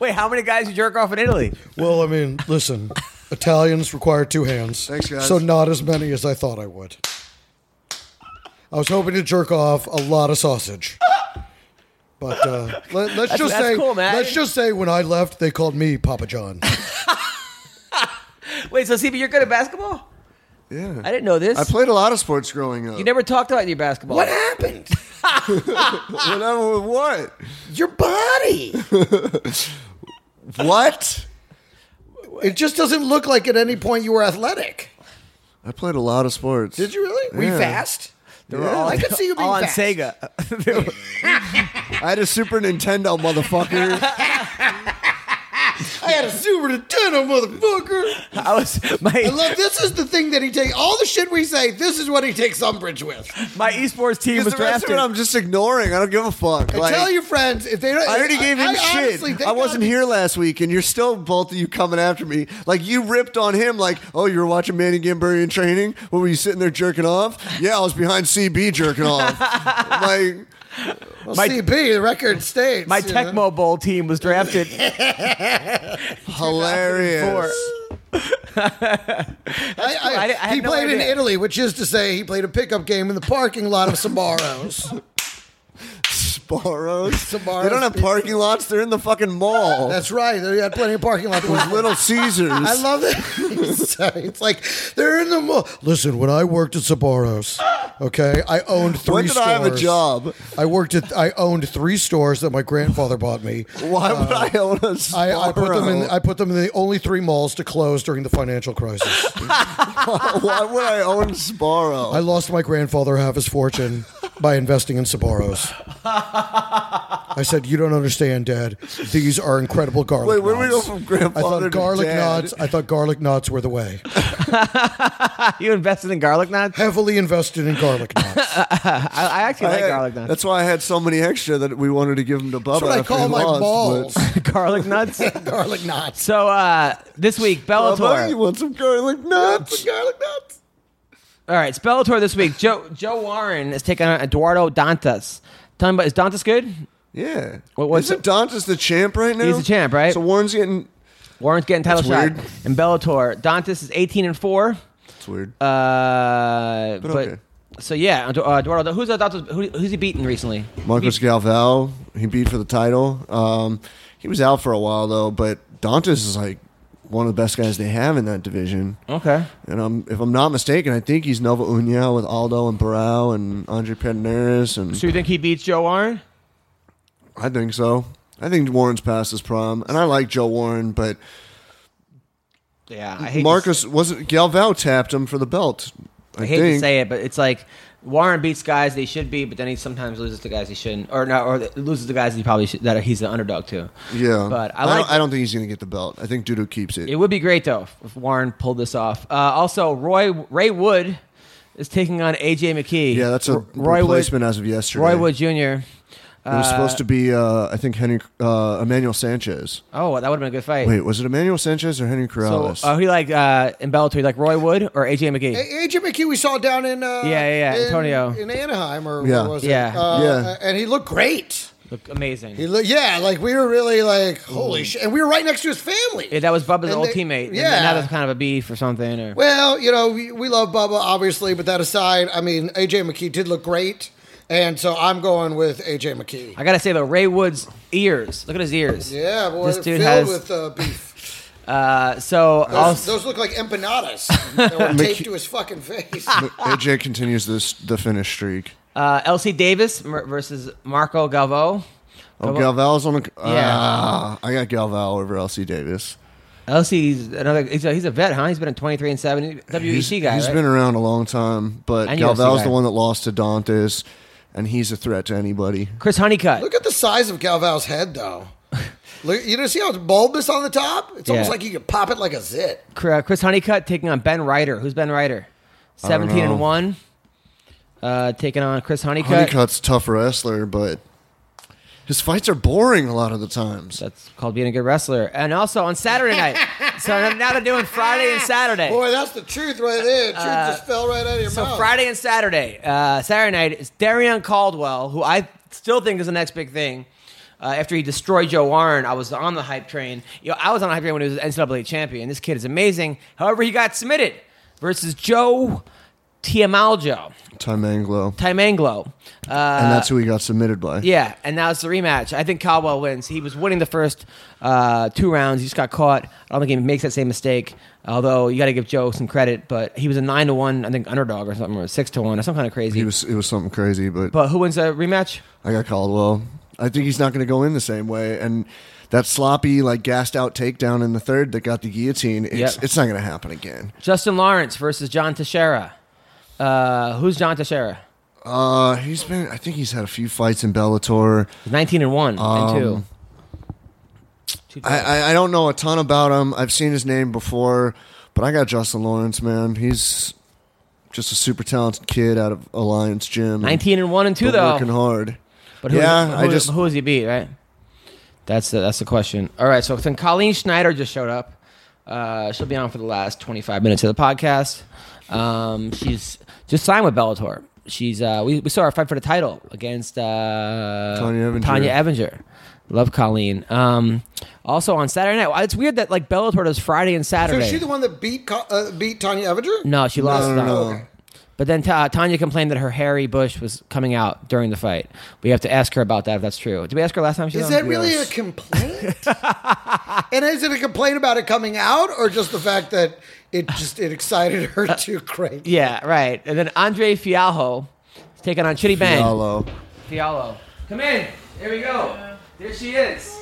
S1: Wait, how many guys you jerk off in Italy?
S4: Well, I mean, listen, Italians require two hands.
S3: Thanks, guys.
S4: So not as many as I thought I would. I was hoping to jerk off a lot of sausage. But uh, let, us just
S1: that's
S4: say,
S1: cool, man.
S4: let's just say, when I left, they called me Papa John.
S1: Wait, so CB, you're good at basketball?
S3: Yeah.
S1: I didn't know this.
S3: I played a lot of sports growing up.
S1: You never talked about your basketball.
S2: What happened?
S3: Whatever, what?
S2: Your body.
S3: *laughs* What?
S2: It just doesn't look like at any point you were athletic.
S3: I played a lot of sports.
S2: Did you really? Were you
S3: Yeah.
S2: fast?
S3: Yeah.
S2: I could see you being
S1: all Oh, on
S2: fast.
S1: Sega. *laughs*
S3: I had a Super Nintendo, *laughs* motherfucker.
S2: I had a super Nintendo, motherfucker.
S1: I was
S2: I
S1: my
S2: love this is the thing that he takes. All the shit we say, this is what he takes umbrage with.
S1: my esports team
S3: Because
S1: was
S3: the rest of
S1: drafted.
S3: it, I'm just ignoring. I don't give a fuck. Like,
S2: Tell your friends if they don't.
S3: I already gave him
S2: I
S3: shit.
S2: honestly think
S3: I wasn't
S2: I'd-
S3: here last week, and you're still both of you coming after me. Like you ripped on him, like, "Oh, you were watching Manny Gamberry in training. What were you sitting there jerking off?" Yeah, I was behind CB jerking *laughs* off. like,
S2: Well,
S1: My-
S2: CB, the record states.
S1: my
S2: you know.
S1: Tecmo Bowl team was
S3: *laughs*
S1: drafted.
S3: hilarious. *laughs*
S2: I- I-
S1: I- I had
S2: he
S1: no
S2: played in
S1: idea.
S2: Italy, which is to say, he played a pickup game in the parking lot of
S3: *laughs*
S2: Sbarro's.
S3: Sparrows.
S2: Sbarro's
S3: They don't have
S2: pizza.
S3: parking lots. They're in the fucking mall.
S2: That's right. They had plenty of parking lot.
S3: Those Little Caesars. *laughs*
S2: I love
S4: *laughs*
S2: it. Sorry, it's like they're in the mall.
S4: Listen, when I worked at Sabaros, okay, I owned three
S3: When did
S4: stores.
S3: I have a job?
S4: I worked at, I owned three stores that my grandfather bought me.
S3: Why would I own a
S4: I,
S3: Sparrow?
S4: I put them in. I put them in the only three malls to close during the financial crisis.
S3: *laughs* Why would I own Sparrow?
S4: I lost my grandfather half his fortune by investing in Sabaros. I said, "You don't understand, Dad. These are incredible garlic."
S3: Wait, where do we
S4: knots.
S3: go from grandfather
S4: I
S3: to
S4: thought garlic
S3: dad?
S4: knots. I thought garlic knots were the way.
S1: you invested in garlic knots?
S4: Heavily invested in garlic knots.
S1: I, I actually
S3: I uh,
S1: like
S3: had-
S1: garlic knots.
S3: That's why I had so many extra that we wanted to give them to Bubba.
S2: That's what I
S3: after
S2: call
S3: he
S2: my
S3: lost,
S2: balls.
S1: *laughs* garlic
S3: *laughs*
S1: nuts.
S2: *laughs* garlic knots.
S1: so uh, this week,
S3: but- Bubba, you
S1: Bellator.
S3: want some garlic nuts?
S2: garlic knots.
S1: All right, it's Bellator this week. Joe Joe Warren is taking on Eduardo Dantas. Tell me about is Dantas good?
S3: Yeah.
S1: What- what's
S3: Isn't Dantas the champ right now?
S1: He's the champ, right?
S3: So Warren's getting.
S1: Warren's getting title shot
S3: That's weird.
S1: in Bellator. Dantas is eighteen and four.
S3: It's weird.
S1: Uh, but
S3: okay.
S1: So yeah, Edu- uh, Eduardo. Who's Eduardo, who, who's he beaten recently?
S3: Marcos Galval, he beat for the title. Um, he was out for a while though, but Dantas is like one of the best guys they have in that division.
S1: Okay.
S3: And um, if I'm not mistaken, I think he's Nova Unia with Aldo and Barao and Andre Pedneris, and
S1: So you think he beats Joe Warren?
S3: I think so. I think Warren's past his prime, and I like Joe Warren, but
S1: Yeah, I hate To,
S3: Marcus wasn't Galval tapped him for the belt. I,
S1: I hate
S3: think.
S1: to say it, but it's like Warren beats guys they should be, but then he sometimes loses to guys he shouldn't, or no, or loses to guys he probably should, that he's the underdog to.
S3: Yeah,
S1: But I
S3: don't,
S1: like-
S3: I don't think he's going to get the belt. I think Dudu keeps it.
S1: It would be great though if Warren pulled this off. Uh, also, Roy Ray Wood is taking on AJ McKee.
S3: yeah, that's a
S1: R- Roy
S3: replacement
S1: Wood,
S3: as of yesterday.
S1: Roy Wood Jr.
S3: It was supposed to be, uh, I think, Henry uh, Emmanuel Sanchez.
S1: Oh, that would have been a good fight.
S3: Wait, was it Emmanuel Sanchez or Henry
S1: so
S3: Corrales?
S1: uh, he like uh, in Bellator, he like Roy Wood or AJ McKee?
S2: AJ McKee we saw down in uh,
S1: Yeah, yeah, yeah,
S2: in-
S1: Antonio.
S2: in Anaheim or
S3: Yeah.
S2: where was
S1: Yeah.
S2: it? Uh,
S3: Yeah.
S2: and he looked great.
S1: Look amazing.
S2: He looked, yeah, like we were really like
S1: Mm.
S2: holy shit, and we were right next to his family.
S1: Yeah, that was Bubba's
S2: And
S1: old
S2: they-
S1: teammate. Yeah,
S2: yeah.
S1: now that's kind of a beef or something. Or
S2: Well, you know, we, we love Bubba, obviously, but that aside, I mean, AJ McKee did look great, and so I'm going with AJ McKee.
S1: I gotta say though, Ray Wood's ears. Look at his ears.
S2: Yeah, boy,
S1: This
S2: they're
S1: dude has-
S2: filled with
S1: *laughs*
S2: uh, beef.
S1: Uh, so
S2: Those,
S1: also,
S2: those look like
S1: *laughs*
S2: empanadas that were taped to his fucking face.
S3: AJ continues this the finish streak.
S1: uh, LC Davis mer- versus Marco Galvo.
S3: Oh,
S1: Galval-
S3: Galval's on the.
S1: Yeah.
S3: Ah, I got Galval over LC Davis.
S1: LC's another. He's a, he's a vet, huh? He's been in twenty three and seven. WEC
S3: He's
S1: guy.
S3: he's
S1: right?
S3: been around a long time, but
S1: And UFC
S3: Galval's
S1: guy.
S3: the one that lost to Dantes, and he's a threat to anybody.
S1: Chris Honeycutt.
S2: Look at the size of Galval's
S1: *laughs*
S2: head, though. Look, you know, see how it's bulbous on the top? It's almost
S1: Yeah.
S2: like you could pop it like a zit.
S1: Cr- uh, Chris Honeycutt taking on Ben Ryder. Who's Ben Ryder? Seventeen
S3: know.
S1: and one. Uh, taking on Chris Honeycutt.
S3: Honeycutt's a tough wrestler, but his fights are boring a lot of the times.
S1: That's called being a good wrestler. And also on Saturday
S2: *laughs*
S1: night. so now they're doing Friday and Saturday.
S2: Boy, that's the truth right there. Truth just fell right out of your
S1: Uh, So
S2: mouth.
S1: Friday and Saturday, uh, Saturday night is Darion Caldwell, who I still think is the next big thing. Uh, after he destroyed Joe Warren, I was on the hype train. You know, I was on the hype train when he was NCAA champion. This kid is amazing. However, he got submitted versus Joe Tiamaljo,
S3: Time Anglo.
S1: Timanglo. Uh,
S3: and that's who he got submitted by.
S1: yeah, and now it's the rematch. I think Caldwell wins. He was winning the first uh, two rounds. He just got caught. I don't think he makes that same mistake. Although you got to give Joe some credit, but he was a nine to one, I think underdog or something, or six to one or some kind of crazy.
S3: He was it was something crazy, but
S1: But who wins the rematch?
S3: I got Caldwell. I think he's not going to go in the same way. And that sloppy, like gassed out takedown in the third that got the guillotine, it's,
S1: Yep.
S3: it's not going to happen again.
S1: Justin Lawrence versus John Teixeira. Uh, who's John Teixeira?
S3: Uh, he's been, I think he's had a few fights in Bellator.
S1: Nineteen and one and two. Two-
S3: I, I, I don't know a ton about him. I've seen his name before, but I got Justin Lawrence, man. He's just a super talented kid out of Alliance Gym.
S1: Nineteen and one and two
S3: Been
S1: though.
S3: working hard.
S1: But who,
S3: Yeah,
S1: who,
S3: I just-
S1: who is he beat? Right. That's the, that's the question. All right. So then Colleen Schneider just showed up. Uh, she'll be on for the last 25 minutes of the podcast. Um, she's just signed with Bellator. She's uh, we, we saw her fight for the title against uh,
S3: Tanya Evinger.
S1: Evinger. Love Colleen. Um, also on Saturday night, it's weird that like Bellator does Friday and
S2: So
S1: Saturday.
S2: is she the one that beat Co- uh, beat Tanya Evinger?
S1: No, she lost.
S3: no,
S1: that.
S3: no, no.
S1: But then Ta- uh, Tanya complained that her hairy bush was coming out during the fight. We have to ask her about that if that's true. Did we ask her last time she was
S2: Is
S1: on?
S2: that really a complaint?
S1: *laughs*
S2: and is it a complaint about it coming out, or just the fact that it just it excited her too
S1: Uh,
S2: great?
S1: Yeah, right. And then Andre Fialho is taking on Chitty Bang.
S3: Hello.
S1: Fialho. Come in. Here we go. There she is.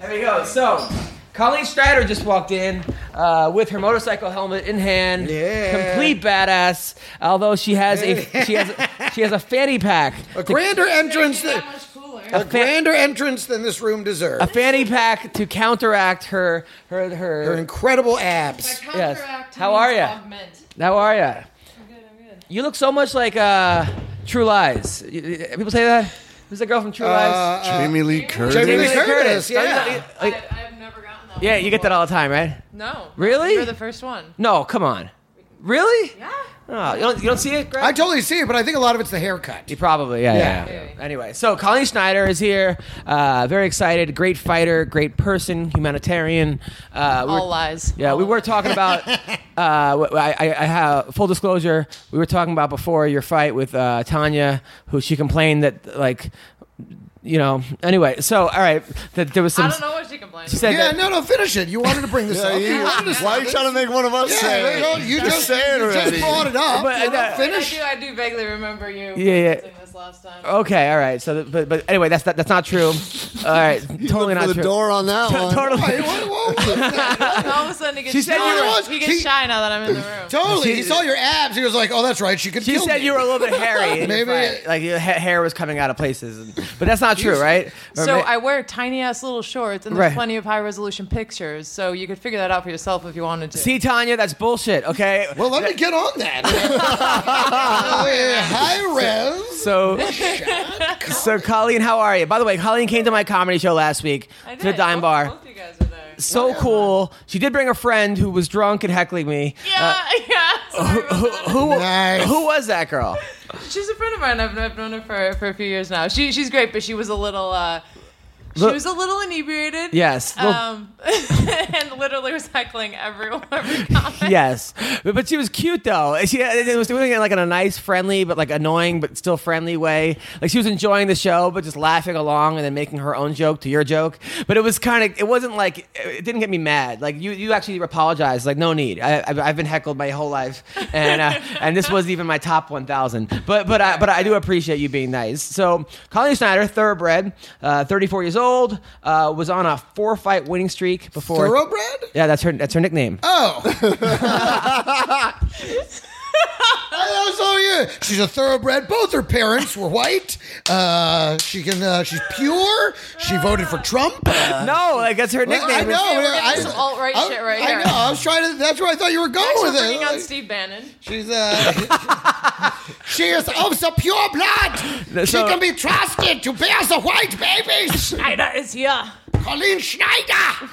S1: There we go. So, Colleen Strider just walked in uh, with her motorcycle helmet in hand.
S2: Yeah.
S1: Complete badass. Although she has
S2: *laughs*
S1: a she has a, she has a fanny pack.
S2: A grander entrance, than, a grander entrance than this room deserves.
S1: A fanny pack to counteract her her her,
S2: Her incredible abs.
S1: Yes. How are ya? How are ya? You look so much like uh, True Lies. Y- y- People say that. Who's the girl from True Lies?
S3: Jamie Lee Curtis.
S2: Jamie Lee Uh, Curtis,
S1: Don't you-
S2: yeah.
S1: like-
S9: I've never gotten that.
S1: yeah, you get that all the time, right?
S9: No.
S1: Really?
S9: You're the first one.
S1: No, come on. Really?
S9: Yeah.
S1: Oh, you don't you don't see it, Greg?
S2: I totally see it, but I think a lot of it's the haircut.
S1: You probably, yeah, yeah. yeah. Anyway, so Colleen Schneider is here. Uh, very excited. Great fighter, great person, humanitarian. Uh, we
S9: All
S1: were-
S9: lies.
S1: Yeah, we were talking
S3: *laughs*
S1: about. Uh, I, I, I have full disclosure. We were talking about before your fight with uh, Tanya, who she complained that like, you know. Anyway, so all right, that there was some.
S9: I don't know what she complained.
S1: She said
S2: Yeah,
S1: that,
S2: no, no, finish it. You wanted to bring this
S3: *laughs* Yeah,
S2: up.
S3: you- why are you trying to make one of us
S2: *laughs*
S3: say
S2: Yeah,
S3: it?
S2: no, you
S3: Just
S2: just,
S3: say it
S2: you just
S3: already.
S2: brought it up. *laughs*
S1: But, uh,
S2: You're not
S1: that-
S9: I
S2: finished.
S9: do, I do vaguely remember you
S1: Yeah, yeah. Oh.
S9: referencing this last time.
S1: Okay, all right. So, that- but but anyway, that's not, that's not true.
S3: *laughs*
S1: All right, totally
S3: Look for
S1: not
S3: the
S1: true.
S3: door on that one.
S1: Totally.
S2: Hey, what- what was
S3: *laughs*
S2: that?
S9: *laughs* All of a sudden, he gets
S1: She said
S9: shy.
S1: you were-
S9: he gets
S2: she-
S9: shy now that I'm in the room.
S2: totally. He saw your abs. He was like, "Oh, that's right. She could."
S1: She
S2: kill
S1: said
S2: me.
S1: you were a little bit
S3: *laughs*
S1: hairy. Maybe
S2: Maybe-
S1: like your ha- hair was coming out of places, and- but that's not true, right? Or
S9: So
S1: may-
S9: I wear tiny ass little shorts, and there's
S1: Right.
S9: plenty of high resolution pictures. So you could figure that out for yourself if you wanted to.
S1: see Tanya. That's bullshit. Okay.
S2: Well, let
S1: *laughs*
S2: me get on that. Hi, Rev.
S1: So,
S9: *laughs*
S1: so Colleen, how are you? By the way, Colleen came to my comedy show last week
S9: I
S1: to the
S9: did.
S1: Dime
S9: Both-
S1: Bar. Uh,
S9: Both you guys were there.
S1: So cool. She did bring a friend who was drunk and heckling me.
S9: *laughs* Yeah, yeah.
S1: oh,
S9: Sorry about that.
S1: Who
S2: Nice.
S1: who was that girl?
S9: She's a friend of mine. I've, I've known her for, for a few years now. She she's great, but she was a little uh, she
S1: Look-
S9: was a little inebriated.
S1: Yes, little-
S9: Um, *laughs* and literally was heckling everyone. *laughs* Every comment.
S1: *laughs* Yes, but, but she was cute though. And She uh, it was doing it like in a nice, friendly, but like annoying, but still friendly way. Like she was enjoying the show, but just laughing along and then making her own joke to your joke. But it was kind of, it wasn't like, it didn't get me mad. Like you, you actually apologized. Like no need. I, I've, I've been heckled my whole life, and uh, and this wasn't even my top one thousand. But but I, but I do appreciate you being nice. So Colleen Snyder, thoroughbred, uh, thirty four years old, uh, was on a four fight winning streak before.
S2: Thoroughbred.
S1: yeah, that's her. That's her nickname. *laughs*
S2: Oh. I saw you. She's a thoroughbred. Both her parents were white. Uh, she can. Uh, she's pure. She voted for Trump. Uh,
S1: No, like that's her nickname.
S2: I know.
S9: we're getting
S2: I,
S9: some alt-right
S2: I-
S9: shit right
S2: I
S9: here.
S2: know. I was trying to. That's where I thought you were
S9: Thanks
S2: going
S9: for
S2: with Oh, it.
S9: bringing on
S2: Like,
S9: Steve Bannon.
S2: she's uh, *laughs* she is of the pure
S1: So-
S2: blood. she can be trusted to bear the white
S9: *laughs*
S2: babies.
S9: Schneider is here.
S2: Colleen Schneider.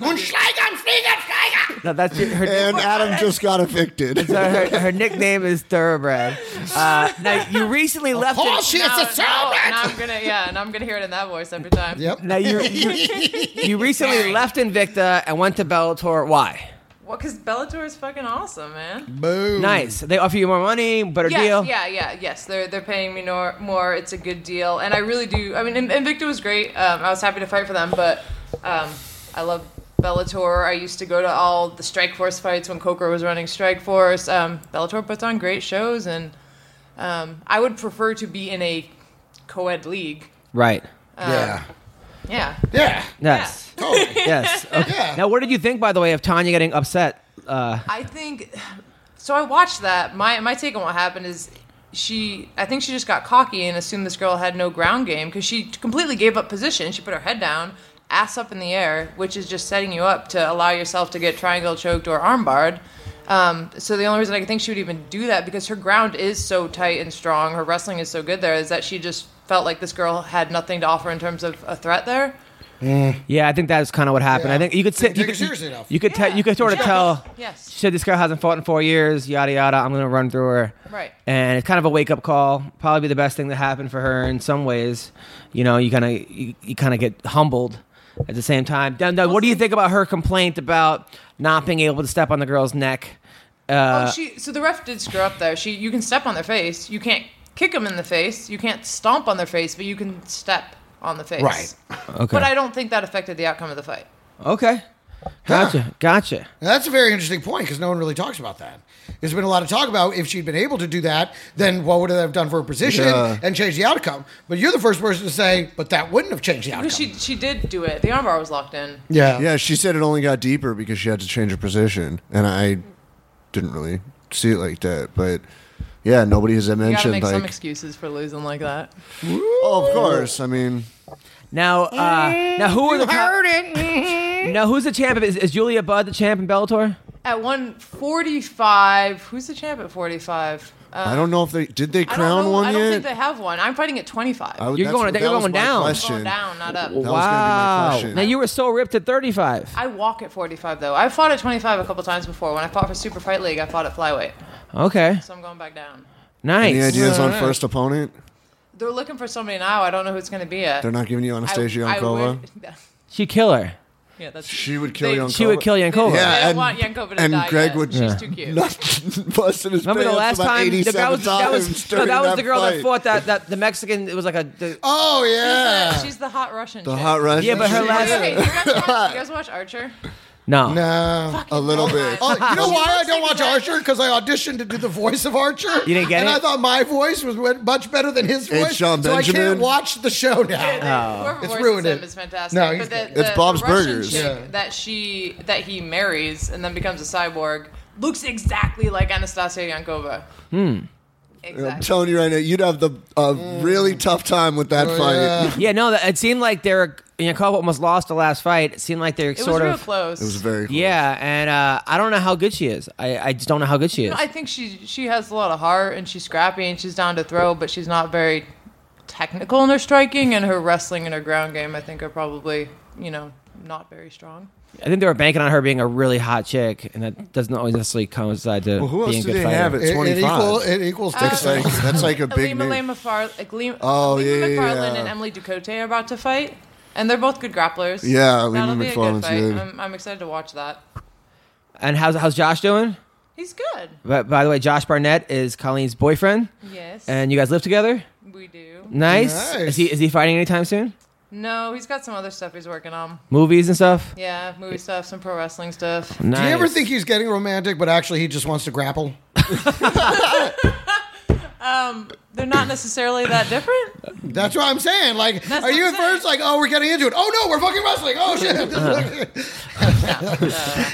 S2: Und Schleiger und Flieger, Schleiger.
S1: No, that's her.
S3: And Adam just got evicted.
S1: her, her nickname is Thoroughbred. Uh, now you recently left.
S2: Oh,
S1: it,
S2: she is a
S9: now,
S2: thoroughbred.
S9: now I'm gonna yeah, and I'm gonna hear it in that voice every time.
S2: Yep.
S1: now you,
S2: *laughs*
S1: you you recently left Invicta and went to Bellator. Why?
S9: Well, because Bellator is fucking awesome, man.
S2: Boom.
S1: Nice. They offer you more money, better
S9: Yes,
S1: deal.
S9: yeah, yeah, yes. They're they're paying me nor, more. It's a good deal, and I really do. I mean, In- Invicta was great. Um, I was happy to fight for them, but um, I love Bellator. I used to go to all the Strikeforce fights when Coker was running Strikeforce. Um, Bellator puts on great shows, and um, I would prefer to be in a co-ed league.
S1: Right.
S2: Yeah.
S9: Yeah,
S2: Yeah.
S1: Yes.
S9: *laughs*
S2: Totally. *laughs*
S1: Yes. Okay. Now, what did you think, by the way, of Tanya getting upset? Uh,
S9: I think so. I watched that. My my take on what happened is she. I think she just got cocky and assumed this girl had no ground game because she completely gave up position. She put her head down, ass up in the air, which is just setting you up to allow yourself to get triangle choked or armbarred. Um, so the only reason I can think she would even do that because her ground is so tight and strong, her wrestling is so good there, is that she just felt like this girl had nothing to offer in terms of a threat there.
S1: yeah, I think that's kind of what happened. I think you could sit.
S2: Didn't
S1: You
S2: take
S1: could,
S2: it seriously enough.
S1: you could tell.
S9: Yeah.
S1: You could sort of
S9: Yeah.
S1: tell.
S9: Yes.
S1: She said this girl hasn't fought in four years. Yada yada. I'm gonna run through her.
S9: Right.
S1: And it's kind of a wake up call. Probably the best thing that happened for her in some ways. You know, you kind of you, you kind of get humbled at the same time. Now, now, what do you think about her complaint about not being able to step on the girl's neck?
S9: Oh, she. So the ref did screw up there. She. You can step on their face. You can't kick them in the face. You can't stomp on their face, but you can step on the face.
S2: Right.
S1: Okay.
S9: But I don't think that affected the outcome of the fight.
S1: okay. Gotcha. Gotcha.
S2: Now, that's a very interesting point because no one really talks about that. There's been a lot of talk about if she'd been able to do that, then what would it have done for her position
S3: Yeah.
S2: and change the outcome? But you're the first person to say, but that wouldn't have changed the outcome.
S9: Because she she did do it. The armbar was locked in.
S2: yeah.
S3: Yeah, she said it only got deeper because she had to change her position, and I didn't really see it like that. But yeah, nobody has
S9: You gotta
S3: mentioned
S9: make some
S3: like,
S9: excuses for losing like that.
S3: oh, of course. I mean,
S1: Now, uh, now who are the heard it? now who's the champion? Is, is Julia Budd the champ in Bellator?
S9: At one forty-five, who's the champ at forty-five? Uh,
S3: I don't know if they did they
S9: I don't
S3: crown
S9: know-
S3: one
S9: I don't think
S3: yet.
S9: they have one. I'm fighting at twenty-five.
S3: I would-
S1: You're
S3: that's
S1: going-
S3: what-
S1: you're
S3: that was
S1: going
S3: my
S1: down.
S9: going
S3: Question.
S9: down, not up.
S3: That was gonna be my question.
S1: Now you were so ripped at 35.
S9: I walk at 45 though. I fought at 25 a couple times before. When I fought for Super Fight League, I fought at flyweight.
S1: Okay.
S9: So I'm going back down.
S1: Nice.
S3: Any ideas on first opponent?
S9: They're looking for somebody now. I don't know who it's going to be yet.
S3: They're not giving you Anastasia
S9: I, I
S3: Yankova.
S9: *laughs* would-
S1: She kill her.
S9: yeah, that's.
S3: She would kill
S9: They-
S3: Yankova.
S1: She would kill Yankova.
S3: Yeah,
S9: I don't
S3: and-
S9: want Yankova to
S3: and
S9: die
S3: Greg
S9: yet.
S3: would-
S9: She's
S3: Yeah.
S9: too cute.
S3: Not *laughs* busted his
S1: Remember the last
S3: pants about
S1: time? The
S3: 87
S1: guy was, that was,
S3: times
S1: no, that
S3: during
S1: was the girl that
S3: fight.
S1: fought that, that the Mexican. It was like a. the-
S2: Oh
S9: Uh,
S2: yeah.
S9: She's the hot Russian.
S3: The hot Russian.
S1: Yeah, but her
S3: chick.
S1: last-
S9: Okay, you,
S3: *laughs*
S9: guys watch, you guys watch Archer?
S1: no. no.
S3: a little bit.
S2: Oh, you
S9: *laughs*
S2: know why I don't watch
S9: exactly-
S2: Archer? Because I auditioned to do the voice of Archer.
S1: You didn't get
S2: and
S1: it?
S2: I thought my voice was went much better than his
S3: It's
S2: voice.
S3: Shawn
S2: so I
S3: Benjamin.
S2: can't watch the show now.
S9: Whoever
S2: It's
S9: voices
S2: ruined
S9: him
S2: it.
S9: is fantastic.
S2: No,
S9: but
S2: he's
S9: the,
S2: good.
S9: the,
S3: It's Bob's
S9: the Russian
S3: Burgers.
S9: chick
S2: Yeah.
S9: That she that he marries and then becomes a cyborg looks exactly like Anastasia Yankova. Hmm.
S3: I'm
S9: Exactly.
S3: telling you right now, you'd have the a
S2: Mm.
S3: really tough time with
S2: Oh,
S3: that fight.
S1: Yeah, no. that- It seemed like they were. Yankova almost lost the last fight. It seemed like they were
S9: It was
S1: sort
S9: real
S1: of.
S9: close.
S3: It was very close.
S1: Yeah, and uh, I don't know how good she is. I, I just don't know how good she is.
S9: I think she she has a lot of heart and she's scrappy and she's down to throw, but she's not very technical in her striking and her wrestling and her ground game. I think are probably you know not very strong.
S1: I think they were banking on her being a really hot chick, and that doesn't always necessarily coincide to
S3: Well, who else
S1: being a
S3: do
S1: good
S3: they
S1: fighter.
S3: have at
S2: It, it,
S3: 25?
S2: equal, it equals
S3: that's, like,
S1: *laughs*
S3: that's like a big
S9: Alima
S3: name.
S9: Lamafar, Alima,
S3: Oh,
S9: Alima
S3: yeah, yeah,
S9: McFarlane
S3: yeah.
S9: and Emily Ducote are about to fight, and they're both good grapplers.
S3: Yeah, Alima
S9: That'll be a good
S3: McFarlane's
S9: fight.
S3: good.
S1: Um,
S9: I'm, I'm excited to watch that.
S1: And how's how's Josh doing?
S9: He's good.
S1: But by the way, Josh Barnett is Colleen's boyfriend,
S9: Yes,
S1: and you guys live together.
S9: we do.
S1: Nice.
S2: Nice.
S1: Is he is he fighting anytime soon?
S9: No, he's got some other stuff he's working on.
S1: Movies and stuff.
S9: Yeah, movie stuff, some pro wrestling stuff.
S1: Nice.
S2: Do you ever think he's getting romantic, but actually he just wants to grapple?
S9: They're not necessarily that different.
S2: That's what I'm saying. Like,
S9: That's
S2: are
S9: what
S2: you
S9: I'm
S2: at first like, oh, we're getting into it? Oh no, we're fucking wrestling. Oh
S1: Uh-huh.
S2: *laughs* shit.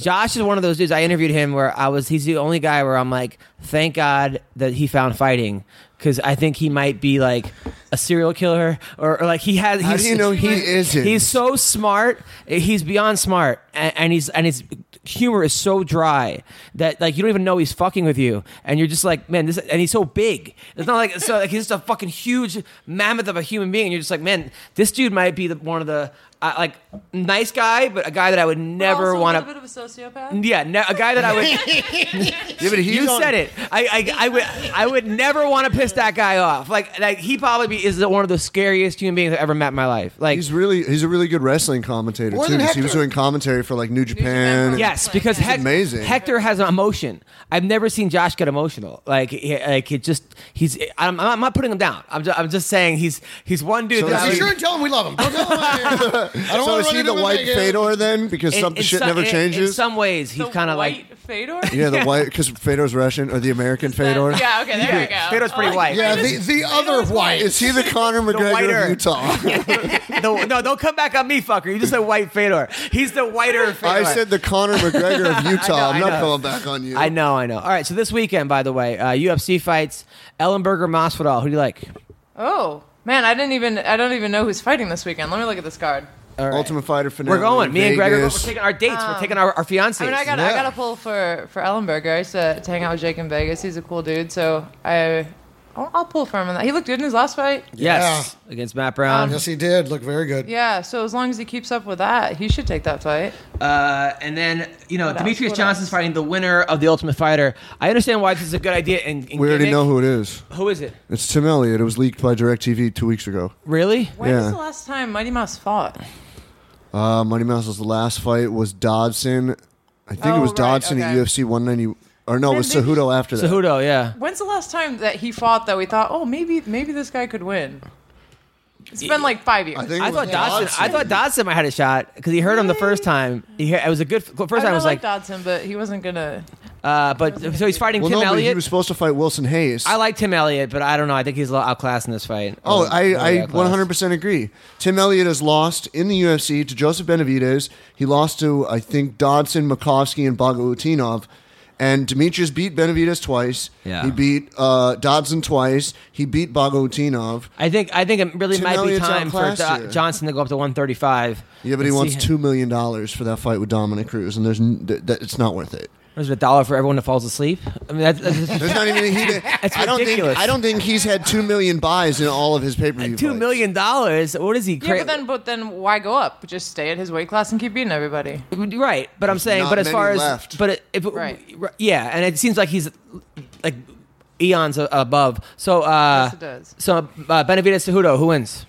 S1: Josh is one of those dudes. I interviewed him where I was. He's the only guy where I'm like, thank God that he found fighting because I think he might be like a serial killer or, or like he has.
S3: How
S1: he's-
S3: do you know he
S1: he's-
S3: isn't?
S1: He's so smart. He's beyond smart, and, and he's and his humor is so dry that like you don't even know he's fucking with you, and you're just like, man, this. And he's so big. It's not like so like he's just a fucking huge mammoth of a human being, and you're just like, man, this dude might be the, one of the. Uh, like nice guy, but a guy that I would never
S9: Also
S1: want
S9: a
S1: to.
S9: little bit of a sociopath.
S1: Yeah, no, a guy that
S3: *laughs*
S1: I would.
S3: Yeah, but he's
S1: you
S3: on-
S1: said it. I, I, I would I would never want to piss that guy off. Like like he probably be, is one of the scariest human beings I've ever met in my life. Like
S3: He's really he's a really good wrestling commentator
S2: More
S3: too.
S2: than
S3: 'cause He
S2: Hector.
S3: was doing commentary for like New Japan.
S9: Pro
S3: and-
S1: yes, because Hec-
S3: amazing.
S1: Hector has an emotion. I've never seen Josh get emotional. Like he, like it just he's. I'm, I'm not putting him down. I'm just, I'm just saying he's he's one dude.
S3: So
S1: that
S3: is
S1: I
S3: he
S1: would-
S2: Be sure and tell him we love him. Don't tell him I,
S3: *laughs*
S2: I don't
S3: So
S2: want to
S3: is
S2: run
S3: he
S2: into
S3: the
S2: him
S3: white
S2: again.
S3: Fedor then? Because
S1: in-
S3: some
S1: in
S3: shit
S1: some-
S3: never
S1: in- In
S3: changes.
S1: some ways, he's
S9: The
S1: kind of like
S9: white Fedor. *laughs*
S3: yeah, the white because Fedor's Russian or the American Fedor.
S9: Yeah. Okay. There we go. *laughs*
S1: Fedor's pretty
S9: Oh,
S1: white.
S2: Yeah, the, the other white.
S1: *laughs*
S3: Is he the Conor McGregor
S1: whiter. *laughs*
S3: of Utah?
S1: The- *laughs* no, don't come back on me, fucker. You just said white Fedor. He's the whiter. Fedor.
S3: I said
S1: *laughs*
S3: the Conor McGregor of Utah.
S1: know, I
S3: I'm not
S1: know.
S3: coming back on you.
S1: I know, I know. All right, so this weekend, by the way, uh, UFC fights Ellenberger Masvidal. Who do you like?
S9: Oh man, I didn't even. I don't even know who's fighting this weekend. Let me look at this card.
S1: All right.
S3: Ultimate Fighter finale.
S1: We're going. Me and Gregor, we're
S3: Vegas.
S1: taking our dates. we're taking our, our fiancés.
S9: Oh. I mean, I got to I got to pull for for Ellenberger. I used to, to hang out with Jake in Vegas. He's a cool dude, so I I'll, I'll pull for him. On that. He looked good in his last fight.
S1: yes, against Matt
S3: Oh,
S1: Brown.
S2: yes, he did look very good.
S9: Yeah, so as long as he keeps up with that, he should take that fight.
S1: Uh, and then, you know,
S9: else?
S1: Demetrius
S9: What
S1: Johnson's
S9: else?
S1: fighting the winner of The Ultimate Fighter. I understand why this is a good idea. And, and
S3: We already
S1: gimmick.
S3: know who it is.
S1: Who is it?
S3: It's Tim Elliott. It was leaked by DirecTV two weeks ago.
S1: Really?
S9: When was
S3: Yeah.
S9: the last time Mighty Mouse fought?
S3: Uh, Money Mouse's last fight was Dodson. I think it
S9: Oh,
S3: was
S9: right,
S3: Dodson at
S9: okay.
S3: UFC 190. Or no, it was
S9: Then they-
S3: Cejudo after that.
S1: Cejudo, yeah.
S9: When's the last time that he fought that we thought, oh, maybe maybe this guy could win? It's been like five years.
S3: I think
S1: I
S3: it was
S1: thought Dodson, I thought Dodson might have had a shot because he hurt him the first time. He, hit- it was a good first time.
S9: I
S1: I was like,
S9: like Dodson, but he wasn't gonna.
S1: uh, but so he's fighting
S3: Well,
S1: Tim
S3: no, but he
S1: Elliott.
S3: was supposed to fight Wilson Hayes.
S1: I like Tim Elliott, but I don't know. I think he's a little outclassed in this fight.
S3: Oh,
S1: Really
S3: I, I
S1: outclassed.
S3: 100% agree. Tim Elliott has lost in the UFC to Joseph Benavidez. He lost to, I think, Dodson, Makovsky, and Bogutinov. And Demetrius beat Benavidez twice.
S1: Yeah.
S3: He beat uh, Dodson twice. He beat Bogutinov.
S1: I think I think it really
S3: Tim
S1: might
S3: Elliott's
S1: be time for
S3: outclassed
S1: Do-
S3: here.
S1: Johnson to go up to 135.
S3: Yeah,
S1: and
S3: but he
S1: see
S3: wants
S1: him.
S3: $2 million for that fight with Dominic Cruz, and there's n- th- th- it's not worth it.
S1: Was it a dollar for everyone that falls asleep? I mean, that's,
S3: *laughs*
S1: that's
S3: There's not even
S1: *laughs*
S3: a heat.
S1: That's
S3: I don't
S1: ridiculous.
S3: think I don't think he's had two million buys in all of his pay per view.
S1: two million dollars. What is he?
S9: Yeah,
S1: cra-
S9: but then, but then, why go up? Just stay at his weight class and keep beating everybody.
S1: Uh. right. But I'm saying,
S3: not
S1: but as
S3: many
S1: far as,
S3: left.
S1: but it, if,
S9: Right.
S1: r- yeah, and it seems like he's like eons a- above. So, uh,
S9: Yes, it does.
S1: so uh, Benavides Cejudo, who wins?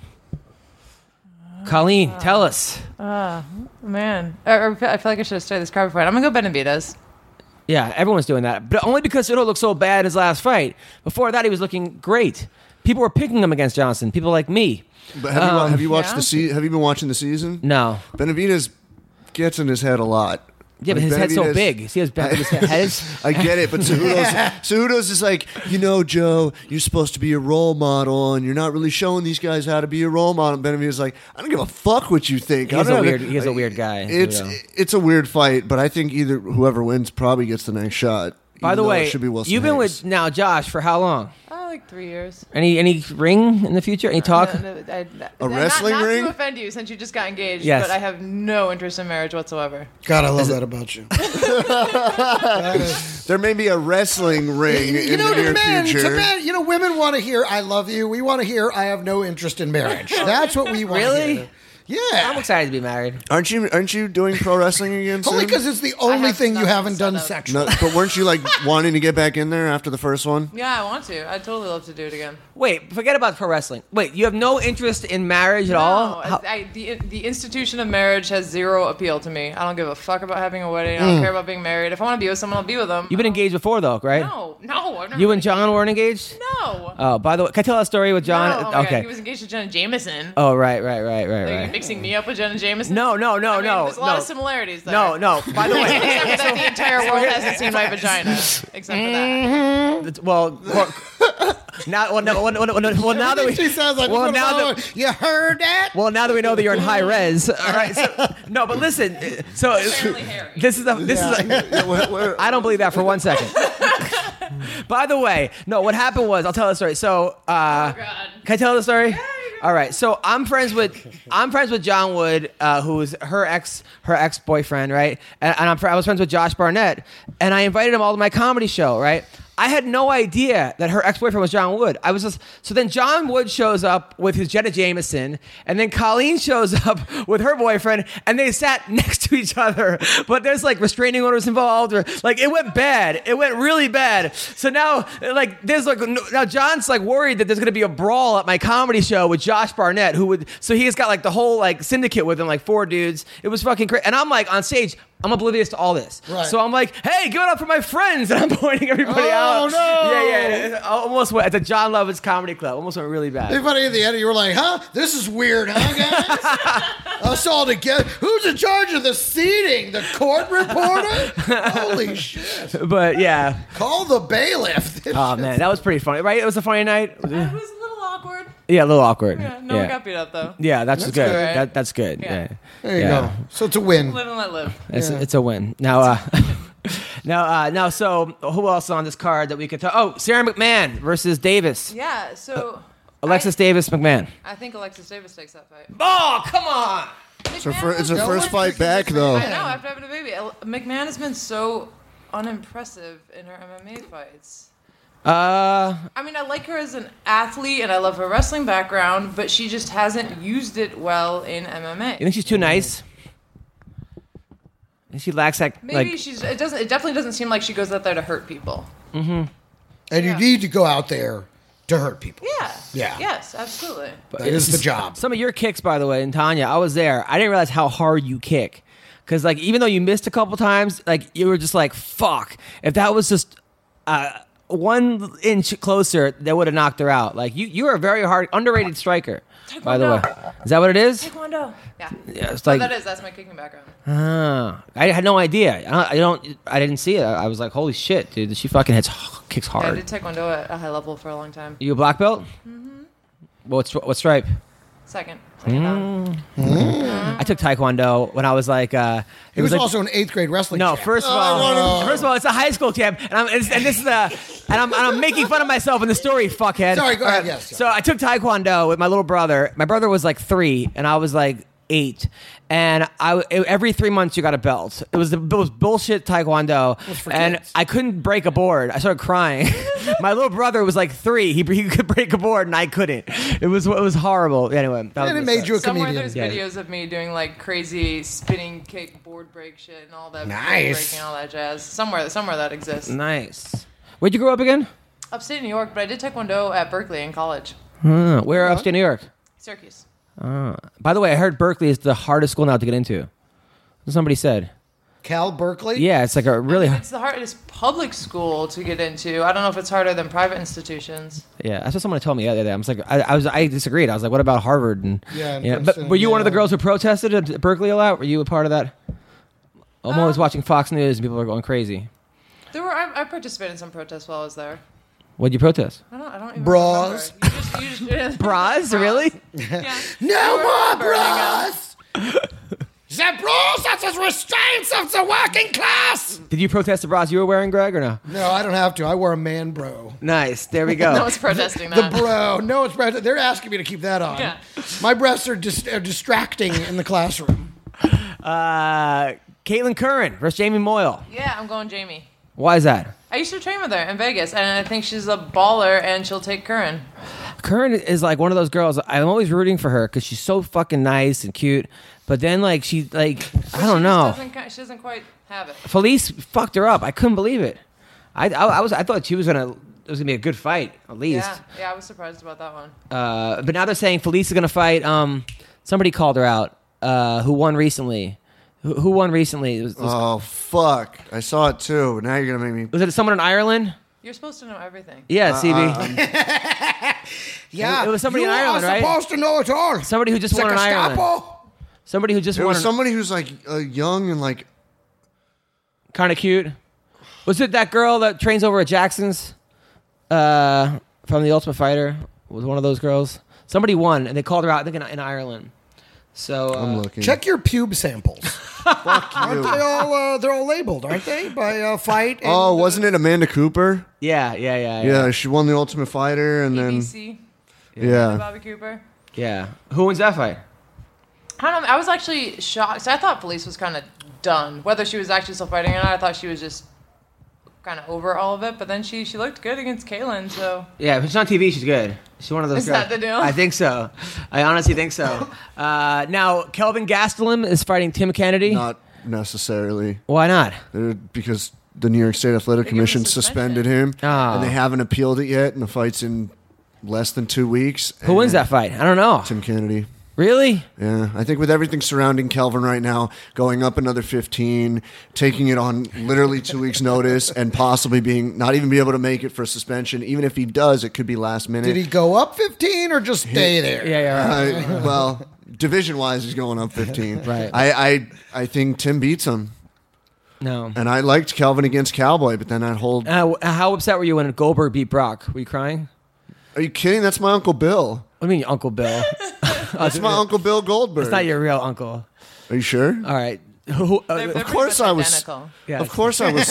S1: Colleen, tell us.
S9: Man, I, I feel I feel like I should have started this car before. I'm gonna go Benavides.
S1: Yeah, everyone's doing that, but only because Cejudo looked so bad in his last fight. Before that, he was looking great. People were picking him against Johnson. People like me.
S3: But have, you,
S1: Um,
S3: wa- have you watched
S9: yeah.
S3: the se- Have you been watching the season?
S1: No.
S3: Benavides gets in his head a lot.
S1: Yeah, but
S3: Like,
S1: his head's so
S3: Benavidez-
S1: big. See his, back- his head is.
S3: *laughs* I get it, but Cejudo's,
S1: *laughs*
S3: Cejudo's is like, you know, Joe, you're supposed to be a role model, and you're not really showing these guys how to be a role model. And Benavidez is like, I don't give a fuck what you think. I
S1: He's
S3: don't
S1: a
S3: know.
S1: weird- he's a weird guy,
S3: It's
S1: Cejudo.
S3: it's a weird fight, but I think either whoever wins probably gets the next shot.
S1: By
S3: even
S1: the
S3: though it
S1: way,
S3: should be Wilson
S1: you've been
S3: Hayes.
S1: with now Josh for how long?
S9: Oh, like three years.
S1: Any any ring in the future? Any talk?
S9: No, no, I- I- not-
S3: wrestling
S9: not,
S3: ring?
S9: to offend you, since you just got engaged.
S1: Yes.
S9: But I have no interest in marriage whatsoever.
S4: God, I love that about you.
S3: There may be
S1: *laughs*
S3: a wrestling ring in the near
S4: men,
S3: future.
S4: to men, you know, women want to hear "I love you." We want to hear "I have no interest in
S1: *laughs*
S4: marriage." That's what we want.
S1: Really?
S4: To hear. Yeah,
S1: I'm excited to be married.
S3: Aren't you aren't you doing
S1: *laughs*
S3: pro wrestling again?
S4: only
S3: soon?
S4: because it's the only
S9: have
S4: thing you
S9: nothing
S4: haven't
S9: set
S4: done
S9: up.
S4: sexually.
S3: No, but weren't you like wanting to get back in there after the first one?
S9: Yeah, I want to. I'd totally love to do it again.
S1: Wait, forget about pro wrestling. Wait, you have no interest in marriage at all?
S9: No,
S1: How-
S9: I, I- the, the institution of marriage has zero appeal to me. I don't give a fuck about having a wedding. I don't care about being married. If I want to be with someone, I'll be with them.
S1: Mm. You've been engaged before, though, right?
S9: No, no. I've never
S1: You
S9: been
S1: and John weren't engaged.
S9: engaged. No.
S1: Oh, by the way, can I tell that story with John?
S9: No, oh my God,
S1: okay.
S9: He was engaged to Jenna Jameson.
S1: oh, right, right, right, right,
S9: Are you
S1: right.
S9: mixing me up with Jenna Jameson?
S1: No, no, no,
S9: I mean,
S1: no,
S9: There's a lot
S1: no.
S9: of similarities there.
S4: *laughs*
S1: No, no. By the way,
S9: Except for that the entire world hasn't seen my vagina. Except for that.
S1: Mm-hmm. it's- well, well, now, well, no, well, no, well, no, well, now that
S4: *laughs*
S1: we,
S4: she sounds like well,
S1: well, now that-
S4: you heard that.
S1: Well, now that we know that you're in high res, all right. So, no, but listen. So
S9: Apparently hairy.
S1: this is a this is. A, I don't believe that for one second. By the way, no. What happened was I'll tell the story. So, uh, can I tell the story? All right. So I'm friends with I'm friends with John Wood, uh, who's her ex her ex boyfriend, right? And, and I'm fr- I was friends with Josh Barnett, and I invited him all to my comedy show, right? I had no idea that her ex boyfriend was John Wood. I was just so then John Wood shows up with his Jenna Jameson, and then Colleen shows *laughs* up with her boyfriend, and they sat *laughs* next to each other. But there's like restraining orders involved, or like it went bad. It went really bad. So now, like, there's like no- now John's like worried that there's gonna be a brawl at my comedy show with Josh Barnett, who would so he's got like the whole like syndicate with him, like four dudes. It was fucking crazy, and I'm like on stage. I'm oblivious to all this.
S4: Right.
S1: So I'm like, hey, give it up for my friends. *laughs* And I'm pointing everybody
S4: Oh,
S1: out.
S4: no.
S1: Yeah, yeah. It almost went at the John Lovitz Comedy Club. Almost went really bad.
S4: Everybody at the end, you were like, "Huh? This is weird, huh,
S1: *laughs*
S4: guys? Us all together. Who's in charge of the seating? The court
S1: *laughs*
S4: reporter? Holy shit!
S1: But yeah.
S4: Call the bailiff. *laughs*
S1: Oh man, that was pretty funny, right? It was a funny night.
S9: It was a little awkward.
S1: Yeah, a little awkward.
S9: Yeah, no one got beat up though.
S1: Yeah, that's, good.
S9: good.
S1: That, that's good. Yeah.
S9: Yeah.
S4: There you
S1: Yeah.
S4: go. So it's a win.
S9: Live and let live.
S1: It's, it's a win. Now, uh, *laughs* now, uh, now. So, who else on this card that we could talk? Oh, Sarah McMahon versus Davis.
S9: Yeah. So.
S1: Uh, Alexis Davis McMahon.
S9: I think Alexis Davis takes that fight.
S1: Oh, come on!
S3: It's her, fir- it's her first fight back,
S9: I
S3: though.
S9: know, after having a baby. El- McMahon has been so unimpressive in her MMA fights.
S1: Uh,
S9: I mean, I like her as an athlete and I love her wrestling background, but she just hasn't used it well in MMA.
S1: you think she's too nice? And she lacks that.
S9: Maybe
S1: like,
S9: she's it doesn't it definitely doesn't seem like she goes out there to hurt people.
S4: and you
S9: Yeah.
S4: need to go out there to hurt people.
S9: Yeah.
S4: Yeah.
S9: Yes, absolutely.
S4: That is the job.
S1: Some of your kicks, by the way, and Tanya, I was there. I didn't realize how hard you kick. Cause like even though you missed a couple times, like you were just like, fuck. If that was just uh, one inch closer, that would have knocked her out. Like you, you are a very hard, underrated striker. By the way, is that what it is?
S9: Taekwondo. Yeah.
S1: Yeah, it's
S9: So
S1: like
S9: that is that's my kicking background.
S1: ah. I had no idea. I don't, I don't. I didn't see it. I was like, holy shit, dude. She fucking hits *sighs* kicks
S9: Yeah, I
S1: hard.
S9: did taekwondo at a high level for a long time.
S1: you a black belt? Mm-hmm. What's what stripe?
S9: Second.
S1: Mm.
S9: second round.
S1: I took taekwondo when I was like. Uh, it
S4: He was,
S1: like,
S4: also an eighth grade wrestling.
S1: Oh, No,
S4: champ.
S1: first of all, first of all, it's a high school camp, and I'm it's, and this is a and I'm and I'm making fun of myself in the story, fuckhead.
S4: Sorry, go ahead,
S1: Uh,
S4: yes, yes.
S1: So I took taekwondo with my little brother. My brother was like three, and I was like eight, and I every three months you got a belt. It was the it was bullshit taekwondo, and I couldn't break a board. I started crying. *laughs* My little brother was like three. He, he could break a board, and I couldn't. It was it was horrible. Anyway, that was
S4: And it
S1: my
S4: made
S1: story.
S4: you a
S9: Somewhere
S4: comedian.
S9: there's
S1: Yeah.
S9: videos of me doing like crazy spinning kick board break shit and all that board
S4: Nice.
S9: breaking all that jazz. Somewhere somewhere that exists.
S1: nice. Where'd you grow up again?
S9: Upstate New York, but I did taekwondo at Berkeley in college.
S1: Uh, Where upstate New York?
S9: Syracuse.
S1: By the way, I heard Berkeley is the hardest school now to get into. Somebody said.
S6: Cal Berkeley.
S1: Yeah, it's like a *laughs* really hard.
S9: It's the hardest public school to get into. I don't know if it's harder than private institutions.
S1: Yeah, that's what someone told me the other day. I was like, I, I was, I disagreed. I was like, what about Harvard? And
S4: Yeah, and
S1: you know, but
S4: Princeton,
S1: were you one of the
S4: yeah.
S1: girls who protested at Berkeley a lot? Were you a part of that? I'm always watching Fox News and people are going crazy.
S9: There were I, I participated in some protests while I was there.
S1: What'd you protest?
S9: I don't I don't even
S4: Bras.
S9: remember. You just, you
S1: *laughs*
S9: just,
S1: Bras, really?
S9: Yeah.
S6: No more
S9: Burning up.
S6: bras.
S4: *laughs*
S6: The bras are the restraints of the working class.
S1: Did you protest the bras you were wearing, Greg, or no?
S4: No, I don't have to. I wear a man bro.
S1: Nice. There we *laughs* go.
S9: No one's
S4: *laughs*
S9: protesting
S4: The
S9: that.
S4: bro. No, it's breast. They're asking me to keep that on.
S9: Yeah.
S4: My breasts are, dis- are distracting in the classroom.
S1: uh, Caitlin Curran versus Jamie Moyle.
S9: yeah, I'm going Jamie.
S1: Why is that?
S9: I used to train with her in Vegas, and I think she's a baller, and she'll take Curran.
S1: Curran is like one of those girls. I'm always rooting for her because she's so fucking nice and cute. But then, like, she like I don't
S9: She
S1: know.
S9: just doesn't ki- she doesn't quite have it.
S1: Felice fucked her up. I couldn't believe it. I, I, I was I thought she was gonna it was gonna be a good fight at least.
S9: Yeah, yeah, I was surprised about that one.
S1: Uh, but now they're saying Felice is gonna fight. Um, somebody called her out. Uh, who won recently? Who, who won recently? It was, was,
S3: Oh fuck! I saw it too. But now you're gonna make me.
S1: was it someone in Ireland?
S9: You're supposed to know everything.
S1: Yeah, CB.
S6: Yeah,
S1: It was somebody
S6: you
S1: in Ireland,
S6: are
S1: right?
S6: supposed to know it all.
S1: somebody who just
S6: The
S1: won in Ireland.
S6: Gestapo.
S1: Somebody who just
S3: It
S1: won.
S3: was somebody who's like uh, young and like
S1: kind of cute. Was it that girl that trains over at Jackson's uh, from The Ultimate Fighter? Was one of those girls? Somebody won, and they called her out. I think in, in Ireland. So uh,
S3: I'm looking.
S4: Check your pube samples.
S3: you.
S4: They all, uh, they're all labeled, aren't they? By uh, fight. And,
S3: Oh, wasn't it Amanda Cooper?
S1: Yeah, yeah, yeah, yeah.
S3: Yeah, she won the Ultimate Fighter, and then
S9: BBC,
S3: yeah,
S9: Bobby Cooper.
S1: Yeah. Who wins that fight?
S9: I don't know. I was actually shocked. So I thought Felice was kind of done. Whether she was actually still fighting or not, I thought she was just kind of over all of it. But then she she looked good against Kaylin. So
S1: Yeah, if it's on TV, she's good. She's one of those.
S9: Is
S1: girls.
S9: that the deal?
S1: I think so. I honestly think
S9: *laughs*
S1: so. Uh, now, Kelvin Gastelum is fighting Tim Kennedy.
S3: not necessarily
S1: Why not?
S3: They're- because the New York State Athletic
S9: gave him
S3: Commission
S9: suspension.
S3: suspended him,
S1: Ah.
S3: and they haven't appealed it yet, and the fight's in less than two weeks.
S1: Who wins that fight? I don't know.
S3: Tim Kennedy.
S1: Really?
S3: Yeah, I think with everything surrounding Kelvin right now, going up another 15, taking it on literally two weeks' notice, and possibly being not even be able to make it for suspension. Even if he does, it could be last minute.
S4: did he go up 15 or just stay there?
S1: Yeah, yeah. Right.
S3: I- Uh, well, division wise, he's going up
S1: *laughs*
S3: 15.
S1: Right.
S3: I, I, I think Tim beats him.
S1: No.
S3: And I liked Calvin against Cowboy, but then that whole.
S1: Uh, how upset were you when Goldberg beat Brock? Were you crying?
S3: Are you kidding? That's my Uncle Bill.
S1: What do you mean, Uncle Bill? *laughs*
S3: That's my Uncle Bill Goldberg.
S1: It's not your real uncle.
S3: Are you sure?
S1: All right. Who, uh,
S9: they're, they're
S3: Of course
S9: pretty
S3: I
S9: much
S3: was-
S9: identical.
S1: yeah.
S3: Of course I was.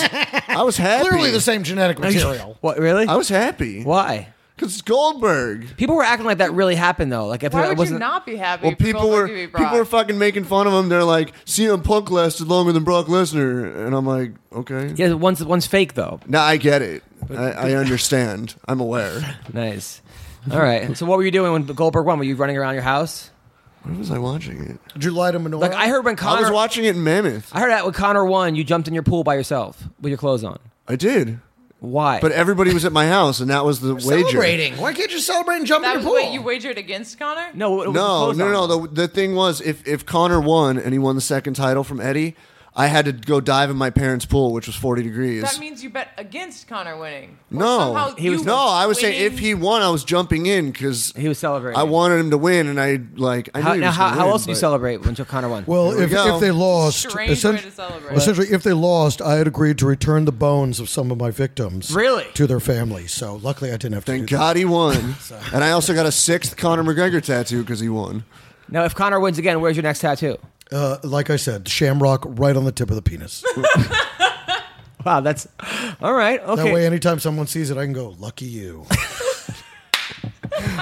S1: *laughs*
S3: I was happy.
S4: Clearly the same genetic *laughs* material.
S1: What, really?
S3: I was happy.
S1: Why?
S3: Because it's Goldberg.
S1: People were acting like that really happened, though. Like, if
S9: Why
S1: it
S9: would
S1: wasn't.
S9: you not be happy?
S3: Well,
S9: for
S3: people
S9: Goldberg
S3: were
S9: to be
S3: people were
S9: brought?
S3: fucking making fun of him. They're like, CM Punk lasted longer than Brock Lesnar, and I'm like, okay.
S1: Yeah, one's, one's fake, though.
S3: Now I get it. I, I understand. I'm aware.
S1: Nice. All right. So, what were you doing when Goldberg won? Were you running around your house?
S3: When was I watching it?
S4: Did you light a menorah?
S1: Like I heard when Connor,
S3: I
S1: I,
S3: was watching it in Mammoth.
S1: heard that when Connor won, you jumped in your pool by yourself with your clothes on.
S3: I did,
S1: Why?
S3: but everybody was at my house, and that was the wager.
S4: Celebrating. Why can't you celebrate and jump
S9: That
S4: in
S9: was
S4: your
S9: wait,
S4: pool?
S9: you wagered against Connor?
S1: no, it was
S3: No,
S1: with your
S3: no,
S1: clothes
S3: no.
S1: on.
S3: The, the thing was, if if Connor won and he won the second title from Eddie, I had to go dive in my parents' pool, which was 40 degrees.
S9: That means you bet against Connor winning. Or
S3: no,
S9: somehow
S3: he was
S9: you
S3: no. I was saying
S9: winning-
S3: if he won, I was jumping in because
S1: He was celebrating.
S3: I wanted him to win, and I like. I
S1: How,
S3: knew he
S1: now,
S3: was
S1: how,
S3: gonna
S1: how
S3: win,
S1: else do you
S3: but-
S1: celebrate when Connor won?
S4: Well,
S3: Here we
S4: if,
S3: go.
S4: if they lost,
S9: Strange
S4: essen-
S9: way to celebrate.
S4: essentially, if they lost, I had agreed to return the bones of some of my victims,
S1: Really?
S4: to their families. So luckily, I didn't have to.
S3: Thank
S4: do that.
S3: God he
S9: *laughs*
S3: won. and I also got a sixth Conor McGregor tattoo because he won.
S1: now, if Connor wins again, where's your next tattoo?
S4: Uh, like I said, shamrock right on the tip of the *laughs* penis.
S1: Wow, that's all right.
S4: That way, *laughs*
S1: Okay,
S4: anytime someone sees it, I can go, "Lucky you."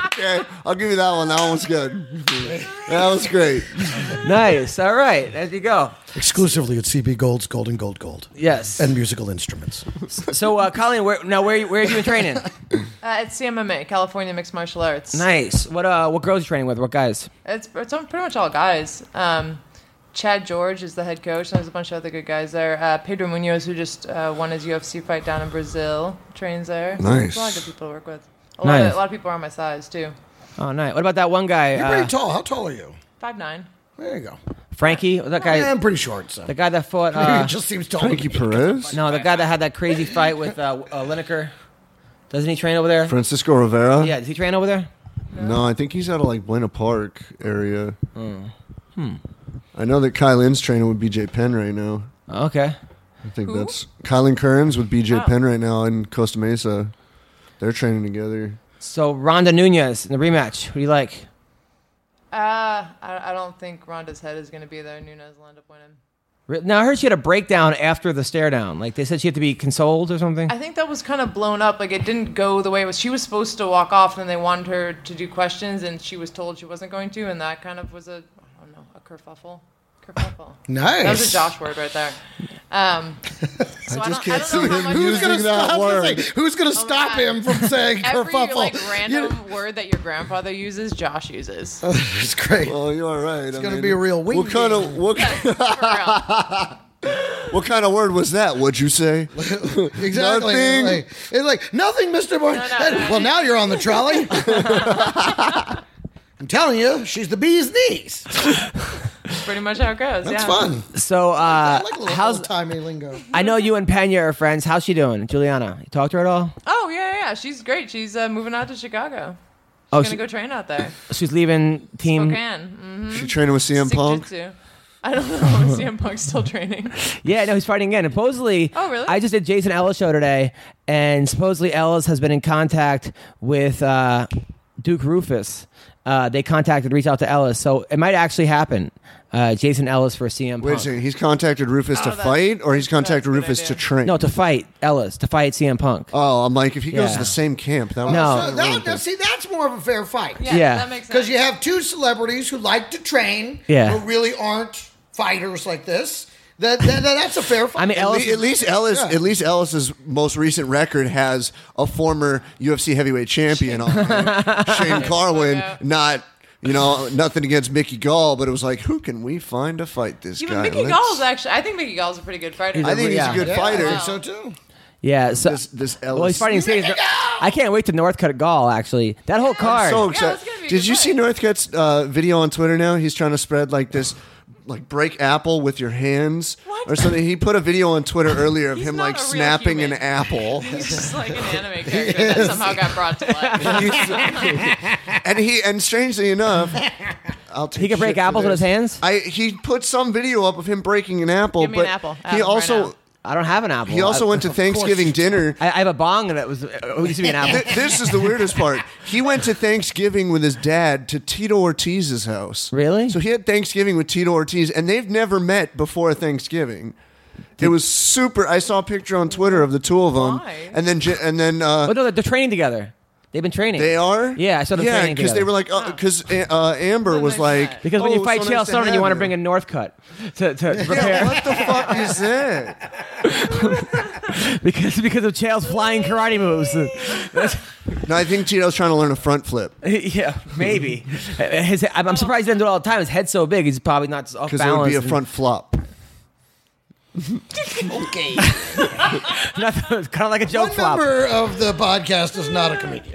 S3: okay, I'll give you that one. That one was good. That was great.
S1: nice. All right, there you go.
S4: Exclusively at CB Gold's Golden Gold Gold.
S1: Yes.
S4: And musical instruments.
S1: So, uh, Colleen, where, now where where have you
S4: *laughs*
S1: been training?
S9: Uh, at CMMA, California Mixed Martial Arts.
S1: nice. What uh, what girls you training with? What guys?
S9: It's, it's all- pretty much all guys. Um, Chad George is the head coach, and there's a bunch of other good guys there. Uh, Pedro Munoz, who just uh, won his UFC fight down in Brazil, trains there. There's a lot of good people to work with. A lot,
S1: Nice.
S9: of, a lot of people are my size, too.
S1: Oh, nice. What about that one guy,
S4: You're
S1: uh,
S4: pretty tall. How tall are you?
S9: Five nine.
S4: There you go.
S1: Frankie? That guy,
S4: I'm pretty short, so.
S1: the guy that fought. Uh,
S4: it just seems tall.
S3: Frankie Perez,
S1: no, the guy that had that crazy fight with uh, uh, Lineker. Doesn't he train over there?
S3: Francisco Rivera.
S1: Yeah, does he train over there?
S3: No, I think he's out of like Buena Park area. Hmm. I know that Kylan's training with BJ Penn right now.
S1: Okay.
S3: I think that's Kylan Kearns with BJ
S9: Oh.
S3: Penn right now in Costa Mesa. They're training together.
S1: So Ronda Nunez in the rematch. Who do you like?
S9: Uh, I, I don't think Ronda's head is going to be there. Nunes will end up winning.
S1: Re- Now I heard she had a breakdown after the stare down. Like they said, she had to be consoled or something.
S9: I think that was kind of blown up. Like it didn't go the way it was. She was supposed to walk off, and they wanted her to do questions, and she was told she wasn't going to, and that kind of was a I don't know a kerfuffle. Kerfuffle.
S4: Nice.
S9: That was a Josh word right there. Um, so I,
S3: just can't
S9: just can't I
S3: see
S9: don't know
S3: him
S9: how much-
S3: losing
S4: Who's gonna
S3: that
S4: stop- I was gonna
S3: word.
S4: say, Who's going to
S9: my
S4: stop
S9: Oh, God.
S4: him from saying
S9: *laughs* Every
S4: kerfuffle?
S9: like
S2: *laughs*
S9: random word that your grandfather uses, Josh uses.
S2: Uh,
S9: *laughs* For
S4: It's great.
S2: *laughs*
S3: Oh, you are right. It's
S4: gonna be a real wing
S3: What kind of
S4: game.
S3: what,
S9: real.
S3: what kind of word was that? What'd you say?
S4: Exactly.
S3: Nothing.
S4: Like, it's like nothing, Mister Boy.
S9: no, no.
S4: Well, now you're on the trolley.
S9: *laughs*
S4: I'm telling you, she's the bee's knees.
S9: That's pretty much how it goes.
S4: That's
S9: yeah.
S4: fun.
S1: so
S4: I
S1: uh,
S4: like a little
S1: how's
S4: old timey lingo.
S1: I know you and Pena are friends. How's she doing, Juliana? You talked to her at all?
S9: Oh yeah, yeah, yeah. She's great. She's uh, moving out to Chicago. She's
S1: Oh,
S9: gonna
S1: she-
S9: go train out there.
S1: She's leaving team.
S9: Spokane. Mm-hmm.
S3: She training with CM Punk.
S9: I don't *laughs* know. CM Punk's still training.
S1: Yeah, no, he's fighting again. And supposedly,
S9: Oh, really?
S1: I just did Jason Ellis show today, and supposedly Ellis has been in contact with uh, Duke Rufus. Uh, they contacted, reached out to Ellis, so it might actually happen. Uh, Jason Ellis for CM
S3: Wait a
S1: Punk.
S3: second. He's contacted Rufus to
S9: Oh, that's-
S3: fight, or he's
S9: that's a
S3: contacted
S9: good
S3: Rufus to
S9: idea.
S3: train.
S1: No, to fight Ellis, to fight CM Punk.
S3: oh, I'm like, if he goes
S1: Yeah.
S3: to the same camp, that would
S4: Oh,
S1: No.
S3: that
S2: So
S3: would
S2: that,
S3: really
S2: that- see, that's more of a fair fight.
S9: Yeah,
S1: Yeah.
S9: that makes sense.
S2: Because you have two celebrities who like to train,
S1: Yeah.
S2: who really aren't fighters like this. That, that, that's a fair fight.
S1: I mean,
S3: At
S1: Ellis.
S3: le- at least Ellis, at least Ellis's most recent record has a former UFC heavyweight champion on
S1: *laughs*
S3: it, Shane Carwin.
S9: out.
S3: Not you know nothing against Mickey Gall, but it was like, who can we find to fight this
S9: Even
S3: guy?
S9: Mickey
S3: Let's-
S9: Gall's actually. I think Mickey Gall's a pretty good fighter.
S3: I think he's
S1: Yeah.
S3: a good
S4: Yeah,
S3: fighter.
S4: I think so too.
S1: yeah, so
S3: This this Ellis.
S1: well, he's fighting. I can't wait to Northcutt Gall. Actually, that whole card.
S3: So
S9: Yeah,
S3: excited!
S9: that's gonna be a
S3: Did
S9: good
S3: you see
S9: fight.
S3: Northcutt's uh, video on Twitter now? He's trying to spread like this, like break apple with your hands
S9: What?
S3: or something. He put a video on Twitter earlier of
S9: He's
S3: him
S9: not
S3: like
S9: a real
S3: snapping an
S9: human. *laughs*
S3: apple.
S9: *laughs* He's just like an anime character that somehow got brought to life.
S3: and he and strangely
S9: *laughs*
S3: enough, I'll take
S1: He can break
S3: shit for
S1: apples with his
S3: this.
S1: hands?
S3: I he put some video up of him breaking an apple,
S9: Give me
S3: but
S9: an apple.
S3: he
S9: Apple right
S3: also
S9: now.
S1: I don't have an apple.
S3: he also
S1: I, *laughs*
S3: went to Thanksgiving dinner.
S1: I, I have a bong, and it was it used to be an apple.
S3: *laughs* Th- this is the weirdest part. He went to Thanksgiving with his dad to Tito Ortiz's house.
S1: Really?
S3: So he had Thanksgiving with Tito Ortiz, and they've never met before Thanksgiving. It was super. I saw a picture on Twitter of the two of them,
S9: Why?
S3: and then J- and then uh,
S1: But no, they're, they're training together. They've been training.
S3: They are?
S1: Yeah, I saw them
S3: Yeah,
S1: training
S3: because they
S1: together.
S3: were like, because uh, Amber
S9: When
S3: was
S9: they
S3: like,
S9: met.
S1: Because when
S3: "Oh,
S1: you fight
S3: so
S1: Chael
S3: nice to
S1: Sonnen, you
S3: have
S1: want to
S3: you."
S1: bring in Northcutt to, to
S3: *laughs* Yeah,
S1: prepare
S3: what
S2: *laughs*
S3: the fuck is
S1: *laughs*
S3: that?
S1: because because of Chael's flying karate moves.
S3: *laughs*
S1: *laughs*
S3: No, I think Tito's trying to learn a front flip
S1: yeah, maybe. His, I'm I'm surprised he doesn't do it all the time. His head's so big, he's probably not just off
S3: because
S1: balance.
S3: it would be a front flop.
S1: *laughs* Nothing- it's kind of like a joke
S4: One
S1: flop.
S4: member of the podcast is not a
S3: *laughs*
S4: comedian.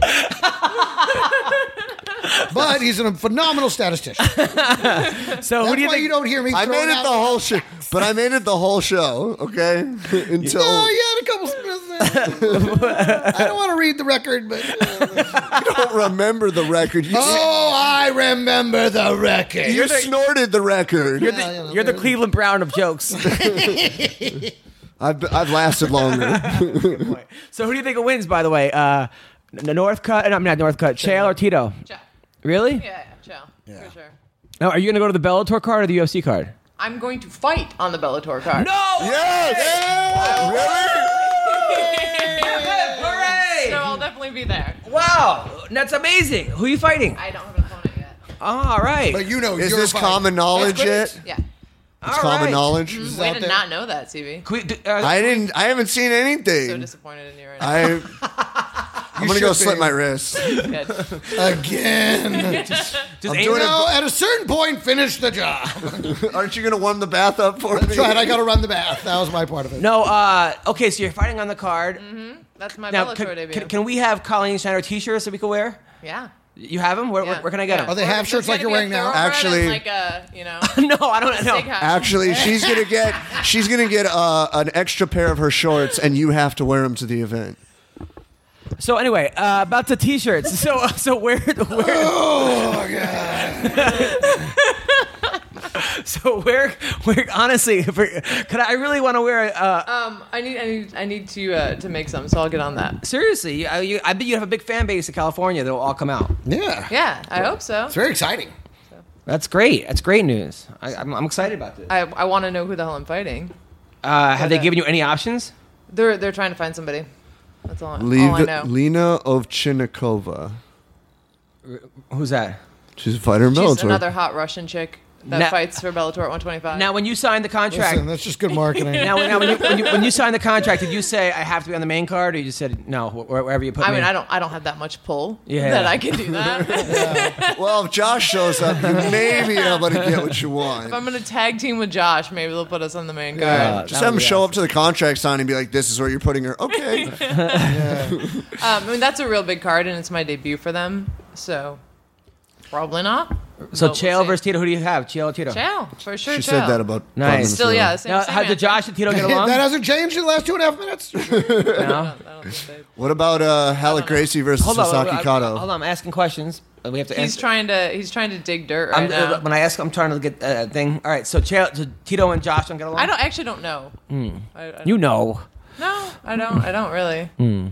S4: But he's a phenomenal statistician.
S1: So who
S4: That's
S1: do you
S4: why
S1: think?
S4: you don't hear me.
S3: I
S4: throwing
S3: made it
S4: out-
S3: the whole show, but I made it the whole show. Okay, until
S4: Oh, you had a couple.
S3: *laughs*
S4: I don't want to read the record, but
S3: you don't remember the record. You,
S4: oh, I remember the record.
S3: you snorted the record.
S1: you're the, you're the Cleveland Brown of
S3: *laughs*
S1: jokes.
S3: I've, I've lasted longer. *laughs*
S1: so who do you think wins? By the way, uh, N- Northcutt. No, I'm not Northcutt. Chael or Tito?
S9: Ciao.
S1: Really?
S9: Yeah, yeah, ciao. For sure.
S1: Now, are you going to go to the Bellator card or the UFC card?
S9: I'm going to fight on the Bellator card.
S3: yes.
S9: So I'll definitely definitely be there.
S1: Wow, that's amazing. Who are you fighting?
S9: I don't have an opponent yet.
S1: All right.
S2: But you know,
S3: Is
S2: you're
S3: this
S2: fine.
S3: common knowledge yet?
S9: Yeah.
S1: All
S3: It's common
S1: right.
S3: knowledge.
S9: Mm,
S2: out
S9: Way to
S2: there.
S9: not know that, TV.
S1: Can we do- uh,
S3: I didn't. I haven't seen anything.
S9: So disappointed in you right now.
S3: *laughs* I. I'm gonna
S2: should
S3: go
S2: be.
S3: slit my wrist.
S9: Good.
S3: *laughs*
S2: again.
S1: just
S3: doing
S1: aim-
S3: it-
S4: Oh,
S2: no, at a certain point, finish the job.
S3: *laughs* Aren't you gonna warm the bath up for me?
S2: That's right. I got to run the bath. That was my part of it.
S1: No, uh, okay, so you're fighting on the card.
S9: Mm-hmm. That's my
S1: Now,
S9: Bellator
S1: can,
S9: debut.
S1: can, can we have Colleen Schneider t-shirts that we can wear?
S9: yeah.
S1: You have them? Where,
S9: yeah.
S1: where, where can I get
S9: Yeah.
S1: them?
S2: Are they
S9: Or
S2: half
S9: there's
S2: shirts like
S9: gonna
S2: you're
S9: be a
S2: wearing now?
S9: thoroughbred and
S3: Actually-
S9: like a you know.
S1: *laughs* no, I don't know.
S9: steakhouse.
S3: Actually, she's gonna get she's gonna get uh, an extra pair of her shorts, and you have to wear them to the event.
S1: So anyway, uh, about the t-shirts. So uh, so where
S9: *laughs*
S1: where
S2: Oh god.
S1: *laughs* so where where honestly, if we- could I I really want to wear a uh,
S9: Um, I need, I need, I need to uh, to make some, so I'll get on that.
S1: seriously, you, I- you, I bet you have a big fan base in California that will all come out.
S2: Yeah.
S9: Yeah, I hope so.
S2: It's very exciting.
S1: That's great. That's great news. I, I'm, I'm excited about this.
S9: I, I want to know who the hell I'm fighting.
S1: Uh, have they
S9: uh,
S1: given you any options?
S9: They're they're trying to find somebody. That's all, all Oh, I
S3: Lena,
S9: know.
S3: Lena Ovchinikova.
S1: Who's that?
S3: She's a fighter in
S9: She's
S3: military.
S9: another *laughs* hot Russian chick that
S1: Now-
S9: fights for Bellator at 125.
S1: Now, when you signed the contract,
S4: Listen, that's just good marketing.
S1: now, now when, you, when, you, when you signed the contract, did you say I have to be on the main card, or you just said no, wh- wherever you put
S9: I
S1: me?
S9: mean, I don't, I don't have that much pull
S1: Yeah.
S9: that I can do that.
S1: *laughs*
S3: Well, if Josh shows up, you may be able to get what you want.
S9: If I'm gonna tag team with Josh, maybe they'll put us on the main card.
S1: Uh,
S3: Just
S1: that
S3: have
S1: would
S3: him
S1: be
S3: show
S1: awesome.
S3: up to the contract signing and be like, "This is where you're putting her." Okay.
S9: Um, I mean, that's a real big card, and it's my debut for them, so probably not.
S1: So
S9: But we'll
S1: Chael
S9: see.
S1: versus Tito, who do you have? Chael or Tito?
S9: Chael for sure.
S3: she
S9: Chael.
S3: said that about five
S1: Nice.
S3: minutes
S9: Still,
S3: ago.
S9: yeah, same,
S1: Now,
S9: same
S1: how
S9: answer.
S1: did Josh and Tito
S3: *laughs*
S1: get along?
S2: That hasn't changed in the last two and a half minutes. *laughs*
S1: No?
S9: I don't think they-
S3: What about uh, Halleck Gracie versus
S1: Hold on,
S3: Sasaki
S1: I- I-
S3: Kato?
S1: hold on. I'm asking questions. Uh, We have to.
S9: He's
S1: answer.
S9: trying to he's trying to dig dirt right
S1: I'm,
S9: now.
S1: uh, when I ask, I'm trying to get a thing. All right, so Chael, so Tito and Josh don't get along.
S9: I don't I actually don't know. I, I,
S1: Hmm. You Mm. know,
S9: no, I don't. I don't really.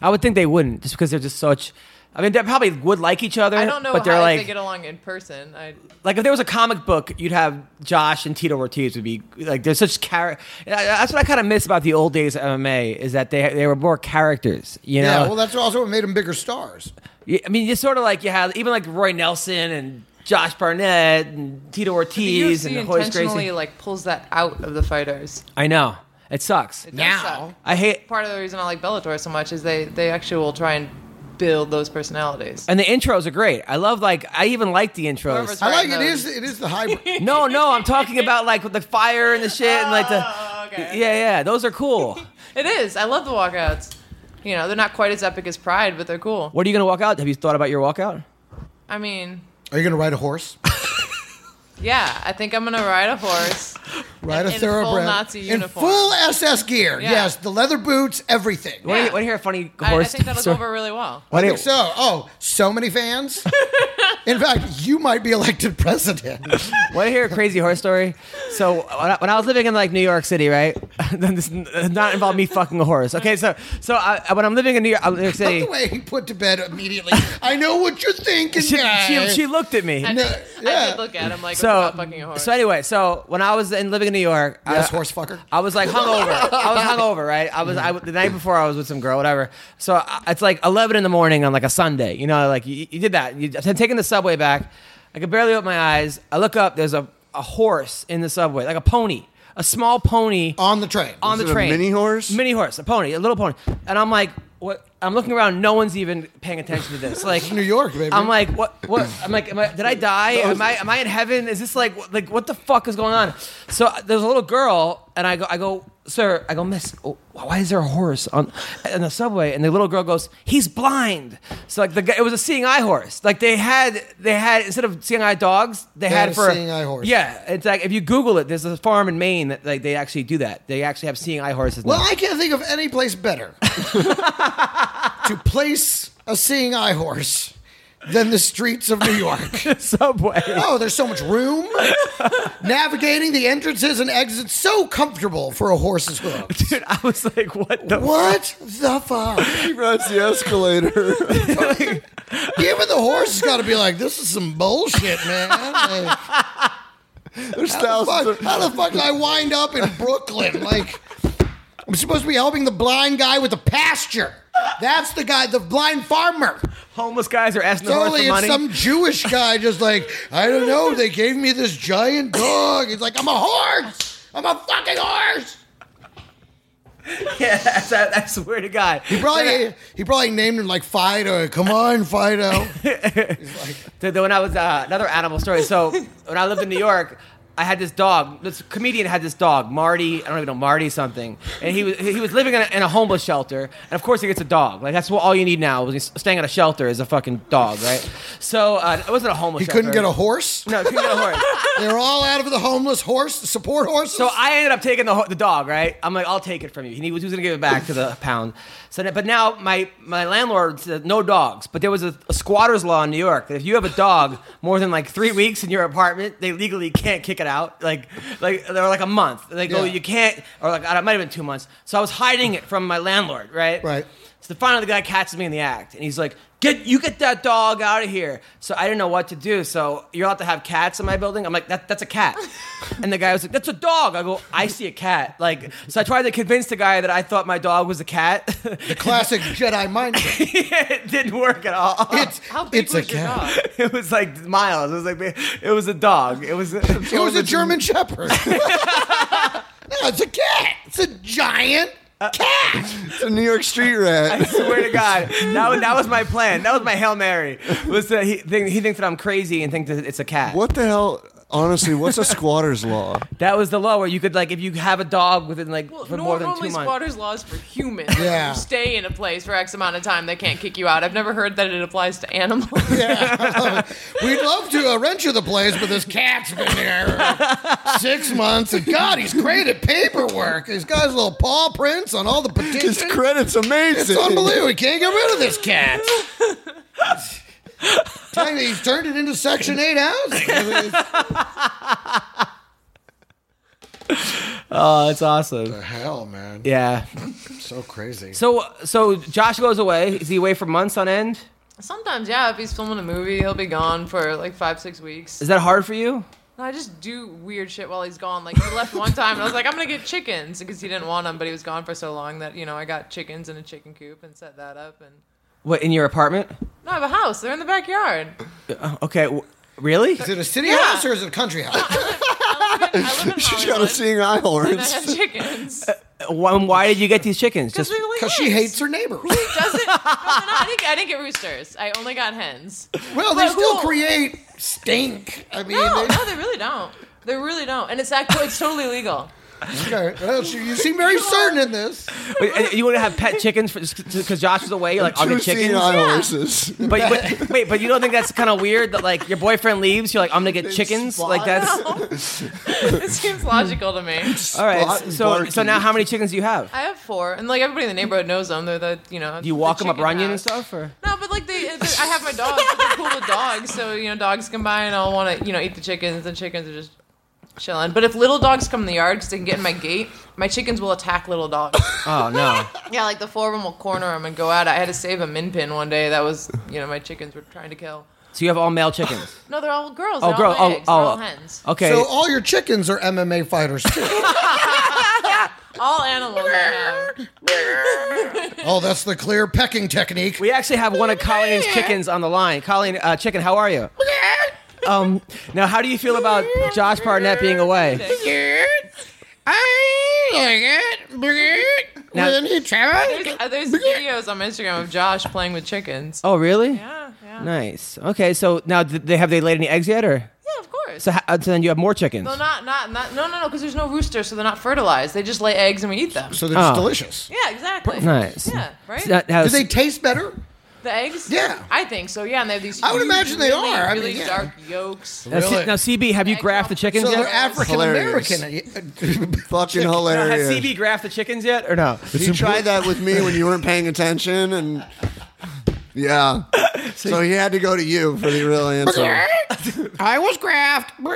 S1: I would think they wouldn't, just because they're just such. I mean, they probably would like each other.
S9: I don't know
S1: but
S9: how
S1: they're
S9: they
S1: like,
S9: get along in person. I
S1: like if there was a comic book, you'd have Josh and Tito Ortiz would be like they're such character. That's what I kind of miss about the old days of MMA is that they they were more characters. You know,
S2: yeah. Well, that's also what made them bigger stars.
S1: Yeah, I mean, it's sort of like you have even like Roy Nelson and Josh Barnett and Tito
S9: the
S1: Ortiz
S9: UFC
S1: and Hoist
S9: intentionally
S1: Gracie.
S9: like pulls that out of the fighters.
S1: I know it sucks.
S9: It does
S2: Now.
S9: suck.
S1: I hate
S9: part of the reason I like Bellator so much is they they actually will try and build those personalities.
S1: and the intros are great. I love like I even like the intros.
S9: Whoever's
S2: I like
S9: writing
S2: it
S9: those-
S2: is it is the
S9: *laughs*
S2: hybrid.
S1: No, no, I'm talking about like with the fire and the shit and like the
S9: Oh, okay.
S1: yeah, yeah. Those are cool.
S9: It is. I love the walkouts. You know, they're not quite as epic as Pride, but they're cool.
S1: What are you gonna walk out? Have you thought about your walkout?
S9: I mean,
S4: Are you going to ride a
S9: *laughs*
S4: horse?
S9: yeah, I think I'm gonna ride a horse.
S4: Ride a
S9: in
S4: thoroughbred.
S9: full Nazi
S2: in
S9: uniform.
S2: full SS gear.
S9: Yeah.
S2: Yes, the leather boots, everything.
S1: Want
S9: Yeah.
S1: to hear a funny
S9: I, I
S1: horse? *laughs*
S9: think that'll go
S1: story?
S9: over really well.
S2: I
S1: Wanna hear-
S2: think so. Oh, so many
S9: *laughs*
S2: fans. in fact, you might be elected president.
S1: Want to hear a crazy horse story? So when I, when I was living in like New York City, right? *laughs* Then this does not involve me fucking a horse. Okay, so so I, when I'm living in New York, I'm in New York
S2: Not
S1: City,
S2: the way he put to bed immediately. I know what you're thinking,
S1: she,
S2: guy.
S1: she, she looked at me.
S2: No,
S9: I
S2: yeah.
S9: did look at him like,
S1: So
S9: so, fucking a horse.
S1: so anyway, so when I was in living in New York, I-
S4: Yes, horse fucker.
S1: I was like hungover. I was hungover, right? I was I, the night before. I was with some girl, whatever. So I, it's like eleven in the morning on like a Sunday. You know, like you, you did that. You, I'm taking the subway back. I could barely open my eyes. I look up. There's a, a horse in the subway, like a pony, a small pony
S2: on the train.
S1: on
S3: Is
S1: the
S3: it a
S1: train.
S3: mini horse?
S1: Mini horse, a pony, a little pony. And I'm like, what? I'm looking around. No one's even paying attention to
S2: *laughs*
S1: this. Like
S2: New York, baby.
S1: I'm like, what? What? I'm like, am I, did I die? Am I? Am I in heaven? Is this like, wh- like, what the fuck is going on? So uh, there's a little girl, and I go, I go, sir, I go, miss, oh, why is there a horse on in the subway? And the little girl goes, he's blind. So like the guy, it was a seeing eye horse. Like they had, they had instead of seeing eye dogs, they, had,
S2: had a
S1: for
S2: seeing eye horse.
S1: Yeah, it's like if you Google it, there's a farm in Maine that like they actually do that. They actually have seeing eye horses.
S2: well,
S1: now.
S2: I can't think of any
S1: *laughs*
S2: place better to place a seeing eye horse than the streets of New York.
S1: *laughs* subway.
S2: Oh, there's so much room. Navigating the entrances and exits so comfortable for a horse's hooves.
S1: Dude, I was like, what the
S2: What the fuck?
S3: He rides
S2: *laughs*
S3: the escalator.
S2: Even the horse has got to be like, this is some bullshit, man. Like,
S3: There's
S2: how, the
S1: *laughs*
S3: thousands.
S2: fuck,
S3: Of,
S2: how the fuck did I wind up in Brooklyn? Like, I'm supposed to be helping the blind guy with the pasture. That's the guy, the blind farmer.
S1: Homeless guys are asking the horse
S2: Totally,
S1: for money.
S2: it's some Jewish guy just like, I don't know, they gave me this giant dog. He's like, I'm a horse. I'm a fucking horse.
S1: yeah, *laughs* that's, that's the weird guy.
S2: Probably, he probably named him like Fido. Come on, Fido.
S1: So then when I was uh, another animal story.
S2: *laughs*
S1: So when I lived in New York, I had this dog. This comedian had this dog, Marty. I don't even know Marty something, and he was he was living in a, in a homeless shelter. And of course, he gets a dog. Like that's what all you need now. When you're staying at a shelter is a fucking dog, right? So uh, it wasn't a homeless.
S2: He couldn't get
S1: shelter.
S2: a horse.
S1: No, couldn't get a horse.
S2: They were all out of the homeless horse, the support horses.
S1: So I ended up taking the, ho- the dog, right? I'm like, I'll take it from you. He was, he was going to give it back to the pound. So, then- but now my, my landlord said no dogs. But there was a, a squatter's law in New York that if you have a dog more than like three weeks in your apartment, they legally can't kick it out. Like, like they're like a month. They go,
S2: Yeah.
S1: you can't, or like I don't- it might have been two months. So I was hiding it from my landlord, right?
S2: Right.
S1: So finally, the guy catches me in the act, and he's like, "Get you get that dog out of here." So I didn't know what to do. So you're allowed to have cats in my building. I'm like, that, "That's a cat," and the guy was like, "That's a dog." I go, "I see a cat." Like, so I tried to convince the guy that I thought my dog was a cat. *laughs*
S2: Classic Jedi mind. trick.
S1: it didn't work at all.
S2: It's,
S9: How big
S2: it's a
S9: was your
S2: cat.
S9: dog?
S1: *laughs* It was like miles. It was like it was a dog. It was. *laughs*
S2: It was a German Shepherd.
S3: *laughs*
S2: no, it's a cat. It's a giant cat.
S3: It's a New York street rat.
S1: I swear to God, that was, that was my plan. That was my hail mary. Was that he, think, he thinks that I'm crazy and thinks that it's a cat.
S3: What the hell? Honestly, what's a squatter's law?
S2: *laughs*
S1: That was the law where you could like if you have a dog within like
S9: Well,
S1: for more than
S9: normally
S1: two months.
S9: squatters laws for humans.
S2: Yeah.
S9: You stay in a place for X amount of time, they can't kick you out. I've never heard that it applies to animals.
S1: *laughs*
S2: *laughs* We'd love to uh, rent you the place, but this cat's been there six months. And God, he's great at paperwork. He's got his little paw prints on all the
S3: His
S2: petitions.
S3: credit's amazing.
S2: It's unbelievable. We can't get rid of this cat. *laughs* Tell you, he's turned it into Section 8 *laughs* housing. I mean, it's-
S1: Oh, it's awesome.
S2: Hell, man.
S1: Yeah.
S2: So crazy.
S1: So so Josh goes away. Is he away for months on end?
S9: Sometimes, yeah, if he's filming a movie, he'll be gone for like five, six weeks.
S1: Is that hard for you?
S9: And I just do weird shit while he's gone. Like he left one time, and I was like, I'm gonna get chickens because he didn't want them, but he was gone for so long that you know I got chickens in a chicken coop and set that up. And
S1: What in your apartment?
S9: no, I have a house. They're in the backyard.
S1: Uh, Okay. W- really?
S2: Is it a city
S9: Yeah.
S2: house or is it a country
S3: *laughs*
S2: house?
S9: I live in, I live
S1: *laughs*
S9: in
S3: She's got a
S9: Hollywood,
S3: seeing eye
S9: and
S2: *laughs*
S9: I
S3: horns.
S9: have chickens.
S1: Why, um, why did you get these chickens?
S9: Because
S1: Just
S2: Because she hates her neighbors.
S9: Doesn't? No, no, no,
S1: *laughs*
S9: I didn't, I didn't get roosters. I only got hens.
S2: Well, they
S9: But
S2: still
S9: who-
S2: create stink. I mean,
S9: No,
S2: they,
S9: no, they really don't. They really don't, and it's actually it's totally legal.
S1: *laughs*
S2: okay. Well, she- you seem
S3: *laughs*
S2: very certain in this.
S1: Wait, and you want to have pet chickens because Josh was away. You're like, I'll
S3: Two
S1: get
S3: seeing
S1: chickens.
S3: eye
S2: *laughs*
S9: Yeah.
S3: horses.
S1: But, but wait, but you don't think that's kind of weird that like your boyfriend leaves? You're like, I'm gonna get chickens. Like *laughs* that's
S9: It seems logical to me.
S1: all right.
S3: Spot
S1: So so
S3: barking.
S1: now how many chickens do you have?
S9: I have four, and like everybody in the neighborhood knows them. They're the you know.
S1: Do you walk
S9: the
S1: them up
S9: chicken
S1: Runyon and
S9: house.
S1: stuff? Or
S9: No, but like they, they- I have my dogs. but They're cool with dogs, so you know dogs come by and I'll want to you know eat the chickens. The chickens are just chilling. But if little dogs come in the yard because they can get in my gate, my chickens will attack little dogs.
S1: oh no.
S9: *laughs* yeah, like the four of them will corner them and go at it. I had to save a min pin one day. That was you know my chickens were trying to kill.
S1: So you have all male chickens.
S9: No, they're all girls.
S1: Oh,
S9: they're
S1: girl. Oh,
S9: all eggs. They're all
S1: oh.
S9: hens.
S1: Okay.
S2: So all your chickens are MMA fighters too.
S1: *laughs*
S9: All animals. I have.
S2: oh, that's the clear pecking technique.
S1: We actually have one of Colleen's chickens on the line. Colleen, uh, chicken, how are you? Um, now, how do you feel about Josh Barnett being away? Now-
S9: There's, uh, there's videos on Instagram of Josh playing with chickens.
S1: Oh, really?
S9: Yeah, yeah.
S1: Nice. Okay, so now did they have they laid any eggs yet, or
S9: Yeah, of course.
S1: so, ho- uh, so then you have more chickens?
S9: No, not, not, not, no, no, no, because there's no rooster, so they're not fertilized. They just lay eggs and we eat them.
S2: So they're just
S1: Oh.
S2: delicious.
S9: Yeah, exactly.
S1: Nice.
S9: Yeah, right?
S1: So that- how-
S2: Do they taste better?
S9: the eggs?
S2: Yeah.
S9: I think so, yeah, and they have these
S2: I would
S9: huge,
S2: imagine they
S9: really,
S2: are. I
S9: really
S2: mean, yeah.
S9: dark yolks.
S1: now, C-
S2: Really?
S1: now, CB, have you
S9: Egg
S1: graphed the
S9: omelets.
S1: chickens
S2: So they're
S1: yet?
S2: African American. uh,
S4: *laughs*
S3: Fucking
S1: Now, has
S3: hilarious.
S1: CB graphed the chickens yet, or no?
S3: You tried that with me when you weren't paying attention, and yeah. So he had to go to you for the real answer.
S6: I was graft.
S4: *laughs*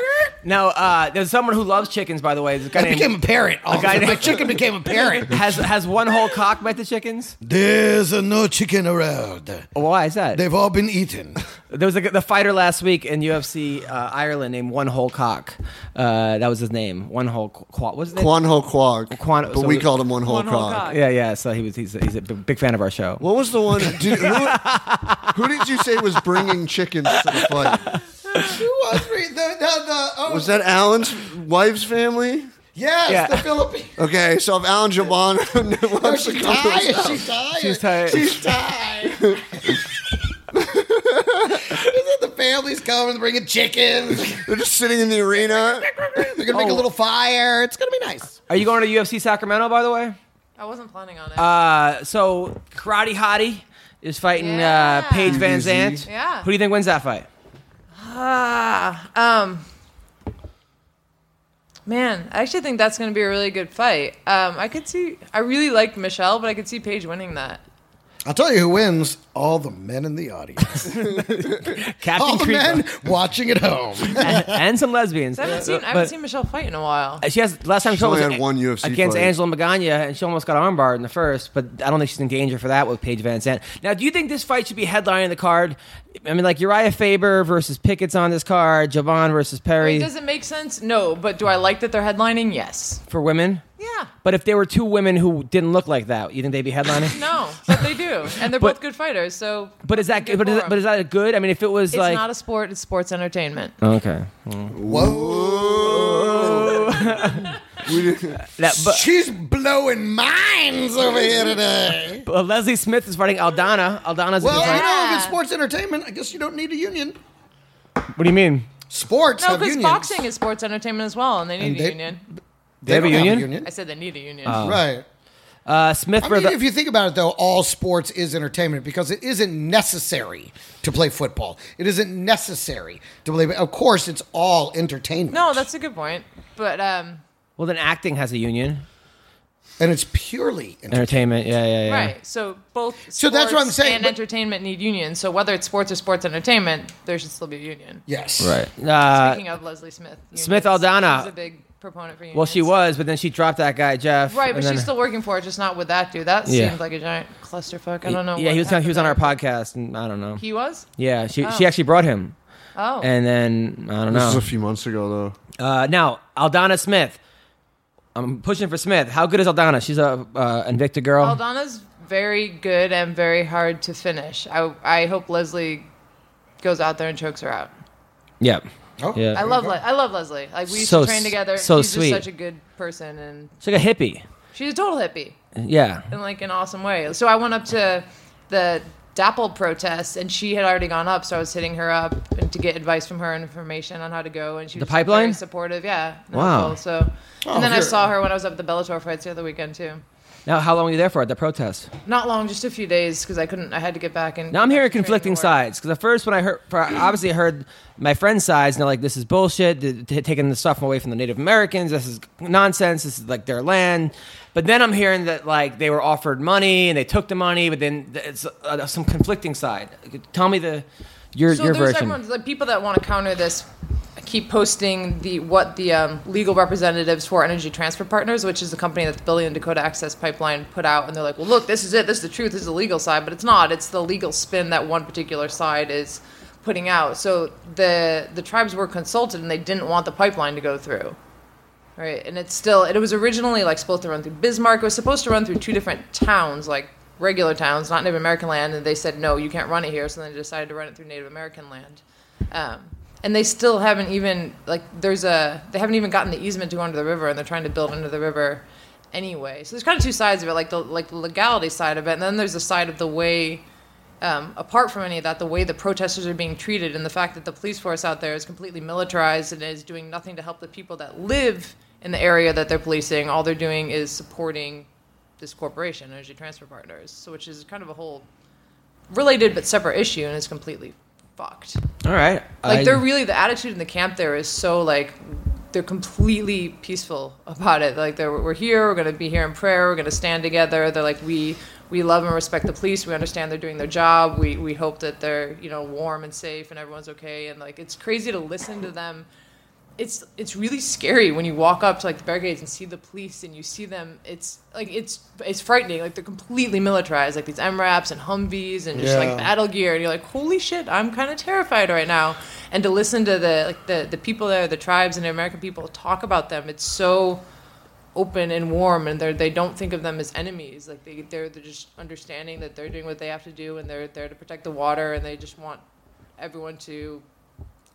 S1: Now, uh, there's someone who loves chickens, by the way. There's a guy
S6: I
S1: named-
S6: became a parent. All of a
S1: guy
S6: sudden. My
S1: named-
S6: chicken became a parent.
S1: has has one whole cock met the chickens?
S4: *laughs* There's uh, no chicken around.
S1: Why is that?
S4: They've all been
S2: *laughs*
S4: eaten.
S1: There was a, the fighter last week in UFC uh, Ireland named One Whole Cock. Uh, that was his name. One Whole Quad. What's his name?
S3: Quan Ho Quag.
S1: Quan-
S3: but
S1: so
S3: we
S1: the-
S3: called him One Whole
S1: One Whole
S3: Quag.
S1: Yeah, yeah. So he was. He's a, he's a b- big fan of our show.
S3: What was the one? Did, who,
S9: *laughs*
S3: who did you say was bringing chickens to the fight?
S2: Who was re- the, the, the, oh,
S3: Was that Alan's wife's family?
S2: yes,
S1: Yeah.
S2: the Oh, Philippines.
S3: Okay, so if Alan Jabon *laughs* wants to
S2: She's
S3: come,
S2: tired. She's tired.
S1: She's tired.
S2: She's tired. *laughs* Isn't the family's coming? They're bringing chickens.
S3: *laughs* they're just sitting in the arena.
S2: They're gonna make
S4: Oh.
S2: a little fire. It's gonna be nice.
S1: Are you going to UFC Sacramento, by the way?
S9: I wasn't planning on it.
S1: Uh, so Karate Hottie is fighting
S9: Yeah.
S1: uh, Paige Van Zant.
S9: Yeah.
S1: Who do you think wins that fight?
S9: Ah, um, man, I actually think that's going to be a really good fight. Um, I could see, I really liked Michelle, but I could see Paige winning that.
S4: I'll tell you who wins. All the men in the audience.
S1: Captain
S2: Oh,
S4: all the
S1: Creeper.
S4: men watching at
S1: *laughs*
S4: home.
S1: and, and some lesbians. Uh,
S9: I haven't seen, I haven't
S1: But-
S9: seen Michelle fight in a while.
S1: Uh, She has last time
S3: She's
S1: she was
S3: only had one UFC
S1: against
S3: fight.
S1: Angela Magana, and she almost got armbarred in the first. But I don't think she's in danger for that with Paige Van Sant. Now, do you think this fight should be headlining the card? I mean, like Uriah Faber versus Pickett's on this card, Javon versus Perry
S9: Does it make sense? No, but do I like that they're headlining? Yes.
S1: for women.
S9: Yeah.
S1: But if there were two women who didn't look like that, you think they'd be headlining?
S9: No, but they do, and they're
S1: But-
S9: both good fighters. So,
S1: But is that
S9: Good
S1: but is,
S9: for
S1: that- but is that good? I mean, if it was
S9: it's
S1: like
S9: not a sport; it's sports entertainment.
S1: okay, that, but,
S2: She's blowing minds over here today.
S1: but Leslie Smith is fighting Aldana. Aldana's a
S2: Well,
S1: good
S2: you
S1: fighter.
S2: know, if it's
S9: Yeah.
S2: sports entertainment, I guess you don't need a union.
S1: What do you mean?
S2: Sports
S9: No,
S2: have
S9: because
S2: unions.
S9: boxing is sports entertainment as well, and they need
S2: And
S9: a
S2: they-
S9: union.
S1: They have a
S2: don't
S1: union?
S9: I said they need a union.
S1: Oh.
S2: Right.
S1: Uh, Smith
S2: I
S1: for
S2: mean,
S1: the
S2: if you think about it, though, all sports is entertainment because it isn't necessary to play football. It isn't necessary to play. Of course, it's all entertainment.
S9: No, that's a good point. But um,
S1: well, then acting has a union.
S2: and it's purely. Enter-
S1: Entertainment, yeah, yeah, yeah.
S9: Right. So both
S2: So that's what I'm
S9: sports
S2: saying,
S9: And
S2: but-
S9: entertainment need unions. So whether it's sports or sports entertainment, there should still be a union.
S2: yes.
S1: Uh,
S9: Speaking of Leslie Smith, unions,
S1: Smith Aldana.
S9: she's a big proponent for unions.
S1: well, she was, but then she dropped that guy Jeff.
S9: Right,
S1: and
S9: but
S1: then-
S9: she's still working for it, just not with that dude. That
S1: Yeah.
S9: seems like a giant clusterfuck. I don't know.
S1: Yeah, he
S9: what
S1: was on, he was on our
S9: happened
S1: podcast, and I don't know.
S9: there. He was.
S1: yeah, she
S9: Oh.
S1: she actually brought him,
S9: Oh,
S1: and then I don't
S3: This is a
S1: know.
S3: few months ago, though.
S1: Uh, now Aldana Smith, I'm pushing for Smith. How good is Aldana? She's a uh, Invicta girl.
S9: Aldana's very good and very hard to finish. I I hope Leslie goes out there and chokes her out.
S1: Yeah.
S3: Oh.
S1: yeah.
S9: I love Le- I love Leslie. Like we used
S1: So
S9: to train
S1: s-
S9: together.
S1: so
S9: she's
S1: sweet.
S9: just such a good person, and
S1: She's like a hippie.
S9: she's a total hippie.
S1: Yeah.
S9: in like an awesome way. So I went up to the Dapple protest, and she had already gone up, so I was hitting her up and to get advice from her and information on how to go. And she was
S1: pipeline?
S9: very supportive, yeah. and
S1: Wow.
S9: helpful, So, and then I saw her when I was up at the Bellator fights the other weekend too.
S1: Now, how long were you there for at the protest?
S9: Not long, just a few days, because I couldn't. I had to get back and.
S1: Now I'm hearing
S9: training
S1: conflicting
S9: more.
S1: sides because at first when I heard, for, obviously I heard my friend's sides and they're like, "This is bullshit. They're t- taking the stuff away from the Native Americans. This is nonsense. This is like their land." But then I'm hearing that like they were offered money and they took the money, but then th- it's uh, some conflicting side. Tell me the your
S9: So
S1: your
S9: there's
S1: version.
S9: everyone, like people that want to counter this keep posting the what the um, legal representatives for Energy Transfer Partners, which is the company that's building the Dakota Access Pipeline, put out, and they're like, "Well, look, this is it. This is the truth. This is the legal side, but it's not. It's the legal spin that one particular side is putting out." So the the tribes were consulted, and they didn't want the pipeline to go through. Right, and it's still it was originally like supposed to run through Bismarck. It was supposed to run through two different towns, like regular towns, not Native American land. And they said no, you can't run it here. So then they decided to run it through Native American land. Um, and they still haven't even like there's a they haven't even gotten the easement to go under the river, and they're trying to build under the river anyway. So there's kind of two sides of it, like the like the legality side of it, and then there's the side of the way um, apart from any of that, the way the protesters are being treated and the fact that the police force out there is completely militarized and is doing nothing to help the people that live in the area that they're policing, all they're doing is supporting this corporation, Energy Transfer Partners, so which is kind of a whole related but separate issue and is completely fucked.
S1: All right,
S9: Like
S1: I-
S9: they're really the attitude in the camp there is so like they're completely peaceful about it. Like they're we're here, we're gonna be here in prayer, we're gonna stand together. They're like we we love and respect the police. We understand they're doing their job. We we hope that they're you know warm and safe and everyone's okay. And like it's crazy to listen to them. It's it's really scary when you walk up to like the barricades and see the police and you see them. It's like it's it's frightening. Like they're completely militarized, like these MRAPs and Humvees and just
S4: Yeah.
S9: like battle gear. And you're like, holy shit, I'm kind of terrified right now. And to listen to the like the the people there, the tribes and the American people talk about them, it's so open and warm and they they don't think of them as enemies like they they're, they're just understanding that they're doing what they have to do and they're there to protect the water and they just want everyone to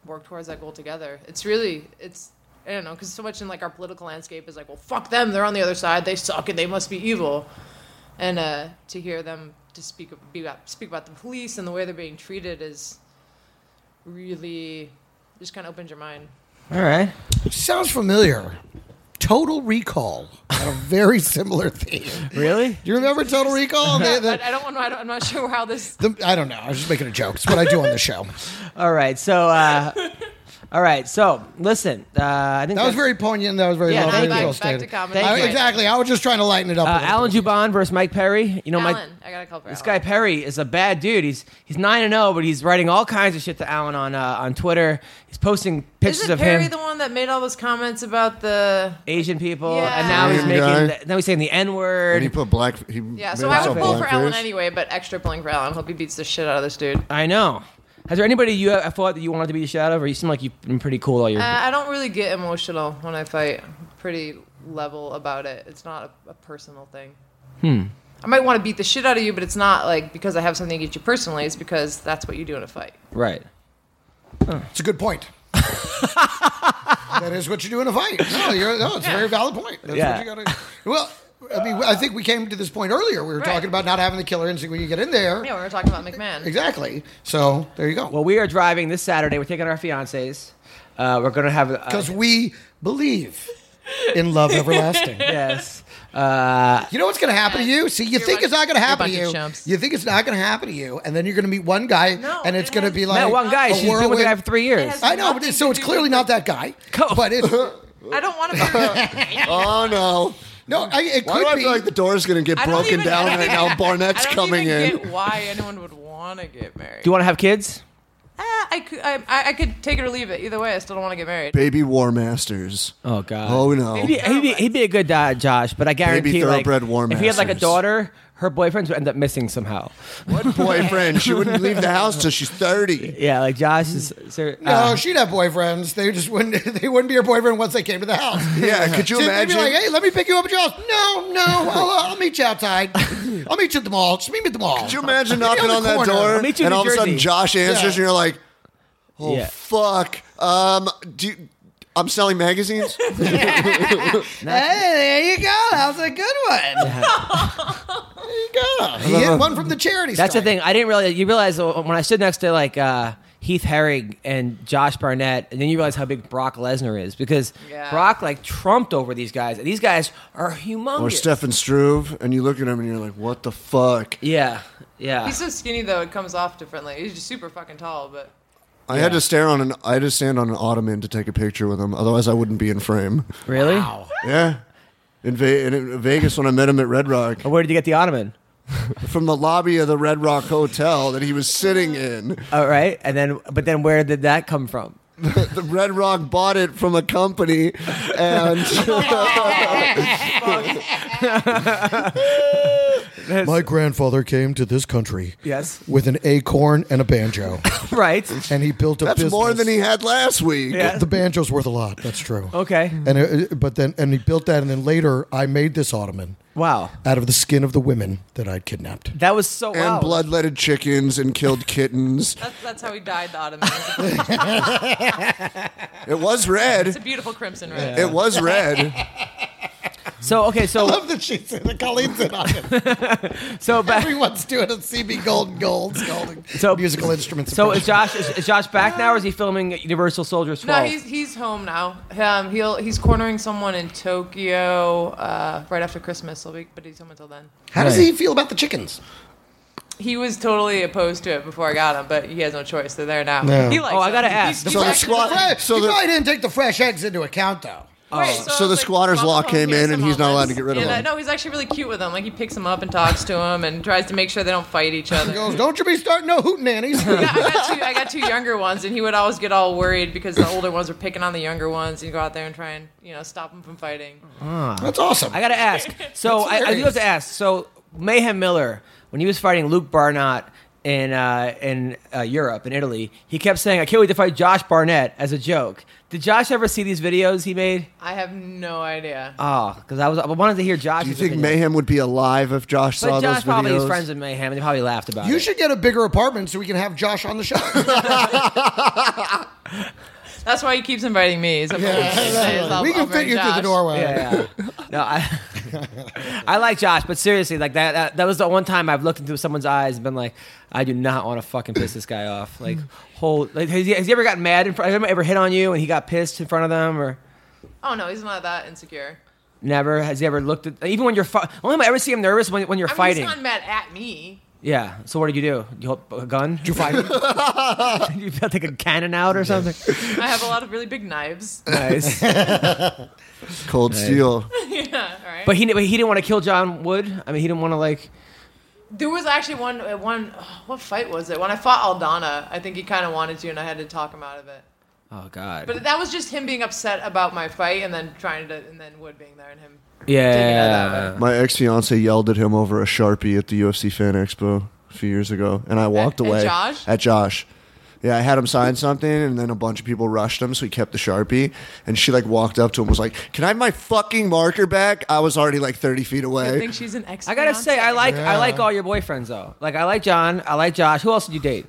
S9: work towards that goal together it's really it's i don't know because so much in like our political landscape is like well fuck them they're on the other side they suck and they must be evil and uh, to hear them to speak be, speak about the police and the way they're being treated is really just kind of opens your mind
S1: All right.
S2: Sounds familiar. Total Recall.
S4: a
S2: *laughs*
S4: very similar thing.
S1: Really?
S2: Do you remember Total
S9: *laughs*
S2: Recall? They-
S9: I,
S2: the-
S9: I don't want I don't, i'm not sure how this
S2: the- I don't know. I was just making a joke. It's what I do on the show.
S1: All right. So.
S9: *laughs*
S1: Uh, all right. So listen. Uh, I think
S2: That was
S1: that's-
S2: very poignant. That was very
S1: Yeah,
S2: lovely.
S1: thank
S2: and
S1: you.
S2: well
S9: back, back to
S2: stated.
S9: comedy
S1: Thank
S2: I-
S1: you.
S2: exactly. I was just trying to lighten it up. a
S1: Uh,
S2: little
S1: Alan
S2: bit.
S1: Juban versus Mike Perry. *laughs* You know, my
S9: Alan, I gotta call for
S1: This guy
S9: Alan.
S1: Perry is a bad dude. He's he's nine and zero, but he's writing all kinds of shit to Alan on uh, on Twitter. He's posting pictures
S9: Isn't
S1: of
S9: Perry
S1: him,
S9: the one that made all those comments about the?
S1: Asian people,
S9: Yeah.
S1: and now he's
S3: Asian
S1: making
S3: guy.
S1: the, now he's saying the N
S3: And he
S1: word.
S3: put black. He
S9: Yeah,
S3: made
S9: so I
S3: himself
S9: would pull for
S3: blackface.
S9: Alan anyway, but extra pulling for Alan. Hope he beats the shit out of this dude. Uh,
S1: I know. Has there anybody you have thought that you wanted to be the shadow of, or you seem like you've been pretty cool all your?
S9: Uh, I don't really get emotional when I fight. I'm pretty level about it. It's not a, a personal thing. Hmm. I might want to beat the shit out of you, but it's not like because I have something against you personally. It's because that's what you do in a fight.
S1: right.
S2: It's a good point. that is what you do in a fight. No, you're, no it's a very valid point. That's
S1: Yeah.
S2: what you gotta, well, I mean, I think we came to this point earlier. We were
S9: Right.
S2: talking about not having the killer instinct when you get in there.
S9: Yeah, we were talking about McMahon.
S2: Exactly. So there you go.
S1: Well, we are driving this Saturday. We're taking our fiancés. Uh, we're gonna have uh,
S2: Because we believe in love everlasting.
S1: *laughs* yes.
S2: You know what's going to happen to you? See, you
S9: You're
S2: think
S9: a
S2: it's not going to
S9: bunch-
S2: happen to
S9: you're a
S2: you.
S9: bunch of chumps.
S2: You think it's not going to happen to you, and then you're going to meet one guy,
S9: No,
S2: and it's
S9: it
S2: going to
S9: has-
S2: be *laughs* like
S1: Met one guy.
S2: a
S1: She's been with the guy
S2: whirlwind-
S1: for three years.
S9: It has-
S2: I know, but
S9: Nothing
S2: it's, so
S9: to
S2: it's
S9: do
S2: clearly
S9: with
S2: not that
S3: *laughs*
S2: guy.
S1: Come-
S2: But it's
S9: I don't want to.
S3: Oh no!
S2: no, I, it
S3: Why
S2: could
S3: do I
S2: be.
S3: feel like the door's gonna get
S9: I don't
S3: broken
S9: even-
S3: down
S9: I don't
S3: right
S9: even-
S3: now?
S9: *laughs* I
S3: Barnett's
S9: don't
S3: coming
S9: even
S3: in.
S9: Get why anyone would want to get married?
S1: Do you want to have kids?
S9: Ah, I, could, I, I I could take it or leave it. Either way, I still don't want to get married.
S3: Baby War Masters.
S1: Oh God!
S3: Oh, no.
S1: He'd be, he'd be, he'd be a good uh, Josh, but I guarantee, like,
S3: thoroughbred war
S1: if he had like a
S3: masters.
S1: daughter, her boyfriends would end up missing somehow.
S3: What boyfriend? she wouldn't leave the house till
S1: *laughs*
S3: she's thirty.
S1: Yeah, like Josh is.
S3: Mm.
S1: Sir, uh,
S2: no,
S3: Ah.
S2: she'd have boyfriends. They just wouldn't. *laughs* They wouldn't be your boyfriend once they came to the house.
S3: Yeah,
S2: *laughs*
S3: could you
S2: She'd
S3: imagine?
S2: Be like, hey, let me pick you up at your house. No,
S3: *laughs*
S2: no, I'll, uh, I'll meet you outside. I'll meet you at the mall. Just meet me at the mall.
S3: Could you imagine
S2: Maybe
S3: knocking
S2: on
S3: on
S2: the
S3: that
S2: corner.
S3: door
S2: I'll
S1: meet you in
S3: and all of
S1: New
S3: a sudden
S1: Jersey.
S3: Josh answers
S2: Yeah.
S3: and you're like, "Oh
S1: Yeah.
S3: fuck, um, do you, I'm selling magazines."
S2: Hey, there you go. That was a good one. *laughs* there you go. He
S3: Uh-huh.
S2: hit one from the charity.
S1: That's the
S2: stripe.
S1: thing. I didn't realize. You realize uh, when I stood next to like uh, Heath Herring and Josh Barnett, and then you realize how big Brock Lesnar is because
S9: Yeah.
S1: Brock like trumped over these guys, and these guys are humongous.
S3: or Stefan Struve, and you look at him and you're like, "What the fuck?"
S1: Yeah, yeah.
S9: He's so skinny though; it comes off differently. He's just super fucking tall, but
S3: I had to stare on an. I had to stand on an ottoman to take a picture with him. Otherwise, I wouldn't be in frame.
S1: really?
S3: Yeah. In, Ve- in- in Vegas, when I met him at Red Rock,
S1: Where did you get the ottoman?
S3: from the lobby of the Red Rock Hotel that he was sitting in,
S1: All Oh, right, and then but then where did that come from?
S3: the Red Rock bought it from a company, and *laughs*
S4: My grandfather came to this country
S1: Yes.
S4: with an acorn and a banjo,
S1: *laughs* Right.
S4: and he built a
S3: that's
S4: business.
S3: more than he had last week.
S1: Yeah.
S4: The banjo's worth a lot. That's true.
S1: Okay.
S4: And uh, but then and he built that, and then later I made this ottoman
S1: Wow.
S4: out of the skin of the women that I'd kidnapped.
S1: That was so
S3: And
S1: wow.
S3: bloodletted chickens and killed kittens.
S9: that's, that's how he died. The Ottoman.
S3: It was
S9: It's a
S3: red.
S9: beautiful crimson red.
S3: It was red.
S1: So okay, so
S3: *laughs*
S2: love that she said the Colleen said on
S1: *laughs*
S2: it.
S1: so back.
S2: Everyone's doing a CB Gold Golds Golden
S1: So-
S2: musical instruments.
S1: So is Josh is, is Josh back now, or is he filming Universal Soldiers
S9: No,
S1: Twelve?
S9: he's he's home now. Um, he'll he's cornering someone in Tokyo uh, right after Christmas, so we- but he's home until then.
S2: How does
S1: Right.
S2: he feel about the chickens?
S9: He was totally opposed to it before I got him, but he has no choice. They're there now. He likes
S1: Oh, I gotta
S9: them.
S1: ask.
S9: He's-
S3: So
S9: he's
S3: the
S9: actually-
S3: squad-
S2: Hey,
S3: So
S2: he
S3: the-
S2: probably didn't take the fresh eggs into account, though.
S9: Right,
S3: oh, so
S9: I
S3: the
S9: was like,
S3: squatter's
S9: "Well,
S3: law
S9: I'm
S3: came
S9: okay,
S3: in and
S9: I'm
S3: he's not allowed
S9: homeless."
S3: to get rid of
S9: And, uh,
S3: them.
S9: No, he's actually really cute with them. Like he picks them up and talks to them and tries to make sure they don't fight
S3: *laughs*
S9: each other.
S2: Goes, don't you be starting no
S1: *laughs*
S2: hoot nannies.
S9: Yeah, I got two. I got two younger ones, and he would always get all worried because the older ones were picking on the younger ones. He'd go out there and try and you know stop them from fighting.
S2: That's awesome.
S1: I gotta
S9: *laughs*
S1: ask. So I, I do have to ask. So Mayhem Miller, when he was fighting Luke Barnett in uh, in uh, Europe in Italy, he kept saying, "I can't wait to fight Josh Barnett" as a joke. Did Josh ever see these videos he made?
S9: I have no idea.
S1: Oh, because I was I wanted to hear Josh.
S3: Do you think Mayhem would be alive if Josh saw
S1: But Josh
S3: those
S1: probably is
S3: videos?
S1: friends with Mayhem. and They probably laughed about
S2: You
S1: it.
S2: should get a bigger apartment so we can have Josh on the
S3: *laughs*
S2: show.
S9: That's why he keeps inviting me. He's "Oh, a-
S2: we can fit you through the doorway.
S1: Yeah,
S9: *laughs*
S1: yeah. No, I, I *laughs* like Josh, but seriously, like that, that that was the one time I've looked into someone's eyes and been like, I do not want to fucking piss this guy
S9: *laughs*
S1: off. Like, whole like has he, has he ever gotten mad in front? Has anyone ever hit on you and he got pissed in front of them or?
S9: Oh no, he's not that insecure.
S1: Never has he ever looked at even when you're fi- only time I ever see him nervous when, when you're
S9: I mean,
S1: fighting.
S9: he's not mad at me.
S1: yeah. So what did you do? You hold a gun? Did you fight him? *laughs* you take a cannon out or something?
S9: I have a lot of really big knives. *laughs*
S1: Nice.
S3: Cold Steel.
S9: yeah, all right.
S1: But he but he didn't want to kill John Wood. I mean, he didn't want to like.
S9: There was actually one uh, one oh, what fight was it? When I fought Aldana, I think he kind of wanted to, and I had to talk him out of it.
S1: Oh God.
S9: But that was just him being upset about my fight, and then trying to, and then Wood being there, and him. taking it that way.
S1: yeah.
S3: My ex fiance yelled at him over a sharpie at the UFC Fan Expo a few years ago, and I walked
S9: at
S3: away.
S9: Josh?
S3: At Josh. Yeah, I had him sign something, and then a bunch of people rushed him, so he kept the sharpie. And she like walked up to him, and was like, "Can I have my fucking marker back?" I was already like thirty feet
S9: I
S3: away.
S9: think she's an ex.
S1: I gotta say, I like I
S2: Yeah.
S1: like all your boyfriends though. Like I like John, I like Josh. Who else did you date?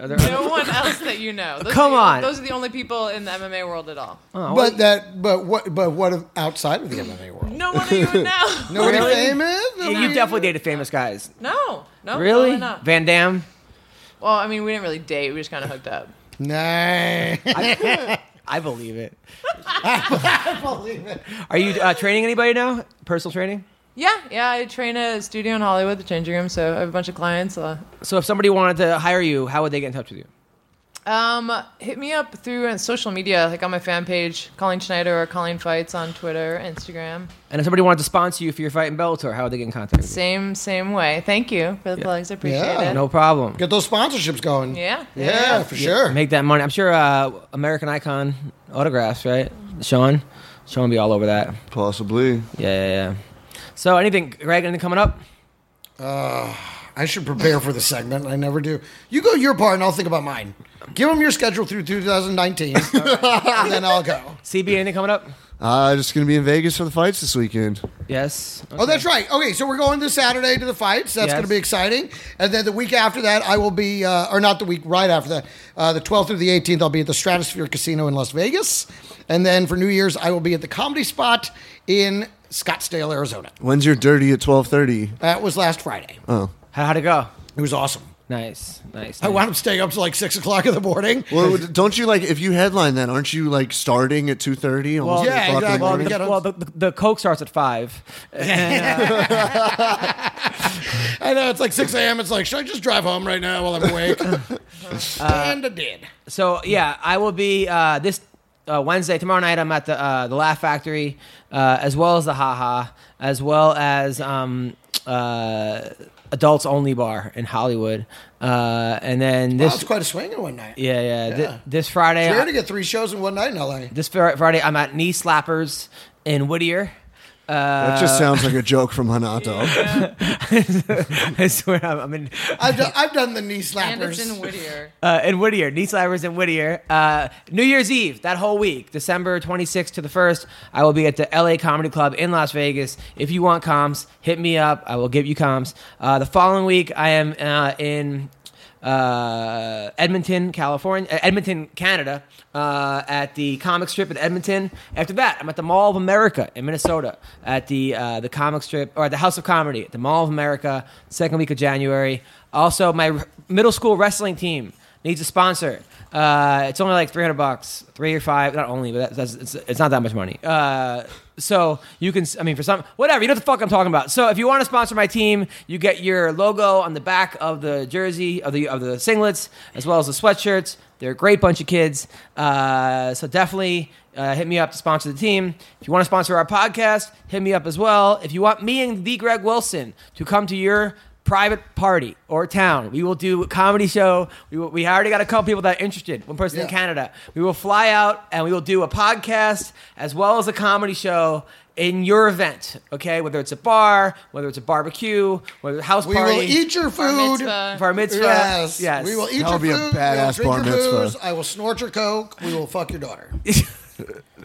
S1: Are there-
S9: no one else that you know. Those
S1: Come
S9: are the,
S1: on.
S9: those are the only people in the MMA world at all.
S2: But that, but what, but what if outside of the MMA world?
S9: No one you
S2: *laughs*
S9: would know. no,
S2: Nobody
S1: Really?
S2: famous?
S1: Yeah, you definitely dated famous guys.
S9: no, no,
S1: Really?
S9: probably not.
S1: Van Damme?
S9: Well, I mean, we didn't really date. We just kind of hooked up.
S2: Nah.
S1: I believe it. Are you uh, training anybody now? Personal training?
S9: Yeah, yeah. I train at a studio in Hollywood, the changing room. So I have a bunch of clients. Uh,
S1: So if somebody wanted to hire you, how would they get in touch with you?
S9: um, hit me up through uh, social media, like on my fan page, Colleen Schneider or Colleen Fights on Twitter, Instagram.
S1: And if somebody wanted to sponsor you for your fight in Bellator, how would they get in contact with
S9: Same, same way. Thank you for the plugs. I appreciate
S2: Yeah.
S1: you?
S9: it.
S1: No problem.
S2: Get those sponsorships going.
S9: Yeah.
S2: Yeah, for sure.
S1: Make that money. I'm sure uh, American Icon autographs, right? Sean? Sean would be all over that.
S3: Possibly.
S1: Yeah, yeah, yeah. So anything, Greg, anything coming up?
S2: I should prepare for the segment. I never do. You go your part, and I'll think about mine. Give them your schedule through 2019, and then I'll go.
S1: CB, anything coming up?
S3: Uh, just gonna be in Vegas for the fights this weekend.
S1: Yes.
S2: Oh, that's right. Okay, so we're going this Saturday to the fights. That's
S1: Yes.
S2: going to be exciting. And then the week after that, I will be, uh, or not the week right after that, uh, the 12th through the 18th, I'll be at the Stratosphere Casino in Las Vegas. And then for New Year's, I will be at the Comedy Spot in Scottsdale, Arizona.
S3: When's your dirty at twelve thirty?
S2: That was last Friday.
S1: How, how'd it go?
S2: It was awesome.
S1: Nice, nice.
S2: I
S1: nice.
S2: wound up staying up till like six o'clock in the morning.
S3: Well, would- don't you like if you headline that? Aren't you like starting at two thirty?
S2: Well, yeah, exactly.
S1: Well,
S2: Get
S1: the,
S2: on-
S1: well the, the, the Coke starts at five.
S2: I know it's like 6 a.m. It's like, should I just drive home right now while
S1: *laughs*
S2: I'm awake?
S1: Uh,
S2: and I did.
S1: So yeah, I will be uh, this uh, Wednesday tomorrow night. I'm at the uh, the Laugh Factory, uh, as well as the Ha Ha, as well as um, uh, Adults Only Bar in Hollywood, uh, and then
S2: Wow,
S1: this.
S2: it's quite a swing in one night.
S1: yeah, yeah. thi-
S2: Yeah.
S1: this Friday,
S2: Rare
S1: I-
S2: to get three shows in one night in LA.
S1: this Fri- Friday, I'm at Knee Slappers in Whittier. *laughs*
S3: That just sounds like a joke from Hanato.
S2: *laughs*
S1: I swear, I'm, I'm in
S2: I've
S1: *laughs*
S2: done, I've done the knee
S9: And it's
S2: slappers.
S9: in Whittier.
S1: uh, in Whittier, knee slappers in Whittier. Uh, New Year's Eve, that whole week, December 26th to the 1st, I will be at the LA Comedy Club in Las Vegas. If you want comms, hit me up. I will give you comms. Uh, the following week, I am uh, in uh, Edmonton, California, uh, Edmonton, Canada, uh, at the comic strip in Edmonton. After that, I'm at the Mall of America in Minnesota at the uh, the comic strip or at the House of Comedy at the Mall of America, second week of January. Also, my r- middle school wrestling team needs a sponsor. Uh, it's only like 300 bucks, three or five, not only, but that, that's, it's, it's not that much money. Uh, so you can, I mean, for some, whatever, you know what the fuck I'm talking about. So if you want to sponsor my team, you get your logo on the back of the jersey, of the, of the singlets, as well as the sweatshirts. They're a great bunch of kids. Uh, so definitely uh, hit me up to sponsor the team. If you want to sponsor our podcast, hit me up as well. If you want me and the Greg Wilson to come to your private party or town, we will do a comedy show. We, will, we already got a couple people that are interested. One person in Canada. We will fly out and we will do a podcast as well as a comedy show. In your event, okay, whether it's a bar, whether it's a barbecue, whether it's a house
S2: We
S1: party,
S2: will eat your
S9: Bar
S2: food.
S9: mitzvah. *laughs*
S1: Bar mitzvah.
S2: Yes.
S1: Yes.
S2: We will
S1: *laughs*
S2: eat
S3: That
S2: your
S3: would be a
S2: food.
S3: badass
S2: we will
S3: bar
S2: drink your
S3: mitzvah.
S2: booze. I will snort your coke. We will fuck
S1: *laughs*
S2: your daughter.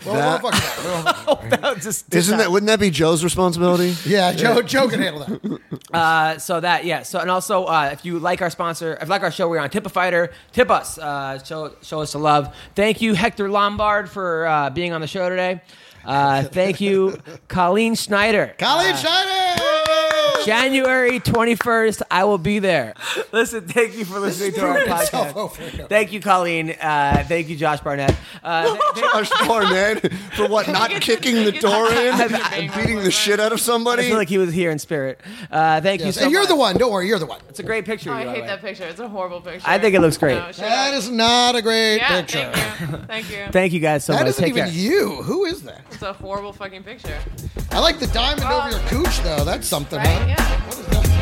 S2: Well,
S3: That-
S2: we won't fuck your daughter. We won't fuck your daughter.
S1: Just-
S3: Isn't that wouldn't that be Joe's *laughs* responsibility?
S2: Yeah, Joe, Joe can handle that.
S1: uh, so that yeah. So and also uh, if you like our sponsor, if you like our show, we're on Tip a Fighter. Tip us. Uh, show show us the love. Thank you, Hector Lombard, for uh, being on the show today.
S2: *laughs*
S1: Uh, thank you, Colleen Schneider.
S2: Colleen
S3: Ah.
S2: Schneider!
S1: January 21st, I will be there. Listen, thank you for listening to our
S2: Himself over and
S1: podcast.
S2: over.
S1: Thank you, Colleen. Uh, thank you, Josh Barnett. Uh, th- thank-
S3: Josh Barnett for what? Not kicking the door in *laughs* and beating the shit out of
S1: I
S3: somebody.
S1: feel like he was here in spirit. Uh, thank you
S2: Yes,
S1: so
S2: and you're
S1: much.
S2: the one. Don't worry, you're the one.
S1: It's a great picture.
S9: Oh, I
S1: by the
S9: hate
S1: way.
S9: that picture. It's a horrible picture.
S1: I think it looks great.
S9: No, shut
S2: That
S9: up.
S2: is not a great
S9: yeah,
S2: picture.
S9: Thank you. Thank you.
S1: Thank you guys so
S2: That
S1: much.
S2: isn't
S1: Take
S2: even
S1: care.
S2: you. Who is that?
S9: It's a horrible fucking picture.
S2: I like the diamond
S9: Well-
S2: over your cooch, though. That's something,
S9: Right?
S2: huh?
S9: Yeah.
S2: What is that?